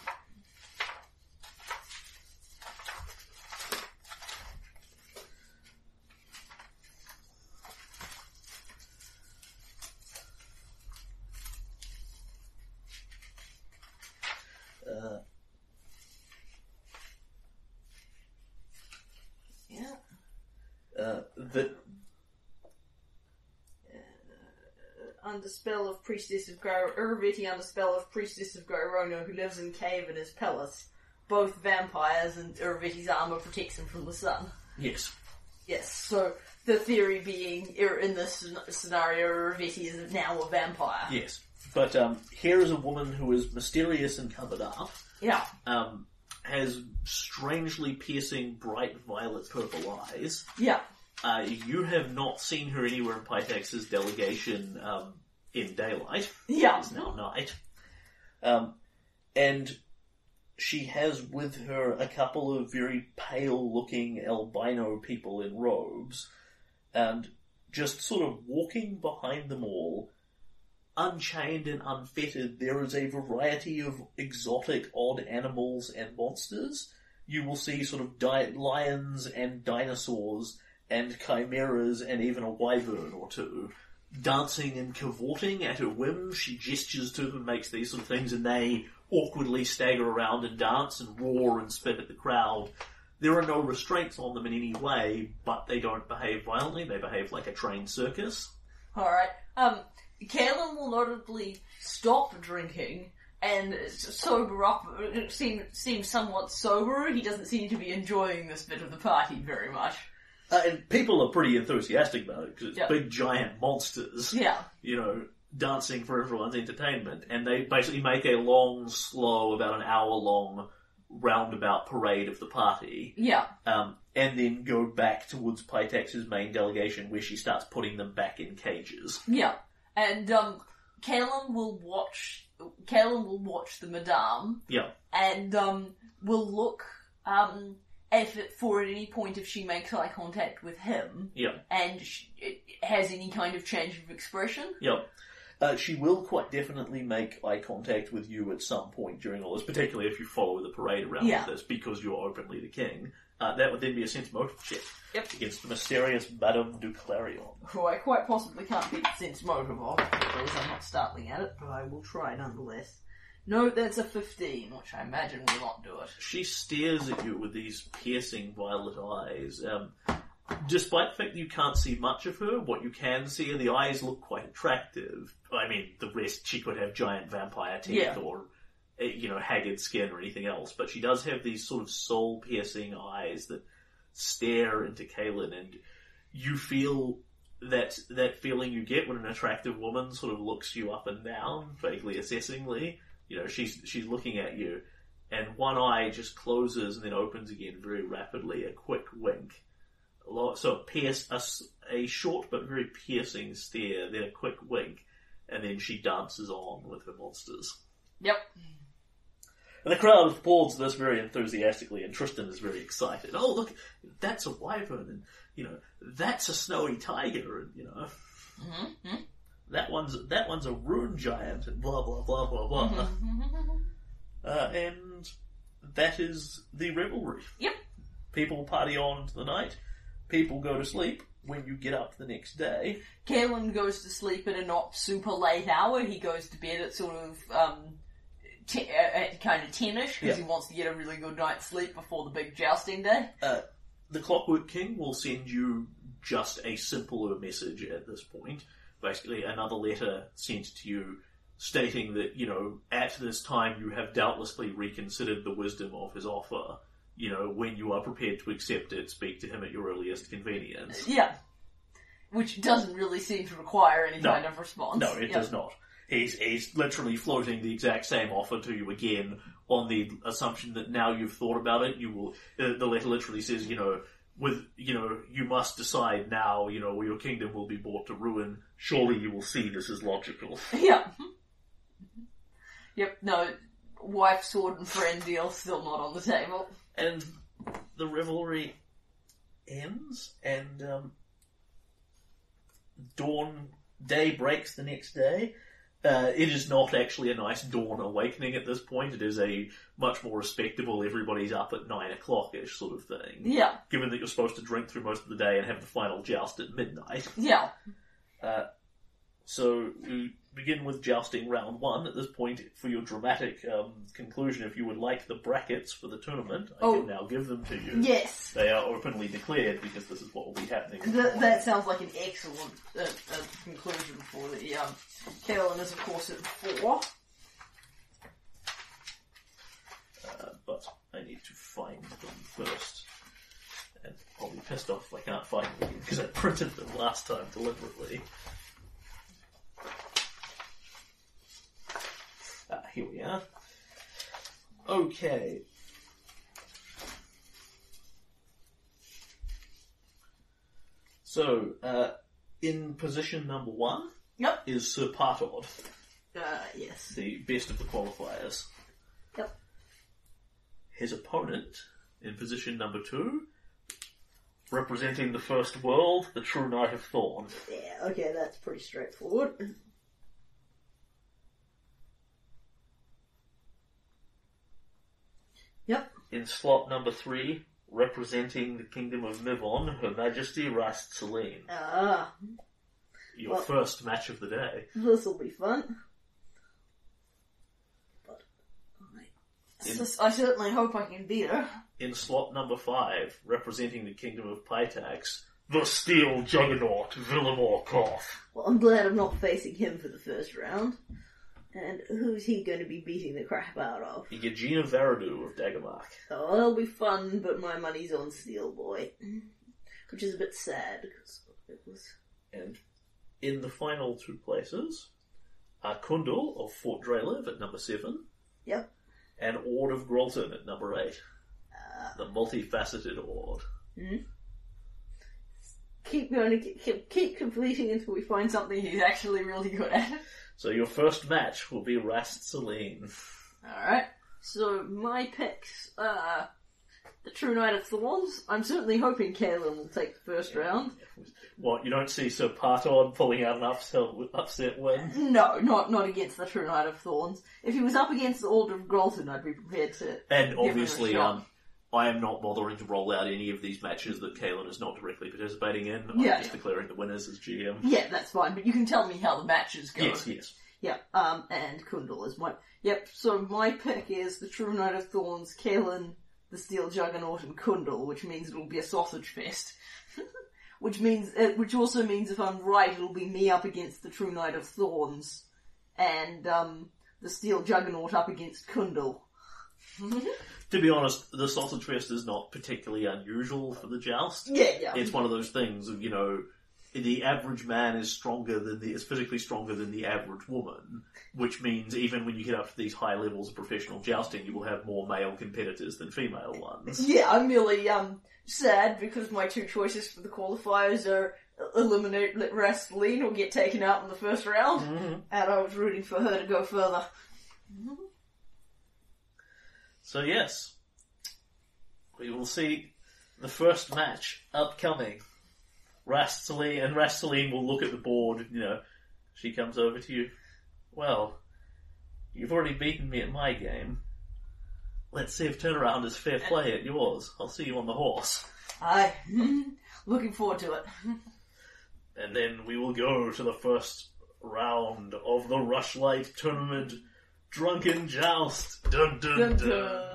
A: Uh,
B: yeah.
A: uh, the,
B: Under spell of priestess of Gro- Urviti, under spell of priestess of Gyrona, who lives in cave in his palace. Both vampires and Urviti's armor protects him from the sun.
A: yes.
B: Yes, so the theory being, er, in this scen- scenario, Urviti is now a vampire.
A: Yes. But um, here is a woman who is mysterious and covered up.
B: Yeah.
A: um, has strangely piercing, bright violet purple eyes.
B: Yeah.
A: Uh, you have not seen her anywhere in Pytax's delegation um, in daylight.
B: Yeah.
A: It's now night. Um, and she has with her a couple of very pale looking albino people in robes, and just sort of walking behind them all, unchained and unfettered, there is a variety of exotic, odd animals and monsters. You will see sort of di- lions and dinosaurs and chimeras and even a wyvern or two dancing and cavorting at her whim. She gestures to them, makes these sort of things, and they awkwardly stagger around and dance and roar and spit at the crowd. There are no restraints on them in any way, but they don't behave violently. They behave like a trained circus.
B: All right. Um, Caelan will notably stop drinking and sober up, seem, seem somewhat sober. He doesn't seem to be enjoying this bit of the party very much.
A: Uh, and people are pretty enthusiastic about it because it's
B: Yeah.
A: big giant monsters,
B: Yeah.
A: you know, dancing for everyone's entertainment. And they basically make a long, slow, about an hour long roundabout parade of the party,
B: Yeah.
A: um, and then go back towards Pytex's main delegation where she starts putting them back in cages.
B: Yeah, and um, Caelan will watch. Caelan will watch the Madame,
A: Yeah.
B: and um, will look um, if it, for at any point if she makes eye contact with him,
A: Yeah.
B: and sh it has any kind of change of expression.
A: Yep. Uh, she will quite definitely make eye contact with you at some point during all this, particularly if you follow the parade around
B: Yeah.
A: with this, because you're openly the king. Uh, that would then be a sense motive check
B: Yep.
A: against the mysterious Madame du Clarion.
B: Who I quite possibly can't beat the sense motive of, because I'm not startling at it, but I will try nonetheless. No, that's a 15, which I imagine will not do it.
A: She stares at you with these piercing violet eyes. Um, despite the fact that you can't see much of her, what you can see are the eyes look quite attractive. I mean, the rest, she could have giant vampire teeth
B: Yeah.
A: or, eh, you know, haggard skin or anything else, but she does have these sort of soul piercing eyes that stare into Kaelin and you feel that that feeling you get when an attractive woman sort of looks you up and down, vaguely assessingly. You know, she's she's looking at you, and one eye just closes and then opens again very rapidly, a quick wink. A lot, so a pierce a, s- a short but very piercing stare, then a quick wink, and then she dances on with her monsters.
B: Yep. (laughs)
A: And the crowd applauds this very enthusiastically, and Tristan is very excited. Oh, look, that's a wyvern, and you know that's a snowy tiger, and you know
B: Mhm.
A: that one's that one's a rune giant, and blah blah blah blah blah.
B: Mhm.
A: Uh, and that is the revelry.
B: Yep.
A: People party on to the night. People go to sleep. When you get up the next day,
B: Caelan goes to sleep at a not super late hour. He goes to bed at sort of um, te- uh, at kind of tenish because he wants to get a really good night's sleep before the big jousting day.
A: the Clockwork King will send you just a simpler message at this point. Basically, another letter sent to you stating that, you know, at this time you have doubtlessly reconsidered the wisdom of his offer. You know, when you are prepared to accept it, speak to him at your earliest convenience.
B: Yeah, which doesn't really seem to require any
A: No.
B: kind of response.
A: No, it
B: Yeah.
A: does not. He's, he's literally floating the exact same offer to you again on the assumption that now you've thought about it, you will. Uh, the letter literally says, you know, with, you know, you must decide now, you know, or your kingdom will be brought to ruin. Surely you will see this is logical.
B: Yeah. yep. No, wife, sword, and friend deal still not on the table.
A: And the revelry ends, and um, dawn day breaks the next day. Uh, it is not actually a nice dawn awakening at this point. It is a much more respectable. Everybody's up at nine o'clock ish sort of thing.
B: Yeah.
A: Given that you're supposed to drink through most of the day and have the final joust at midnight.
B: Yeah.
A: Uh, so we begin with jousting round one. At this point, for your dramatic um, conclusion, if you would like the brackets for the tournament, I
B: Oh.
A: can now give them to you.
B: Yes.
A: They are openly declared because this is what will be happening.
B: That, that sounds like an excellent uh, uh, conclusion for the um, Carolyn is of course at four.
A: Uh, but I need to find them first. And I'll be pissed off if I can't find them because I printed them last time deliberately. Ah, here we are. Okay. So, uh, in position number one
B: Yep.
A: is Sir Partod,
B: Uh, yes.
A: the best of the qualifiers.
B: Yep.
A: his opponent in position number two, representing the first world, the true knight of Thorn.
B: Yeah. Okay, that's pretty straightforward. Yep.
A: In slot number three, representing the kingdom of Mivon, Her Majesty Rast Selene.
B: Ah,
A: Your
B: Well-
A: first match of the day.
B: (laughs) this will be fun. But I, sus- I certainly hope I can beat her.
A: In slot number five, representing the kingdom of Pytax, the steel juggernaut, Villamor Koth.
B: Well, I'm glad I'm not facing him for the first round. And who's he going to be beating the crap out of?
A: Eugenia Varadu of Dagamark.
B: Oh, it'll be fun, but my money's on Steel Boy. Which is a bit sad, because it was.
A: And in the final two places are Kundal of Fort Dralev at number seven
B: Yep.
A: and Ord of Grolton at number eight.
B: Uh,
A: The multifaceted Ord.
B: keep going, and keep- keep, keep completing until we find something he's actually really good at.
A: So your first match will be Rast Selene.
B: Alright. So, my picks are the True Knight of Thorns. I'm certainly hoping Kaelin will take the first round.
A: What, you don't see Sir Parton pulling out an upset, upset
B: (laughs)
A: win?
B: No, not not against the True Knight of Thorns. If he was up against the Order of Grolton, I'd be prepared to.
A: And
B: him a
A: obviously,
B: shot.
A: um, I am not bothering to roll out any of these matches that Kalen is not directly participating in. I'm
B: Yeah.
A: just declaring the winners as GM.
B: Yeah, that's fine, but you can tell me how the matches go.
A: Yes, yes.
B: Yeah, um, and Kundal is my. Yep, so my pick is the True Knight of Thorns, Kalen, the Steel Juggernaut, and Kundal, which means it'll be a sausage fest. (laughs) which means, uh, which also means if I'm right, it'll be me up against the True Knight of Thorns, and, um, the Steel Juggernaut up against Kundal.
A: To be honest, the sausage fest is not particularly unusual for the joust.
B: Yeah, yeah.
A: It's one of those things of, you know, the average man is stronger than the, is physically stronger than the average woman, which means even when you get up to these high levels of professional jousting, you will have more male competitors than female ones.
B: Yeah, I'm really um sad because my two choices for the qualifiers are eliminate Rasteline or get taken out in the first round,
A: Mm-hmm.
B: and I was rooting for her to go further.
A: So yes, we will see the first match upcoming. Rasteline and Rasteline will look at the board. You know, she comes over to you. Well, you've already beaten me at my game. Let's see if turnaround is fair play at yours. I'll see you on the horse,
B: I hmm, looking forward to it.
A: and then we will go to the first round of the Rushlight Tournament Drunken Joust. Dun dun. dun.